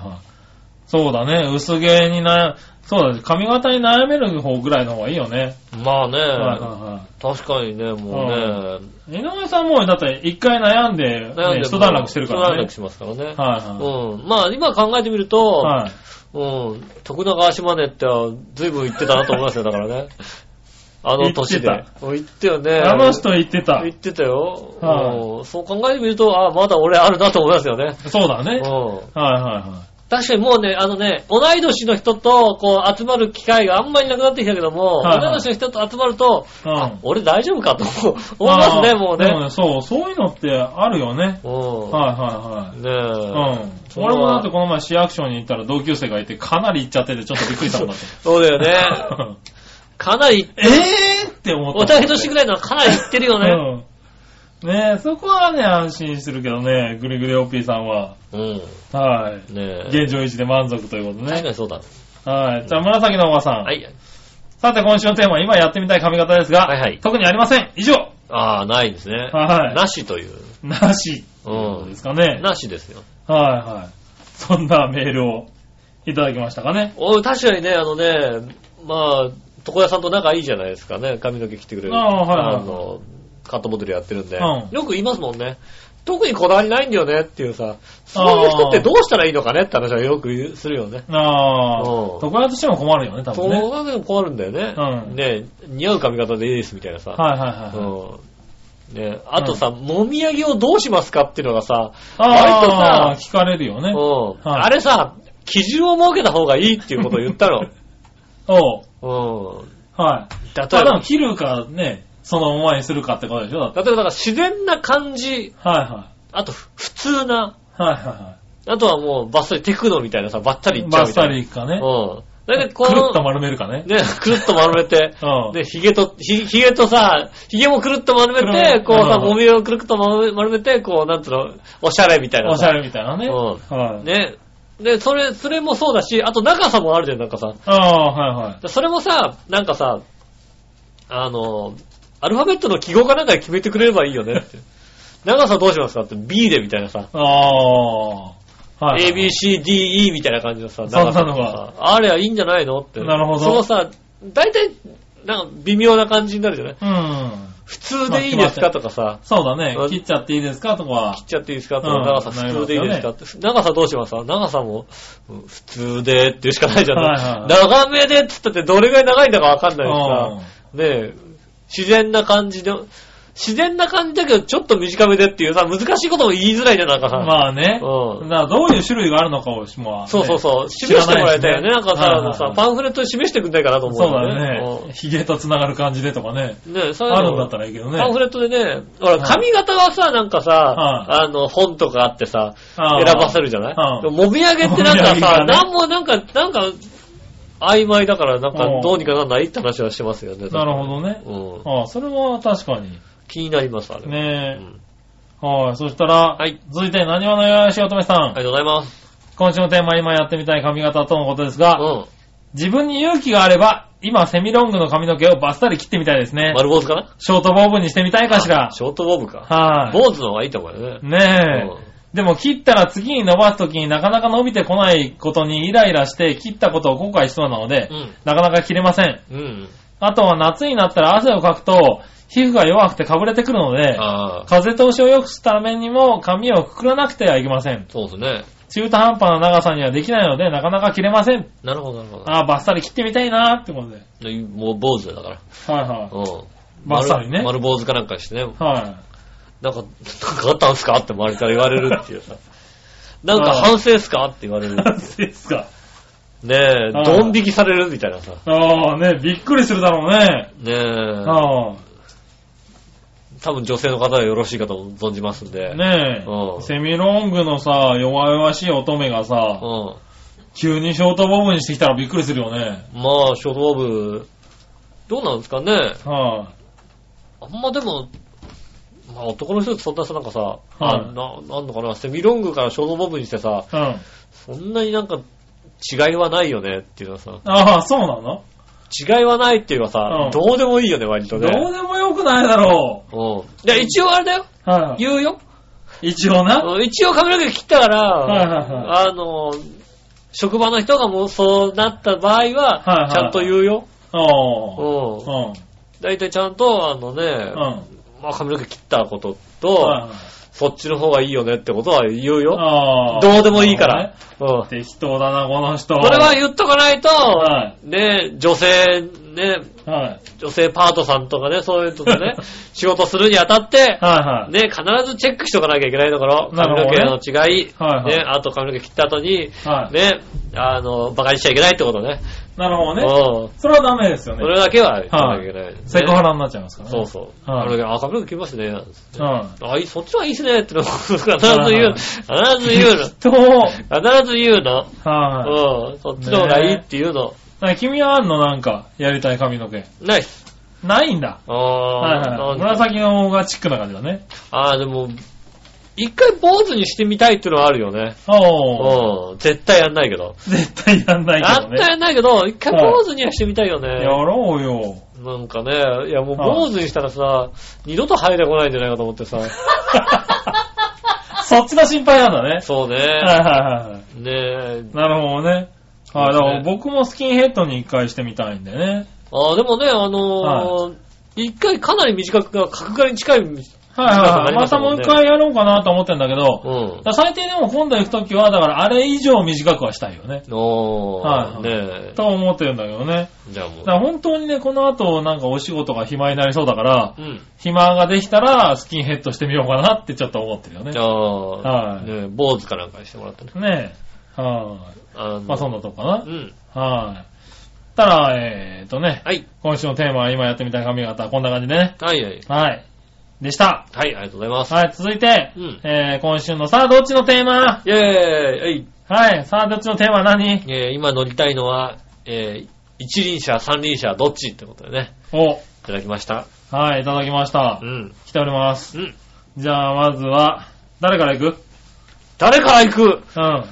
Speaker 3: そうだね。薄毛にな、そうだね。髪型に悩める方ぐらいの方がいいよね。
Speaker 2: まあ
Speaker 3: はい
Speaker 2: ね、
Speaker 3: は
Speaker 2: 確かにね、もうね、
Speaker 3: いはい。井上さんも、だって一回悩んで、ね、
Speaker 2: 悩んで
Speaker 3: 一段落してるか
Speaker 2: 一段
Speaker 3: らね
Speaker 2: 落。しますからね。
Speaker 3: はいは
Speaker 2: うん。まあ、今考えてみると、
Speaker 3: い。はい。
Speaker 2: うん。徳永足真似って、ずいぶん言ってたなと思いますよ、だからね。あの年で。
Speaker 3: 言って
Speaker 2: うん言ってよね。
Speaker 3: あの人言ってた
Speaker 2: 言。ってたよ。
Speaker 3: はい
Speaker 2: うんそう考えてみると、あまだ俺あるなと思いますよね。
Speaker 3: そうだね。
Speaker 2: うん
Speaker 3: はいはいは
Speaker 2: 確かにもうね、あのね、同い年の人と、こう、集まる機会があんまりなくなってきたけども、
Speaker 3: はいは
Speaker 2: 同
Speaker 3: い
Speaker 2: い年の人と集まると、
Speaker 3: うん
Speaker 2: あ俺大丈夫
Speaker 3: <laughs>
Speaker 2: かと
Speaker 3: い。
Speaker 2: 思いますね、
Speaker 3: あー
Speaker 2: もう
Speaker 3: でも
Speaker 2: ね。
Speaker 3: ね、そう、そういうのってあるよね。
Speaker 2: う
Speaker 3: はいはいはい。
Speaker 2: ん。ねえ。
Speaker 3: うん。
Speaker 2: それは
Speaker 3: 俺もだってこの前市役所に行ったら同級生がいてかなり行っちゃっててちょっとびっくりしたもんだって。
Speaker 2: そうだよ
Speaker 3: <laughs>
Speaker 2: ね。かなり、
Speaker 3: えぇーって思った。
Speaker 2: 同い年ぐらいのはかなりいってるよね。
Speaker 3: うん。ねえ、そこはね、安心するけどね、ぐりぐり OP さんは。
Speaker 2: うん。
Speaker 3: はい。
Speaker 2: ねえ。
Speaker 3: 現状維持で満足ということ
Speaker 2: 確か
Speaker 3: ね。
Speaker 2: にそうだ。
Speaker 3: はい。じゃあ、紫のおばさん。
Speaker 2: はい。
Speaker 3: さて、今週のテーマは今やってみたい髪型ですが、
Speaker 2: はいはい
Speaker 3: 特にありません。以上。
Speaker 2: ああ、ないですね。
Speaker 3: は
Speaker 2: なしという。
Speaker 3: い。なし。
Speaker 2: う
Speaker 3: で
Speaker 2: ん
Speaker 3: す。かね。
Speaker 2: なしですよ。
Speaker 3: はいはい。そんなメールをいただきましたかね。
Speaker 2: お確かにね、あのね、まあ、床屋さんと仲いいじゃないですかね。髪の毛切ってくれる。
Speaker 3: ああはいはいはい
Speaker 2: の、カットモデルやってるんで、
Speaker 3: うん
Speaker 2: よく言いますもんね。特にこだわりないんだよねっていうさ、そういう人ってどうしたらいいのかねって話はよく言うするよね。
Speaker 3: ああ
Speaker 2: うん、
Speaker 3: 床屋としても困るよね、多
Speaker 2: そう
Speaker 3: 分ね。はい
Speaker 2: なの困るんだよね。
Speaker 3: うん
Speaker 2: ね似合う髪型でいいですみたいなさ。
Speaker 3: はいはいはい。
Speaker 2: うん。ねあとさ、もみあげをどうしますかっていうのがさ、
Speaker 3: ああ、
Speaker 2: 割とさ、
Speaker 3: 聞かれるよね。
Speaker 2: うん、
Speaker 3: はい
Speaker 2: あれさ、基準を設けた方がいいっていうことを言った
Speaker 3: <laughs>
Speaker 2: の。
Speaker 3: おう。
Speaker 2: うん。
Speaker 3: はい。
Speaker 2: 例え
Speaker 3: ただ
Speaker 2: ば、
Speaker 3: 切るかね、そのままにするかってことでしょだって。
Speaker 2: 例えばだから自然な感じ、
Speaker 3: はいは
Speaker 2: あとふ普通な、
Speaker 3: い。はいは
Speaker 2: あとはもうバッサリテクノみたいなさ、ばった
Speaker 3: い
Speaker 2: り
Speaker 3: はいい。
Speaker 2: っちゃ
Speaker 3: バ
Speaker 2: う
Speaker 3: ッ
Speaker 2: みた
Speaker 3: サ
Speaker 2: いな。
Speaker 3: リいくかね。
Speaker 2: うん。だいたい
Speaker 3: く
Speaker 2: こ
Speaker 3: るっと
Speaker 2: の、
Speaker 3: 丸めるかね。
Speaker 2: ね、くるっと丸めて、
Speaker 3: うん。
Speaker 2: で、ひげと、ひひげとさ、ひげもくるっと丸め
Speaker 3: く
Speaker 2: て、
Speaker 3: る
Speaker 2: こうさ、
Speaker 3: うん
Speaker 2: もみをくるっと丸めて、こう、なんつうの、おしゃれみたいな
Speaker 3: おし
Speaker 2: さ。
Speaker 3: ゃれみたいなね。
Speaker 2: うん
Speaker 3: はい。
Speaker 2: ね。で、それ、それもそうだし、あと長さもあるじゃん、なんかさ。
Speaker 3: ああ、はいはい。
Speaker 2: それもさ、なんかさ、あの、アルファベットの記号かなんかで決めてくれればいいよね
Speaker 3: <laughs>
Speaker 2: って。長さどうしますかって B でみたいなさ、
Speaker 3: ああ。はい。
Speaker 2: ABCDE みたいな感じのさ、
Speaker 3: そんなのが
Speaker 2: 長さとかさあれはいいんじゃないのって。
Speaker 3: なるほど
Speaker 2: そのさ、大体、なんか微妙な感じになるじゃない
Speaker 3: うん。
Speaker 2: 普通でいいですかとかさ、
Speaker 3: そうだね
Speaker 2: うん。
Speaker 3: 切っちゃっていいですかとか
Speaker 2: 切っ。ちゃっていいですかとか、
Speaker 3: うん
Speaker 2: 長さ普通でいいですかって、長さどうしますか長さも、うん普通でっていうしかないじゃん。
Speaker 3: はいはいはい
Speaker 2: 長めでって言ったってどれぐらい長いんだかわかん
Speaker 3: う
Speaker 2: ない
Speaker 3: ん。
Speaker 2: しさ。
Speaker 3: は
Speaker 2: ねえ、自然な感じで、自然な感じだけどちょっと短めでっていうさ、難しいことも言いづらいじゃん、なんかさ。
Speaker 3: まあね。
Speaker 2: うん
Speaker 3: だからどういう種類があるのかをしも、
Speaker 2: そうそう
Speaker 3: う。
Speaker 2: そう、示してもらいたいよね。
Speaker 3: 知ら
Speaker 2: な
Speaker 3: なんいですね
Speaker 2: かさ、
Speaker 3: はい
Speaker 2: あ
Speaker 3: はいはい
Speaker 2: のさパンフレットで示してくんないかなと思う
Speaker 3: そう
Speaker 2: よ
Speaker 3: だね。ヒゲと繋がる感じでとかね。
Speaker 2: うんねえそういうの
Speaker 3: あるんだったらいいけどね。
Speaker 2: パンフレットでね、ほら、
Speaker 3: はい
Speaker 2: 髪型はさ、なんかさ、
Speaker 3: は
Speaker 2: あの、本とかあってさ、
Speaker 3: あ
Speaker 2: 選
Speaker 3: ー
Speaker 2: ばせるじゃな
Speaker 3: はいい
Speaker 2: でももみあげってなんか
Speaker 3: もみあげ
Speaker 2: さ、
Speaker 3: がね
Speaker 2: なんもなんか、なんか、曖昧だから、なんか
Speaker 3: う、ん
Speaker 2: どうにかなんないって話はしてますよね。
Speaker 3: なるほどね。
Speaker 2: うん。
Speaker 3: ああ、それは確かに。
Speaker 2: 気になります、あれは。う
Speaker 3: ね
Speaker 2: ん
Speaker 3: え。はい、そしたら、
Speaker 2: はい
Speaker 3: 続いて、何話のよしおとめさん、
Speaker 2: ありがとうございます。
Speaker 3: 今週のテーマ、今やってみたい髪型とのことですが、
Speaker 2: うん。
Speaker 3: 自分に勇気があれば、今、セミロングの髪の毛をバッサリ切ってみたいですね。
Speaker 2: 丸坊主かな
Speaker 3: ショートボブにしてみたいかしら
Speaker 2: あ。ショートボブか。
Speaker 3: はい、
Speaker 2: 坊主の方がいいと思うよね。
Speaker 3: ねえ、
Speaker 2: うん
Speaker 3: でも切ったら次に伸ばすときになかなか伸びてこないことにイライラして切ったことを後悔しそうなので、
Speaker 2: うん
Speaker 3: なかなか切れません。
Speaker 2: うん。
Speaker 3: あとは夏になったら汗をかくと、皮膚が弱くてかぶれてくるので、
Speaker 2: ああ、
Speaker 3: 風通しを良くするためにも髪をくくらなくてはいけません。
Speaker 2: そうですね。
Speaker 3: 中途半端な長さにはできないので、なかなか切れません。
Speaker 2: なるほど、なるほ
Speaker 3: ああ、バッサリ切ってみたいなーってことで。はい
Speaker 2: ど。もう坊主だよだか
Speaker 3: は
Speaker 2: ら。うん。
Speaker 3: い。バッサリね。
Speaker 2: 丸丸坊主かなんかにしてね。
Speaker 3: は
Speaker 2: なんか、 <laughs> なんかあったんすかって周りから言われるっていう
Speaker 3: <laughs>
Speaker 2: さ。なんか反省っすかって言われる
Speaker 3: い。。なんでですか。
Speaker 2: ねえ、
Speaker 3: はい
Speaker 2: ドン引きされるみたいなさ。
Speaker 3: ああね、びっくりするだろうね。
Speaker 2: ねえ、
Speaker 3: あ
Speaker 2: 多分女性の方はよろしいかと存じますんで。
Speaker 3: あ、ね
Speaker 2: うん
Speaker 3: え。セミロングのさ、弱々しい乙女が
Speaker 2: う
Speaker 3: さ、
Speaker 2: ん。
Speaker 3: 急にショートボブにしてきたらびっくりするよね。
Speaker 2: まあ、書道部、どうなんですかね。
Speaker 3: は
Speaker 2: あんまでも、まあ男の人ってそんなさ、なんかさ、あ
Speaker 3: はい
Speaker 2: ななんのかな、セミロングからショートボブにしてさ、
Speaker 3: い。うん。
Speaker 2: そんなになんか違いはないよねっていうのはさ、
Speaker 3: ああ、そうなの
Speaker 2: 違いはないっていうかさ、
Speaker 3: うん
Speaker 2: どうでもいいよね、割と
Speaker 3: どう
Speaker 2: ね。
Speaker 3: でもよくないだろ
Speaker 2: うん。いや、一応あれだよ。
Speaker 3: う。はい。
Speaker 2: 言うよ。
Speaker 3: 一応な。
Speaker 2: うん一応髪の毛切ったから、
Speaker 3: はいはいは
Speaker 2: あの、職場の人がもうそうなった場合
Speaker 3: はいは
Speaker 2: は、
Speaker 3: い
Speaker 2: ちゃんと言うよ。
Speaker 3: ああ。
Speaker 2: うん
Speaker 3: うん。
Speaker 2: 大体ちゃんと、あの
Speaker 3: う
Speaker 2: ね、
Speaker 3: ん。
Speaker 2: まあ髪の毛切ったこと
Speaker 3: はい
Speaker 2: と、
Speaker 3: はい
Speaker 2: そっちの方がいいよねってことは言うよ。
Speaker 3: ああ。
Speaker 2: どうでもいいから。うん。
Speaker 3: 適当だな、この人。
Speaker 2: それは言っとかないと、
Speaker 3: は
Speaker 2: ね、女性、ね、
Speaker 3: い。はい。
Speaker 2: 女性パートさんとかね、そういうのと
Speaker 3: <laughs>
Speaker 2: ね、仕事するにあたって、
Speaker 3: はいはい。
Speaker 2: ね、必ずチェックしとかなきゃいけないところ。
Speaker 3: な
Speaker 2: 髪の
Speaker 3: るほどね
Speaker 2: 毛の違い。
Speaker 3: はいはい
Speaker 2: ね、あと髪の毛切った後に、
Speaker 3: はい
Speaker 2: ね、あの、馬鹿にしちゃいけないってことね。
Speaker 3: なるほどね。
Speaker 2: うん。
Speaker 3: それはダメですよ
Speaker 2: そ
Speaker 3: ね。
Speaker 2: れだけは言わなきゃいけない、ね
Speaker 3: セクハラになっちゃいますから
Speaker 2: そ
Speaker 3: ね。
Speaker 2: うそう。
Speaker 3: はい
Speaker 2: あれあ、髪の毛切りましたね。なんつって
Speaker 3: うん。
Speaker 2: あ、いいそっちはいいっすねってのを必ず言う。必ず言うの。
Speaker 3: 適当。は
Speaker 2: 必ず言うの。
Speaker 3: い。
Speaker 2: うん。そっちの方がいいっていうの。
Speaker 3: だから君はあんのなんか、やりたい髪の毛。
Speaker 2: ナイス。
Speaker 3: ないんだ。
Speaker 2: あ
Speaker 3: はい
Speaker 2: あ、
Speaker 3: はい。
Speaker 2: なんか
Speaker 3: 紫の方がチックな感じだね。
Speaker 2: あーでも、一回坊主にしてみたいっていうのはあるよね。
Speaker 3: おー。
Speaker 2: うん。絶対やんないけど。
Speaker 3: 絶対やんない
Speaker 2: あ
Speaker 3: け
Speaker 2: った
Speaker 3: どね。
Speaker 2: やないけど、一回坊主にはしてみたいよ
Speaker 3: や
Speaker 2: ね。
Speaker 3: ろうよ。
Speaker 2: なんかね、いやもう坊主にしたらさ、二度と入れこないんじゃないかと思
Speaker 3: <laughs>
Speaker 2: ってさ。
Speaker 3: そっちの心配なんだね。
Speaker 2: そう
Speaker 3: はい
Speaker 2: ね。
Speaker 3: はいはいは
Speaker 2: ねえ。
Speaker 3: い。なるほどね。
Speaker 2: そう
Speaker 3: は
Speaker 2: で
Speaker 3: い、
Speaker 2: すね
Speaker 3: だから僕もスキンヘッドに一回してみたいんでね。
Speaker 2: あでもね、あのー一回かなり短く、角刈りに近い。うん。
Speaker 3: はいはいはい。
Speaker 2: 短くなりま
Speaker 3: ま
Speaker 2: した
Speaker 3: た
Speaker 2: も
Speaker 3: も
Speaker 2: ん
Speaker 3: う
Speaker 2: ね
Speaker 3: 一回やろうかなと思ってんだけど、だから最低でも今度行くときは、だからあれ以上短くはしたいよね。
Speaker 2: おー、
Speaker 3: はい
Speaker 2: ね
Speaker 3: と思ってるんだけどね。
Speaker 2: え。じゃあもう
Speaker 3: だか。ら本当にね、この後なんかお仕事が暇になりそうだから、
Speaker 2: うん。
Speaker 3: 暇ができたらスキンヘッドしてみようかなってちょっと思ってるよね
Speaker 2: じゃ。あ、
Speaker 3: はい
Speaker 2: ねえ、坊主かなんかにしてもらったね。
Speaker 3: ねえ。はい、
Speaker 2: あの
Speaker 3: まあそんなとこか
Speaker 2: う
Speaker 3: な。
Speaker 2: ん。
Speaker 3: はい、たら、えーとね、
Speaker 2: はい。
Speaker 3: 今週のテーマは今やってみたい髪型はこんな感じでね。
Speaker 2: はいはい。
Speaker 3: はい。でした。
Speaker 2: はい、ありがとうございます。
Speaker 3: はい、続いて、
Speaker 2: うん
Speaker 3: えー、今週のさあどっちのテーマ
Speaker 2: イェーイはい。
Speaker 3: はい、さあどっちのテーマは何
Speaker 2: えー今乗りたいのは、えー一輪車、三輪車、どっちってことでね、
Speaker 3: お、
Speaker 2: いただきました。
Speaker 3: はい、いただきました
Speaker 2: う。ん。
Speaker 3: 来ております。
Speaker 2: うん。
Speaker 3: じゃあ、まずは、誰から行く
Speaker 2: 誰から行く
Speaker 3: <laughs> うん。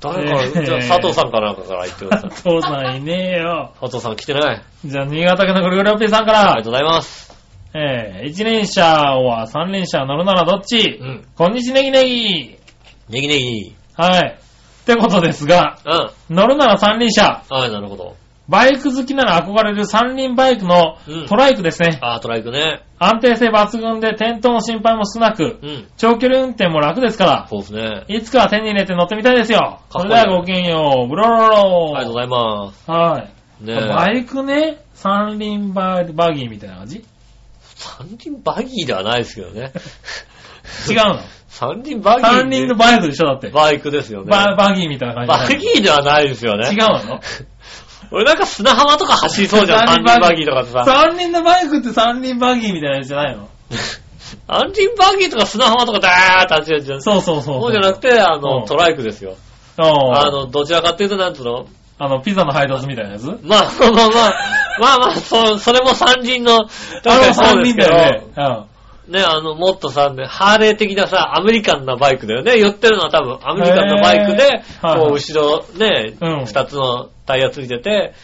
Speaker 2: 誰から行く、
Speaker 3: えー
Speaker 2: じゃあ佐藤さんかなんかから行ってくださ
Speaker 3: <laughs>
Speaker 2: い。
Speaker 3: 父さんいねえよ。
Speaker 2: 佐藤さん来てない。
Speaker 3: じゃあ、新潟県のグルグルオッピーさんか
Speaker 2: ありが
Speaker 3: ら、
Speaker 2: とうございます。
Speaker 3: えー、一輪車は三輪車乗るならどっち、
Speaker 2: うん。
Speaker 3: こんにちネギネギ
Speaker 2: ネギネギ。
Speaker 3: はい。ってことですが、
Speaker 2: うん。あ
Speaker 3: 乗るなら三輪車、
Speaker 2: あ、なるほど。
Speaker 3: バイク好きなら憧れる三輪バイクの
Speaker 2: うん
Speaker 3: トライクですね。
Speaker 2: ああ、トライクね。
Speaker 3: 安定性抜群で転倒の心配も少なく
Speaker 2: う、ん。
Speaker 3: 長距離運転も楽ですから、
Speaker 2: そうですね。あり
Speaker 3: いつかは手に入れて乗ってみたいですよ。
Speaker 2: かっこいい
Speaker 3: それ
Speaker 2: ね
Speaker 3: ではごきげんよう、ブロロロ
Speaker 2: がとうございます。
Speaker 3: はい。
Speaker 2: ね
Speaker 3: バ
Speaker 2: え。
Speaker 3: イクね、三輪ババギーみたいな感じ
Speaker 2: 三輪バギーではないですけどね。 <laughs>
Speaker 3: 違うの。
Speaker 2: 三輪バギーって。
Speaker 3: 三輪のバイクでしょ、だって。
Speaker 2: バイクですよね。
Speaker 3: ババギーみたいな感
Speaker 2: バ
Speaker 3: じ
Speaker 2: ギーではないですよね。
Speaker 3: 違うの
Speaker 2: 俺なんか砂浜とか走りそうじゃん、三
Speaker 3: 三輪
Speaker 2: 輪バ
Speaker 3: バ
Speaker 2: ギ
Speaker 3: ギ
Speaker 2: ー
Speaker 3: ー
Speaker 2: とかってさ。
Speaker 3: 三輪のバイクって三輪バギーみたいなやつじゃないの
Speaker 2: 三輪バギーとか砂浜とかダーって走るじゃん。
Speaker 3: そうそうそう。
Speaker 2: そうじゃなくて、あ
Speaker 3: う
Speaker 2: の、
Speaker 3: ん
Speaker 2: トライクですよ。
Speaker 3: うん
Speaker 2: あの、どちらかっていうと、なんつうの
Speaker 3: あの、ピザの配達みたいなやつ
Speaker 2: まあ、まあまあまあ、まあまあ、そ、それも三輪の、
Speaker 3: あの
Speaker 2: そう
Speaker 3: 三
Speaker 2: です
Speaker 3: 輪
Speaker 2: けど
Speaker 3: だよね。うん。
Speaker 2: ね、あの、もっとさ、ね、ハーレー的なさ、アメリカンなバイクだよね。言ってるのは多分、アメリカンなバイクで、
Speaker 3: へー
Speaker 2: こう、後ろ、ね
Speaker 3: う、ん
Speaker 2: 二つのタイヤついてて、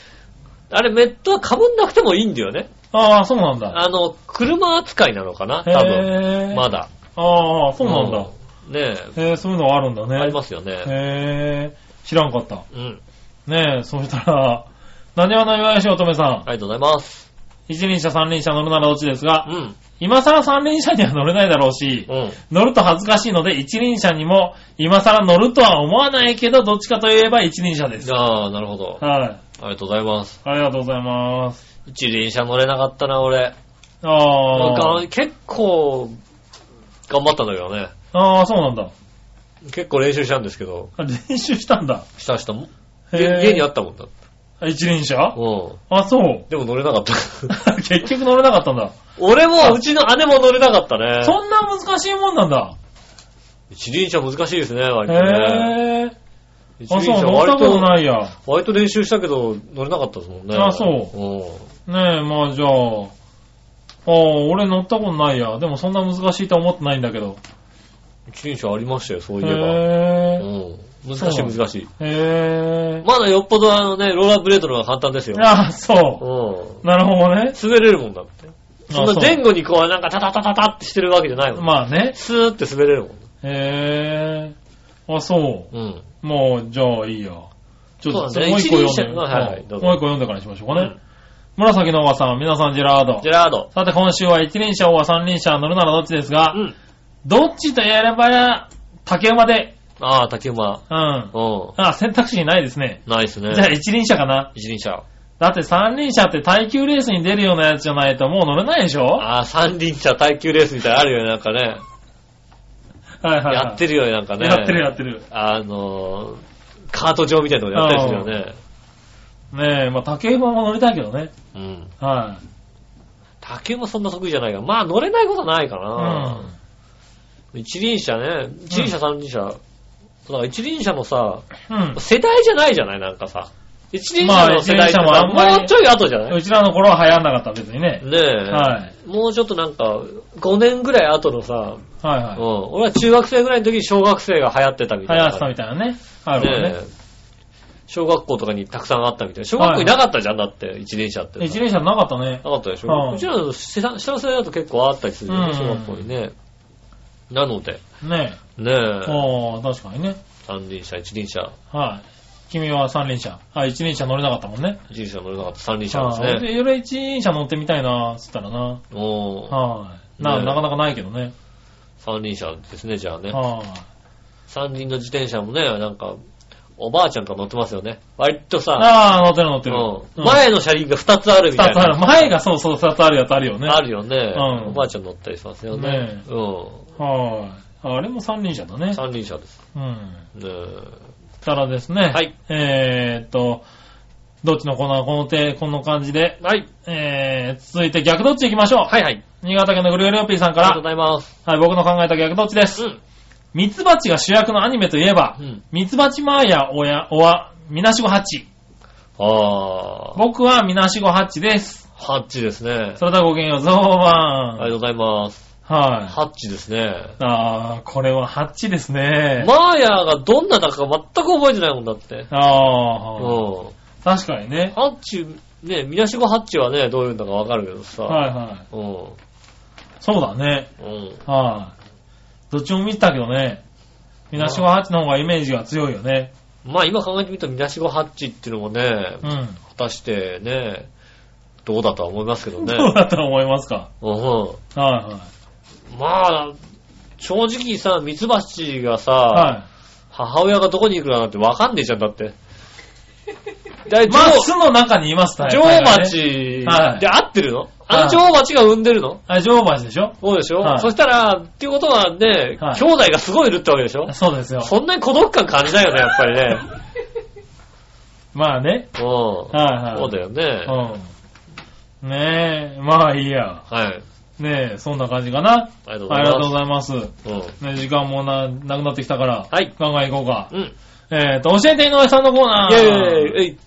Speaker 2: あれ、メットは被んなくてもいいんだよね。
Speaker 3: ああ、そうなんだ。
Speaker 2: あの、車扱いなのかな多分。
Speaker 3: へえ。
Speaker 2: ま。だ。
Speaker 3: ああ、そうなんだ。
Speaker 2: うん。ねえ、
Speaker 3: へえ、そういうのがあるんだね。
Speaker 2: ありますよね。
Speaker 3: へえ、知らんかった。
Speaker 2: うん。
Speaker 3: ねえ、そしたら、何わの岩橋乙女さん。
Speaker 2: ありがとうございます。
Speaker 3: 一輪車三輪車乗るならどっちですが
Speaker 2: う、ん。
Speaker 3: 今更三輪車には乗れないだろうし、
Speaker 2: うん。
Speaker 3: 乗ると恥ずかしいので一輪車にも今更乗るとは思わないけど、どっちかといえば一輪車です。
Speaker 2: ああ、なるほど。
Speaker 3: はい。
Speaker 2: ありがとうございます。
Speaker 3: ありがとうございます。
Speaker 2: 一輪車乗れなかったな、俺。なん
Speaker 3: あ
Speaker 2: か
Speaker 3: ー。
Speaker 2: 結構、頑張ったんだけどね。
Speaker 3: あー、そうなんだ。
Speaker 2: 結構練習したんですけど、
Speaker 3: あ練習したんだ。
Speaker 2: したしたもん。家
Speaker 3: へー
Speaker 2: 家にあったもんだ。
Speaker 3: あ一輪車
Speaker 2: うん。
Speaker 3: あ、
Speaker 2: <laughs>
Speaker 3: そう。
Speaker 2: でも乗れなか
Speaker 3: <laughs>
Speaker 2: った。
Speaker 3: 結局乗れなかったんだ。
Speaker 2: 俺も、うちの姉も乗れなかったね。
Speaker 3: そんな難しいもんなんだ。
Speaker 2: 一輪車難しいですね、割とね。
Speaker 3: へぇ
Speaker 2: 一
Speaker 3: あ、
Speaker 2: 輪
Speaker 3: そう、
Speaker 2: 車
Speaker 3: 乗っ
Speaker 2: 割
Speaker 3: たこと
Speaker 2: と、
Speaker 3: ないや。
Speaker 2: 割と練習したけど、乗れなかったですもんね。
Speaker 3: あそう
Speaker 2: う
Speaker 3: ねえ、まあじゃあ、ああ、俺乗ったことないや。でもそんな難しいとは思ってないんだけど。
Speaker 2: ん。一輪車ありましたよ、そういえば。
Speaker 3: へ
Speaker 2: うん。難しい、難しい。
Speaker 3: ぇー。へぇー。
Speaker 2: まだよっぽどあのね、ローラーブレードの方が簡単ですよ。
Speaker 3: ああ、そう。
Speaker 2: うん。
Speaker 3: なるほどね。
Speaker 2: 滑れるもんだって。そん
Speaker 3: あ
Speaker 2: な
Speaker 3: そう
Speaker 2: 前後にこう、なんかタタタタタってしてるわけじゃないもん。
Speaker 3: まあね。
Speaker 2: スーって滑れるもん。
Speaker 3: へぇー。あ、そ
Speaker 2: うん。
Speaker 3: う。もう、じゃあいいや。ちょっ
Speaker 2: そうだ
Speaker 3: と、
Speaker 2: ね
Speaker 3: もう一個読んで。
Speaker 2: 一輪車はいはいどうぞ
Speaker 3: もう一個読んでからにしましょうかね。
Speaker 2: うん
Speaker 3: 紫のおばさん、皆さんジェラード
Speaker 2: ジェ。ラード。
Speaker 3: さて今週は一輪車、おば三輪車、乗るならどっちですが、
Speaker 2: うん。
Speaker 3: どっちとやればや、竹馬で。
Speaker 2: ああ、竹馬。
Speaker 3: うん。あ
Speaker 2: う
Speaker 3: 選択肢にないですね。
Speaker 2: ん。ないっす
Speaker 3: じゃあ
Speaker 2: ね。
Speaker 3: 一輪車かな。
Speaker 2: 一輪車。
Speaker 3: だって三輪車って耐久レースに出るようなやつじゃないともう乗れないでしょは
Speaker 2: ああ、三輪車耐久レースみたいなのあるよね、なんかね。
Speaker 3: いはいはい。
Speaker 2: やってるよね、なんかね。
Speaker 3: やってるやってる。
Speaker 2: あのー、カート場みたいなのやったりするよね。
Speaker 3: ねえ、まあ竹馬も乗りたいけどね。
Speaker 2: うん。
Speaker 3: は
Speaker 2: 竹もそんな得意じゃないから。まあ乗れないことはないか
Speaker 3: い。う
Speaker 2: な。
Speaker 3: ん。
Speaker 2: 一輪車ね。一輪車、三輪車。だから一輪車もさ、
Speaker 3: うん。
Speaker 2: 世代じゃないじゃないなんかさ。一輪車の世代ってさ、
Speaker 3: まあ一輪車もあんまり
Speaker 2: もうちょい後じゃないう
Speaker 3: ちらの頃は流行んなかった別にね。
Speaker 2: ねえ。
Speaker 3: はい。
Speaker 2: もうちょっとなんか、5年ぐらい後のさ、
Speaker 3: はいうは
Speaker 2: ん、
Speaker 3: い。
Speaker 2: 俺は中学生ぐらいの時に小学生が流行ってたみたい
Speaker 3: 流
Speaker 2: な。
Speaker 3: 行ってたみたいなね。あるわ
Speaker 2: ね
Speaker 3: ね。
Speaker 2: え小学校とかにたくさんあったみたいな。小学校いなかったじゃん、だって、一輪車ってさ。
Speaker 3: 一輪車なかったね。
Speaker 2: なかったでし
Speaker 3: は
Speaker 2: ょ
Speaker 3: いう
Speaker 2: ちらの下の世代だと結構あったりするよね、
Speaker 3: うん
Speaker 2: 小学校にね。なので、
Speaker 3: ね
Speaker 2: ね
Speaker 3: え。
Speaker 2: え、
Speaker 3: ああ、確かにね。
Speaker 2: 三輪車、一輪車、
Speaker 3: はい。君は三輪車。あ、一輪車乗れなかったもんね。
Speaker 2: 一輪車乗れなかった三輪車
Speaker 3: あ
Speaker 2: な
Speaker 3: あ
Speaker 2: んですね。
Speaker 3: 俺俺一輪車乗ってみたいな、つったらな。
Speaker 2: おー
Speaker 3: はい。な、
Speaker 2: ねえ
Speaker 3: なかなかないけどね。
Speaker 2: 三輪車ですね、じゃあね。
Speaker 3: はい。
Speaker 2: 三輪の自転車もね、なんか、おばあちゃんが乗ってますよね。割とさ、
Speaker 3: ああ、乗ってる乗ってる。
Speaker 2: う
Speaker 3: うんん
Speaker 2: 前の車輪が2つあるみた
Speaker 3: 二
Speaker 2: い
Speaker 3: つあ
Speaker 2: な。
Speaker 3: る。前がそうそう、二つあるやつあるよね。
Speaker 2: あるよね、
Speaker 3: うん
Speaker 2: おばあちゃん乗ったりしますよね。
Speaker 3: ねえ
Speaker 2: う
Speaker 3: はい。あれも三輪車だね
Speaker 2: ん。。三輪車です。
Speaker 3: うん。
Speaker 2: ね
Speaker 3: たらですね。
Speaker 2: はい。
Speaker 3: えーっと、どっちのコーナーこの手、こんな感じで。
Speaker 2: はい。
Speaker 3: えー、続いて逆どっち行きましょう。
Speaker 2: はいはい。
Speaker 3: 新潟県のぐるぐるよっぴーさん
Speaker 2: あ
Speaker 3: か
Speaker 2: りがとう
Speaker 3: ら。
Speaker 2: ございます。
Speaker 3: はい、僕の考えた逆どっちです。
Speaker 2: うん。
Speaker 3: ミツバチが主役のアニメといえば
Speaker 2: う、ん。
Speaker 3: ミツバチマーヤ、おや、おわ、みなしごハッチ。
Speaker 2: あー。
Speaker 3: 僕はみなしごハッチです。
Speaker 2: ハッチですね。
Speaker 3: それではごきげんよう、ゾー
Speaker 2: あ
Speaker 3: バ
Speaker 2: り
Speaker 3: ン。
Speaker 2: がとうございます。
Speaker 3: はい。
Speaker 2: ハッチですね。
Speaker 3: あー、これはハッチですね。
Speaker 2: マーヤがどんなだか全く覚えてないもんだって。う
Speaker 3: ああ、
Speaker 2: ん。
Speaker 3: 確かにね。
Speaker 2: ハッチ、ね、みなしごハッチはね、どういうんだかわかるけどさ。
Speaker 3: はいはい。
Speaker 2: うん。
Speaker 3: そうだね。
Speaker 2: うん。
Speaker 3: はい。どっちも見てたけどね。みなしごハッチの方がイメージが強いよね。
Speaker 2: まあ今考えてみるとみなしごハッチっていうのもね、
Speaker 3: うん。
Speaker 2: 果たしてね、どうだとは思いますけどね。
Speaker 3: どうだったら思いますか
Speaker 2: うん
Speaker 3: はいはい。
Speaker 2: まあ、正直さ、ミツバチがさ、
Speaker 3: は
Speaker 2: 母親がどこに行くかなんてわかんねえじゃんだ
Speaker 3: <laughs>
Speaker 2: って。だい
Speaker 3: い。まあ、巣の中にいます、
Speaker 2: 女王蜂
Speaker 3: はい
Speaker 2: で合ってるのあの
Speaker 3: はい
Speaker 2: 女王蜂が産んでるの
Speaker 3: あ、女王蜂でしょ
Speaker 2: そうでしょ、
Speaker 3: はい
Speaker 2: そしたら、っていうことはね、
Speaker 3: はい
Speaker 2: 兄弟がすごいいるってわけでしょ
Speaker 3: そうですよ。
Speaker 2: そんなに孤独感感じないよね、やっ
Speaker 3: <laughs>
Speaker 2: ぱりね。
Speaker 3: まあね。
Speaker 2: うん。
Speaker 3: はいはい。
Speaker 2: そうだよね。
Speaker 3: よ。うん。ねえ、まあいいや。
Speaker 2: はい。
Speaker 3: ねえ、そんな感じかな。
Speaker 2: ありがとうご
Speaker 3: あ
Speaker 2: ざい
Speaker 3: り
Speaker 2: ます。
Speaker 3: がとうございます。
Speaker 2: うん。
Speaker 3: ね、時間もな、なくなってきたから。
Speaker 2: はい
Speaker 3: 考えいこうか。
Speaker 2: うん。
Speaker 3: えーと、教えて井上さんのコーナ
Speaker 2: イ
Speaker 3: ー。
Speaker 2: ェーイえい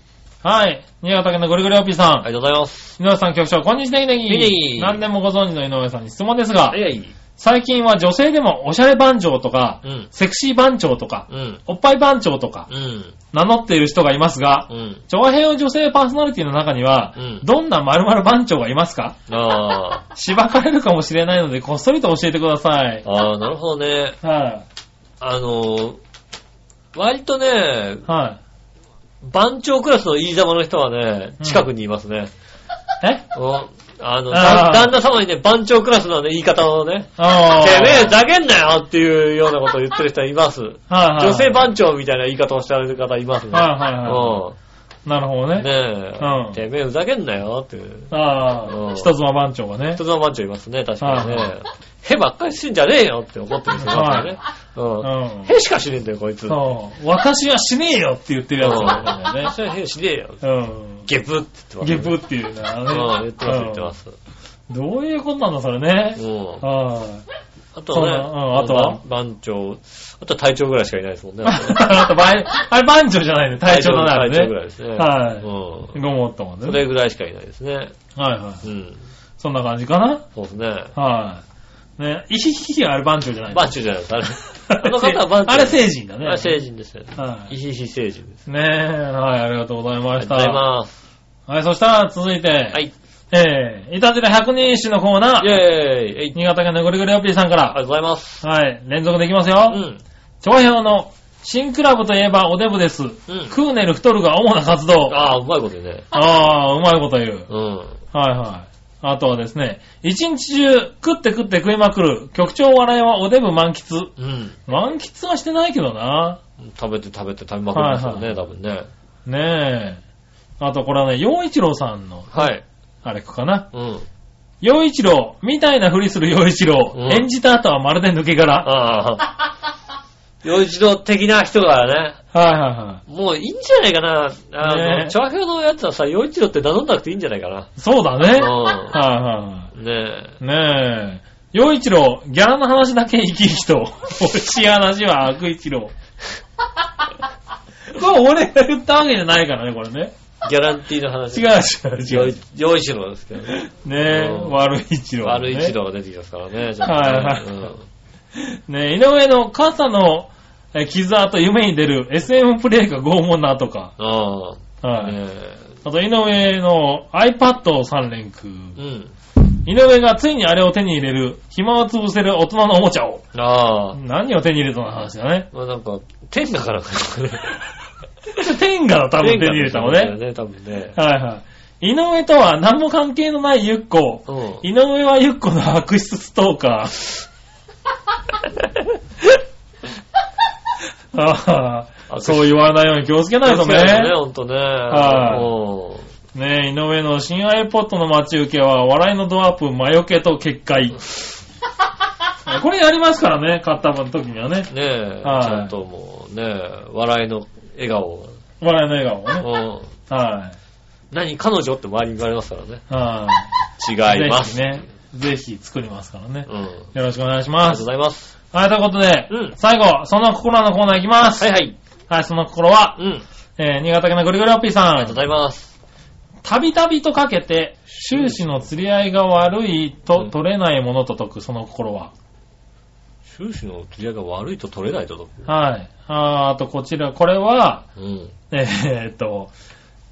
Speaker 3: はい。新潟県のぐるぐるおっぴーさ
Speaker 2: あり
Speaker 3: ん。
Speaker 2: がとうございます。
Speaker 3: 井上さん局長、こんにちは、ネギネギ。
Speaker 2: ネギネギ
Speaker 3: 何でもご存知の井上さんに質問ですが
Speaker 2: は、い。
Speaker 3: 最近は女性でもおしゃれ番長とか、
Speaker 2: うん。
Speaker 3: セクシー番長とか、
Speaker 2: うん。
Speaker 3: おっぱい番長とか、
Speaker 2: うん。
Speaker 3: 名乗っている人がいますが
Speaker 2: う、ん。
Speaker 3: 長編女性パーソナリティの中には
Speaker 2: うん、
Speaker 3: どんな〇〇番長がいますか
Speaker 2: ああ。
Speaker 3: しばかれるかもしれないので、こっそりと教えてください。
Speaker 2: <laughs> ああ、なるほどね。
Speaker 3: はい、
Speaker 2: あのー、割とね、
Speaker 3: はい、
Speaker 2: 番長クラスの飯様の人はね、近くにいますね。
Speaker 3: え
Speaker 2: おあの、
Speaker 3: あー
Speaker 2: だ旦那様にね、番長クラスのね、言い方をね、
Speaker 3: あ
Speaker 2: てめえ、
Speaker 3: だ
Speaker 2: ざけんなよっていうようなことを言ってる人います。女
Speaker 3: 女
Speaker 2: 性番長みたいな言い方をしてある方いますね。
Speaker 3: はいはい
Speaker 2: う
Speaker 3: は
Speaker 2: ん
Speaker 3: なるほど
Speaker 2: ね
Speaker 3: ね。
Speaker 2: え、
Speaker 3: うん
Speaker 2: てめえふざけんなよっていう。
Speaker 3: あ
Speaker 2: うん
Speaker 3: あ、人妻番長がね
Speaker 2: 人。妻番長いますね、確かに
Speaker 3: は
Speaker 2: ね。へばっかりしてんじゃねえよって怒ってますね確かにね。
Speaker 3: う
Speaker 2: うん
Speaker 3: ん。
Speaker 2: へしかしねえんだよ、こいつ。
Speaker 3: そう。私は死ねえよって言ってるやつなんだよね。
Speaker 2: それへしねえよ。
Speaker 3: うん。
Speaker 2: ゲブって言って
Speaker 3: ゲ
Speaker 2: ますね。
Speaker 3: ブっていうの
Speaker 2: うん
Speaker 3: は
Speaker 2: 言
Speaker 3: ね。
Speaker 2: ってます、言ってます。
Speaker 3: うんどういうことなんだ、それね。
Speaker 2: うん
Speaker 3: はい。
Speaker 2: あとはね、
Speaker 3: そうだうんあとは
Speaker 2: 番長、あとは隊長ぐらいしかいないですもんね。
Speaker 3: あと、ばいあれ、番長じゃないね。 <laughs> 隊長だね、あれ
Speaker 2: 隊長ぐらい
Speaker 3: ね。
Speaker 2: ですね。
Speaker 3: はい
Speaker 2: うん。
Speaker 3: ごもっとも
Speaker 2: そ
Speaker 3: ね。
Speaker 2: れぐらいしかいないですね。
Speaker 3: はいはい。
Speaker 2: うん。
Speaker 3: そんな感じかな。
Speaker 2: そうですね。
Speaker 3: はい。ね、イヒヒヒはあれ番長じゃない。
Speaker 2: 番長じゃないです。あれ、あの方は番長。
Speaker 3: <laughs> あれ成人だ
Speaker 2: あ
Speaker 3: ね。
Speaker 2: れ成人ですよね。
Speaker 3: はい
Speaker 2: イヒヒ成人です。
Speaker 3: ねえ、はい、ありがとうござい
Speaker 2: あ
Speaker 3: ま
Speaker 2: り
Speaker 3: し
Speaker 2: がと
Speaker 3: た。
Speaker 2: うございます。
Speaker 3: はい、そしたら続いて、
Speaker 2: は。い。
Speaker 3: えー、いたずら100人一首のコー
Speaker 2: イェー
Speaker 3: ナー、
Speaker 2: イえい
Speaker 3: 新潟県のぐるぐるよぴーさんか
Speaker 2: ありがと
Speaker 3: ら、
Speaker 2: うございます。
Speaker 3: はい、連続できます
Speaker 2: う
Speaker 3: よ。
Speaker 2: ん。
Speaker 3: 長編の、新クラブといえばおデブです。クーネル太るが主な活動。
Speaker 2: ああ、うまいこと言うね。
Speaker 3: ああ、うまいこと言う。
Speaker 2: うん。
Speaker 3: はいはい。あとはですね、一日中食って食って食いまくる、局長笑いはおデブ満喫。
Speaker 2: うん。
Speaker 3: 満喫はしてないけどな。
Speaker 2: 食べて食べて食べまくりますよ
Speaker 3: は
Speaker 2: ね、多分ね。
Speaker 3: ねえ。あとこれはね、洋一郎さんの、
Speaker 2: はい。
Speaker 3: あれかな。
Speaker 2: うん。
Speaker 3: 洋一郎、みたいなふりする洋一郎、
Speaker 2: うん
Speaker 3: 演じた後はまるで抜け殻。
Speaker 2: ああ。洋一郎的な人がね、
Speaker 3: はいはいは
Speaker 2: もういいんじゃないかな。あ
Speaker 3: ね
Speaker 2: の、
Speaker 3: え
Speaker 2: 長編のやつはさ、洋一郎って名乗んなくていいんじゃないかな。
Speaker 3: い。そうだね。
Speaker 2: うん
Speaker 3: はいは
Speaker 2: ねえ。
Speaker 3: いはい。ねえ。洋一郎、ギャラの話だけ生き生きと、惜しい話は悪
Speaker 2: <laughs>
Speaker 3: 一郎。これ俺が言ったわけじゃないからね、これね。
Speaker 2: ギャランティーの話。
Speaker 3: 違う違う違う。
Speaker 2: 洋一郎ですけどね。
Speaker 3: ねえ、
Speaker 2: うん
Speaker 3: 悪い一郎、ね。
Speaker 2: 悪い一。郎が出てきますからね。ちょっとね
Speaker 3: はいはい
Speaker 2: うん
Speaker 3: ねえ、井上の肩のえ傷跡、夢に出る SM プレイが拷問なとか。
Speaker 2: ああ。
Speaker 3: はい。
Speaker 2: ね
Speaker 3: あと、井上の iPad を3連休。
Speaker 2: え。うん。
Speaker 3: 井上がついにあれを手に入れる、暇を潰せる大人のおもちゃを。
Speaker 2: ああ。
Speaker 3: 何を手に入れたの話だね。
Speaker 2: まあなんか、天下からかね。
Speaker 3: 天下の多分手に入れたのね。
Speaker 2: ね。多分ね。
Speaker 3: はいはい。井上とは何も関係のないゆっこ。
Speaker 2: うん。
Speaker 3: 井上はゆっこの悪質ストーカー。
Speaker 2: <laughs>
Speaker 3: ああ、そう言わないように気をつけないとね。
Speaker 2: ほんとね。
Speaker 3: はい
Speaker 2: うん
Speaker 3: ねえ、井上の新 iPod の待ち受けは、笑いのドアップ、魔除けと結界。これやりますからね、買った分の時にはね。
Speaker 2: ねえ、ち
Speaker 3: はい
Speaker 2: ゃんともうね、笑いの笑顔
Speaker 3: 笑いの笑顔をね。
Speaker 2: を。うん
Speaker 3: は
Speaker 2: 何彼女って周りに言われますからね。
Speaker 3: い。は
Speaker 2: 違いま
Speaker 3: ぜ
Speaker 2: す。
Speaker 3: ひね、ぜひ作りますからね
Speaker 2: う。ん。あり
Speaker 3: よろしくお願いし
Speaker 2: が
Speaker 3: ま
Speaker 2: とうご
Speaker 3: す。
Speaker 2: ざいます。
Speaker 3: はい、ということで、
Speaker 2: うん
Speaker 3: 最後、その心のコーナーいきます。
Speaker 2: はいはい。
Speaker 3: はい、その心は
Speaker 2: う、ん。あり
Speaker 3: えー、新潟県のぐるぐるおっぴーさ
Speaker 2: がとうご
Speaker 3: ん。
Speaker 2: ざいます。
Speaker 3: たびたびとかけて、終始の釣り合いが悪いと取れないものと解く、その心は。
Speaker 2: 終始の釣り合いが悪いと取れないと。
Speaker 3: はい。あーあと、こちら、これは、
Speaker 2: うん。
Speaker 3: えーっと、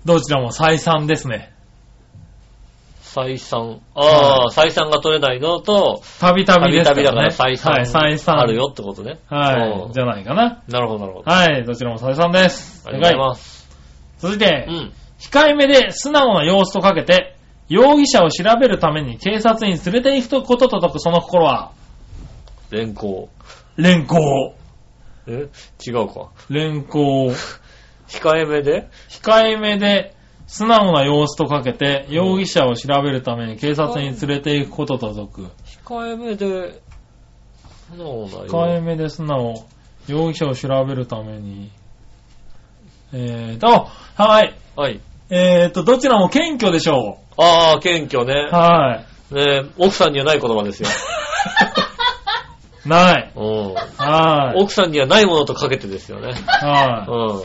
Speaker 3: どちらも再三ですね。
Speaker 2: 採算。ああ、採算が取れないのと、
Speaker 3: たびた
Speaker 2: たび
Speaker 3: びです
Speaker 2: た
Speaker 3: ね。
Speaker 2: びだから採算。
Speaker 3: はい、再三。
Speaker 2: ある。よってことね。
Speaker 3: は
Speaker 2: う
Speaker 3: い、
Speaker 2: ん
Speaker 3: じゃないかな。
Speaker 2: なるほど、なるほど。あ
Speaker 3: はい、どちらも再三です。
Speaker 2: りがとうございます。
Speaker 3: 続いて
Speaker 2: う、ん。
Speaker 3: 控えめで素直な様子とかけて、容疑者を調べるために警察に連れて行くことと解くその心は、
Speaker 2: 連行。
Speaker 3: 連行。
Speaker 2: え違うか。
Speaker 3: 連行。
Speaker 2: 控えめで
Speaker 3: 控えめで素直な様子とかけて、容疑者を調べるために警察に連れて行くことと解く。
Speaker 2: 控えめで、そうだよ。
Speaker 3: 控えめで素直。容疑者を調べるために。えーと、はい。
Speaker 2: はい。
Speaker 3: えーと、どちらも謙虚でしょ
Speaker 2: ああ、謙虚ね
Speaker 3: う。。は
Speaker 2: ねえ奥さんにはない言葉ですよ。
Speaker 3: い。ない。
Speaker 2: うん。
Speaker 3: はい。
Speaker 2: 奥さんにはないものとかけてですよね。うん。
Speaker 3: は
Speaker 2: あ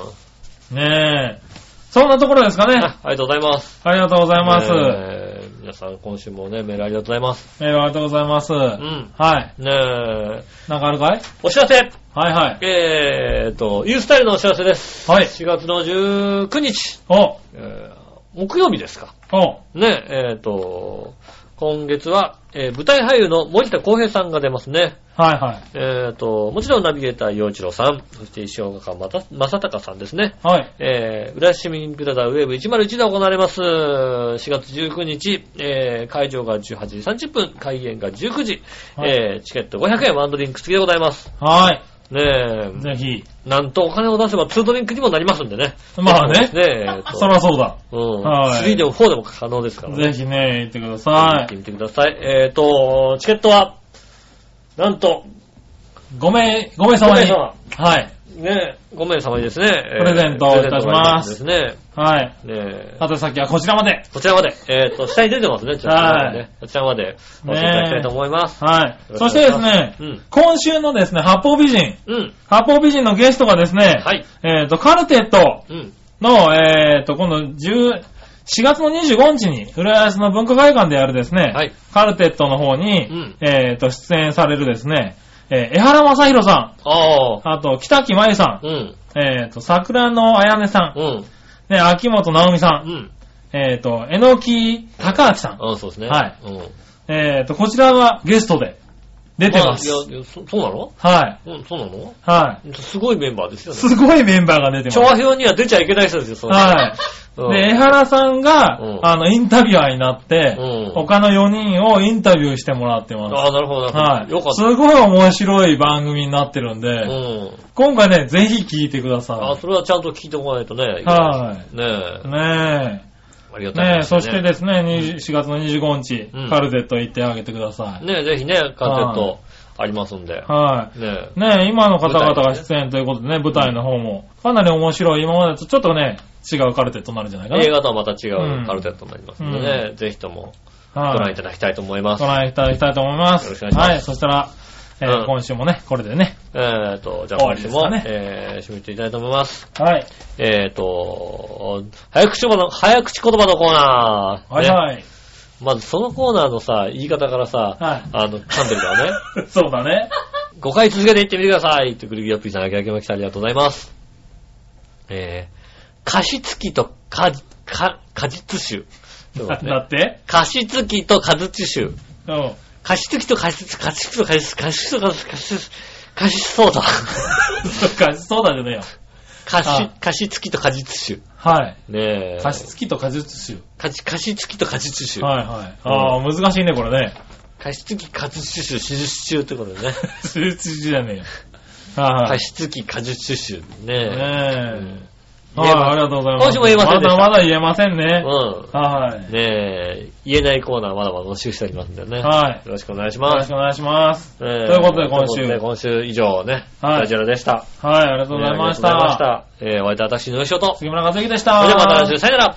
Speaker 3: い。ねえ。そんなところですかね。
Speaker 2: りがとうございます。
Speaker 3: ありがとうございます。
Speaker 2: ねえ皆さん、今週もね、メールありがとうございます。
Speaker 3: メールありがとうございます。
Speaker 2: うん。
Speaker 3: はい。
Speaker 2: ねえ、
Speaker 3: なんかあるかい
Speaker 2: お知らせ
Speaker 3: はいはい。
Speaker 2: えーと、ユースタイルのお知らせです。
Speaker 3: はい。
Speaker 2: 4月の19日、
Speaker 3: お、
Speaker 2: えー木曜日ですか。
Speaker 3: お、
Speaker 2: ねえ、えーと、今月は、えー舞台俳優の森田光平さんが出ますね。
Speaker 3: はいはい。
Speaker 2: えっ、と、もちろんナビゲーター陽一郎さん、そして石岡また正隆さんですね。
Speaker 3: はい。
Speaker 2: えー、浦島ミンプラザウェーブ101で行われます。4月19日、えー、会場が18時30分、開演が19時、
Speaker 3: はい
Speaker 2: えー、チケット500円ワンドリンク付きでございます。
Speaker 3: は
Speaker 2: ね
Speaker 3: い。
Speaker 2: え、
Speaker 3: ぜひ。
Speaker 2: なんとお金を出せば2ドリンクにもなりますんでね。
Speaker 3: まあね。
Speaker 2: ねえ、えーと
Speaker 3: そらそうだ。
Speaker 2: うん。
Speaker 3: はい
Speaker 2: 3でも4でも可能ですからね。
Speaker 3: ぜひね、行ってくださ
Speaker 2: 見て
Speaker 3: い。
Speaker 2: みてください。えっ、と、チケットは、なんと、
Speaker 3: 5名、5名様
Speaker 2: 5
Speaker 3: に。
Speaker 2: 名様
Speaker 3: はい。
Speaker 2: ねえ、5名様にですね、えー
Speaker 3: プレゼントをいたします
Speaker 2: プレゼント
Speaker 3: はい。
Speaker 2: がありますですね。ねえ
Speaker 3: 宛先はこちらまで。
Speaker 2: こちらまで、えっ、と、下に出てますね、ちょっと
Speaker 3: はい
Speaker 2: ね。こちらまで、お待ちいただきたいと思います。
Speaker 3: はい。
Speaker 2: よ
Speaker 3: そ
Speaker 2: ろ
Speaker 3: し
Speaker 2: く
Speaker 3: てで
Speaker 2: お
Speaker 3: す
Speaker 2: 願い
Speaker 3: ね
Speaker 2: し、ます
Speaker 3: 今週のですね、八方美人。
Speaker 2: うん。うん。
Speaker 3: 八方美人のゲストがですね、
Speaker 2: はい。
Speaker 3: えっ、と、カルテット
Speaker 2: うん。
Speaker 3: の、えっ、と、今度10、4月の25日に、浦安の文化会館でやるですね、
Speaker 2: はい
Speaker 3: カルテットの方に、
Speaker 2: うん
Speaker 3: えっ、と、出演されるですね、えー、江原正宏さん、
Speaker 2: ああ。
Speaker 3: あと、北木真由さ
Speaker 2: うん。
Speaker 3: ん、えっ、と、桜野彩音さん、
Speaker 2: うん。
Speaker 3: ね、秋元直美さ、
Speaker 2: うんん。
Speaker 3: えっ、と、えのき高明さん、
Speaker 2: ああ、そうですね。
Speaker 3: はい。
Speaker 2: うん。
Speaker 3: えっ、と、こちらはゲストで出てます。
Speaker 2: あいや、いやそそうなの
Speaker 3: はい。
Speaker 2: うん、そうなの
Speaker 3: はい。
Speaker 2: すごいメンバーですよね。
Speaker 3: すごいメンバーが出てます。
Speaker 2: 調和表には出ちゃいけない人ですよ、その
Speaker 3: はい。
Speaker 2: うん
Speaker 3: で、江原さんが、
Speaker 2: うん
Speaker 3: あの、インタビュアーになって、
Speaker 2: うん
Speaker 3: 他の4人をインタビューしてもらってます。
Speaker 2: ああ、なるほど、な
Speaker 3: は
Speaker 2: るほ
Speaker 3: い。
Speaker 2: ど。よかっ
Speaker 3: す
Speaker 2: た。
Speaker 3: ごい面白い番組になってるんで、
Speaker 2: うん。
Speaker 3: 今回ね、ぜひ聞いてくだ
Speaker 2: あ
Speaker 3: さ
Speaker 2: それはちゃんと聞いておかないとね。いけな
Speaker 3: は
Speaker 2: いいですね
Speaker 3: い。
Speaker 2: ね
Speaker 3: ね
Speaker 2: え。ありが
Speaker 3: え。
Speaker 2: たい
Speaker 3: ねえ、
Speaker 2: 話
Speaker 3: そして
Speaker 2: ね。
Speaker 3: ですね、20 4月の25日、
Speaker 2: うん
Speaker 3: カルデット行ってあげてください。
Speaker 2: ねえ、ぜひね、カルテットありますんで。
Speaker 3: はい。
Speaker 2: ねえ。
Speaker 3: ねえ、今の方々が出演ということでね、舞台の方も、かなり面白い、今までとちょっとね、違うカルテットになるんじゃないか
Speaker 2: A
Speaker 3: な。
Speaker 2: 型はまた違
Speaker 3: うん
Speaker 2: うカルテットになりますのでね、ぜひともご
Speaker 3: は
Speaker 2: 覧
Speaker 3: い
Speaker 2: い。ただきたいと思います。
Speaker 3: ご覧いただきたいと思います。
Speaker 2: よろしくお願いします
Speaker 3: はい、そしたら、えー
Speaker 2: うん
Speaker 3: 今週もね、これでね。
Speaker 2: えっと、じゃあ今週も、
Speaker 3: 終わりですか
Speaker 2: えー、締めていきたいと思います。
Speaker 3: はい。
Speaker 2: えっと、早口言葉の、早口言葉のコーナー。
Speaker 3: はい
Speaker 2: ね
Speaker 3: はい。
Speaker 2: まずそのコーナーのさ、言い方からさ、
Speaker 3: はい
Speaker 2: あの、噛んでるからね。
Speaker 3: <laughs> そうだね。
Speaker 2: 5回続けていってみてください。ということで、グリギアッピーさん、あきあきまきさん、ありがとうございます。えー、加湿器とか、か、果実酒。ちょっと待って
Speaker 3: だって
Speaker 2: 加湿器と果実酒。
Speaker 3: うん。
Speaker 2: 加湿器と加湿、加湿器と加湿、加湿器と加湿、加湿、加湿ソー
Speaker 3: <laughs>
Speaker 2: ダ。
Speaker 3: かそうだけどよ。
Speaker 2: 加湿
Speaker 3: あ、
Speaker 2: 加湿器と果実酒。
Speaker 3: はい。
Speaker 2: ねえ。
Speaker 3: 加湿器と果実
Speaker 2: 加湿加湿器と果実
Speaker 3: 酒。
Speaker 2: 酒。
Speaker 3: はいはい。ああ、難しいね、これね。
Speaker 2: 加湿器、果実酒、手術中ってことでね。
Speaker 3: 数値じゃねえよ。はいは
Speaker 2: 加
Speaker 3: い。
Speaker 2: 湿器、果実酒。ねえ。う
Speaker 3: ね
Speaker 2: ん
Speaker 3: え。はい、ありがとうございます。
Speaker 2: 今週も言えませんでした
Speaker 3: まだまだ言えませんね。
Speaker 2: うん。
Speaker 3: はい。
Speaker 2: ねえ、言えないコーナーまだまだ募集しておりますんでね。
Speaker 3: はい。
Speaker 2: よろしくお願いし
Speaker 3: よろ
Speaker 2: ま
Speaker 3: し
Speaker 2: す。
Speaker 3: くお願いします。
Speaker 2: とい
Speaker 3: いうことで今週
Speaker 2: ということで今週以上ね、
Speaker 3: はい
Speaker 2: ラジオでした。
Speaker 3: はい、ありがとうございました。
Speaker 2: ねありがとうございました。えー、お相手は私、のりしおと。そ
Speaker 3: 杉村和之でし
Speaker 2: れ
Speaker 3: た。
Speaker 2: ではまた来週、さよなら。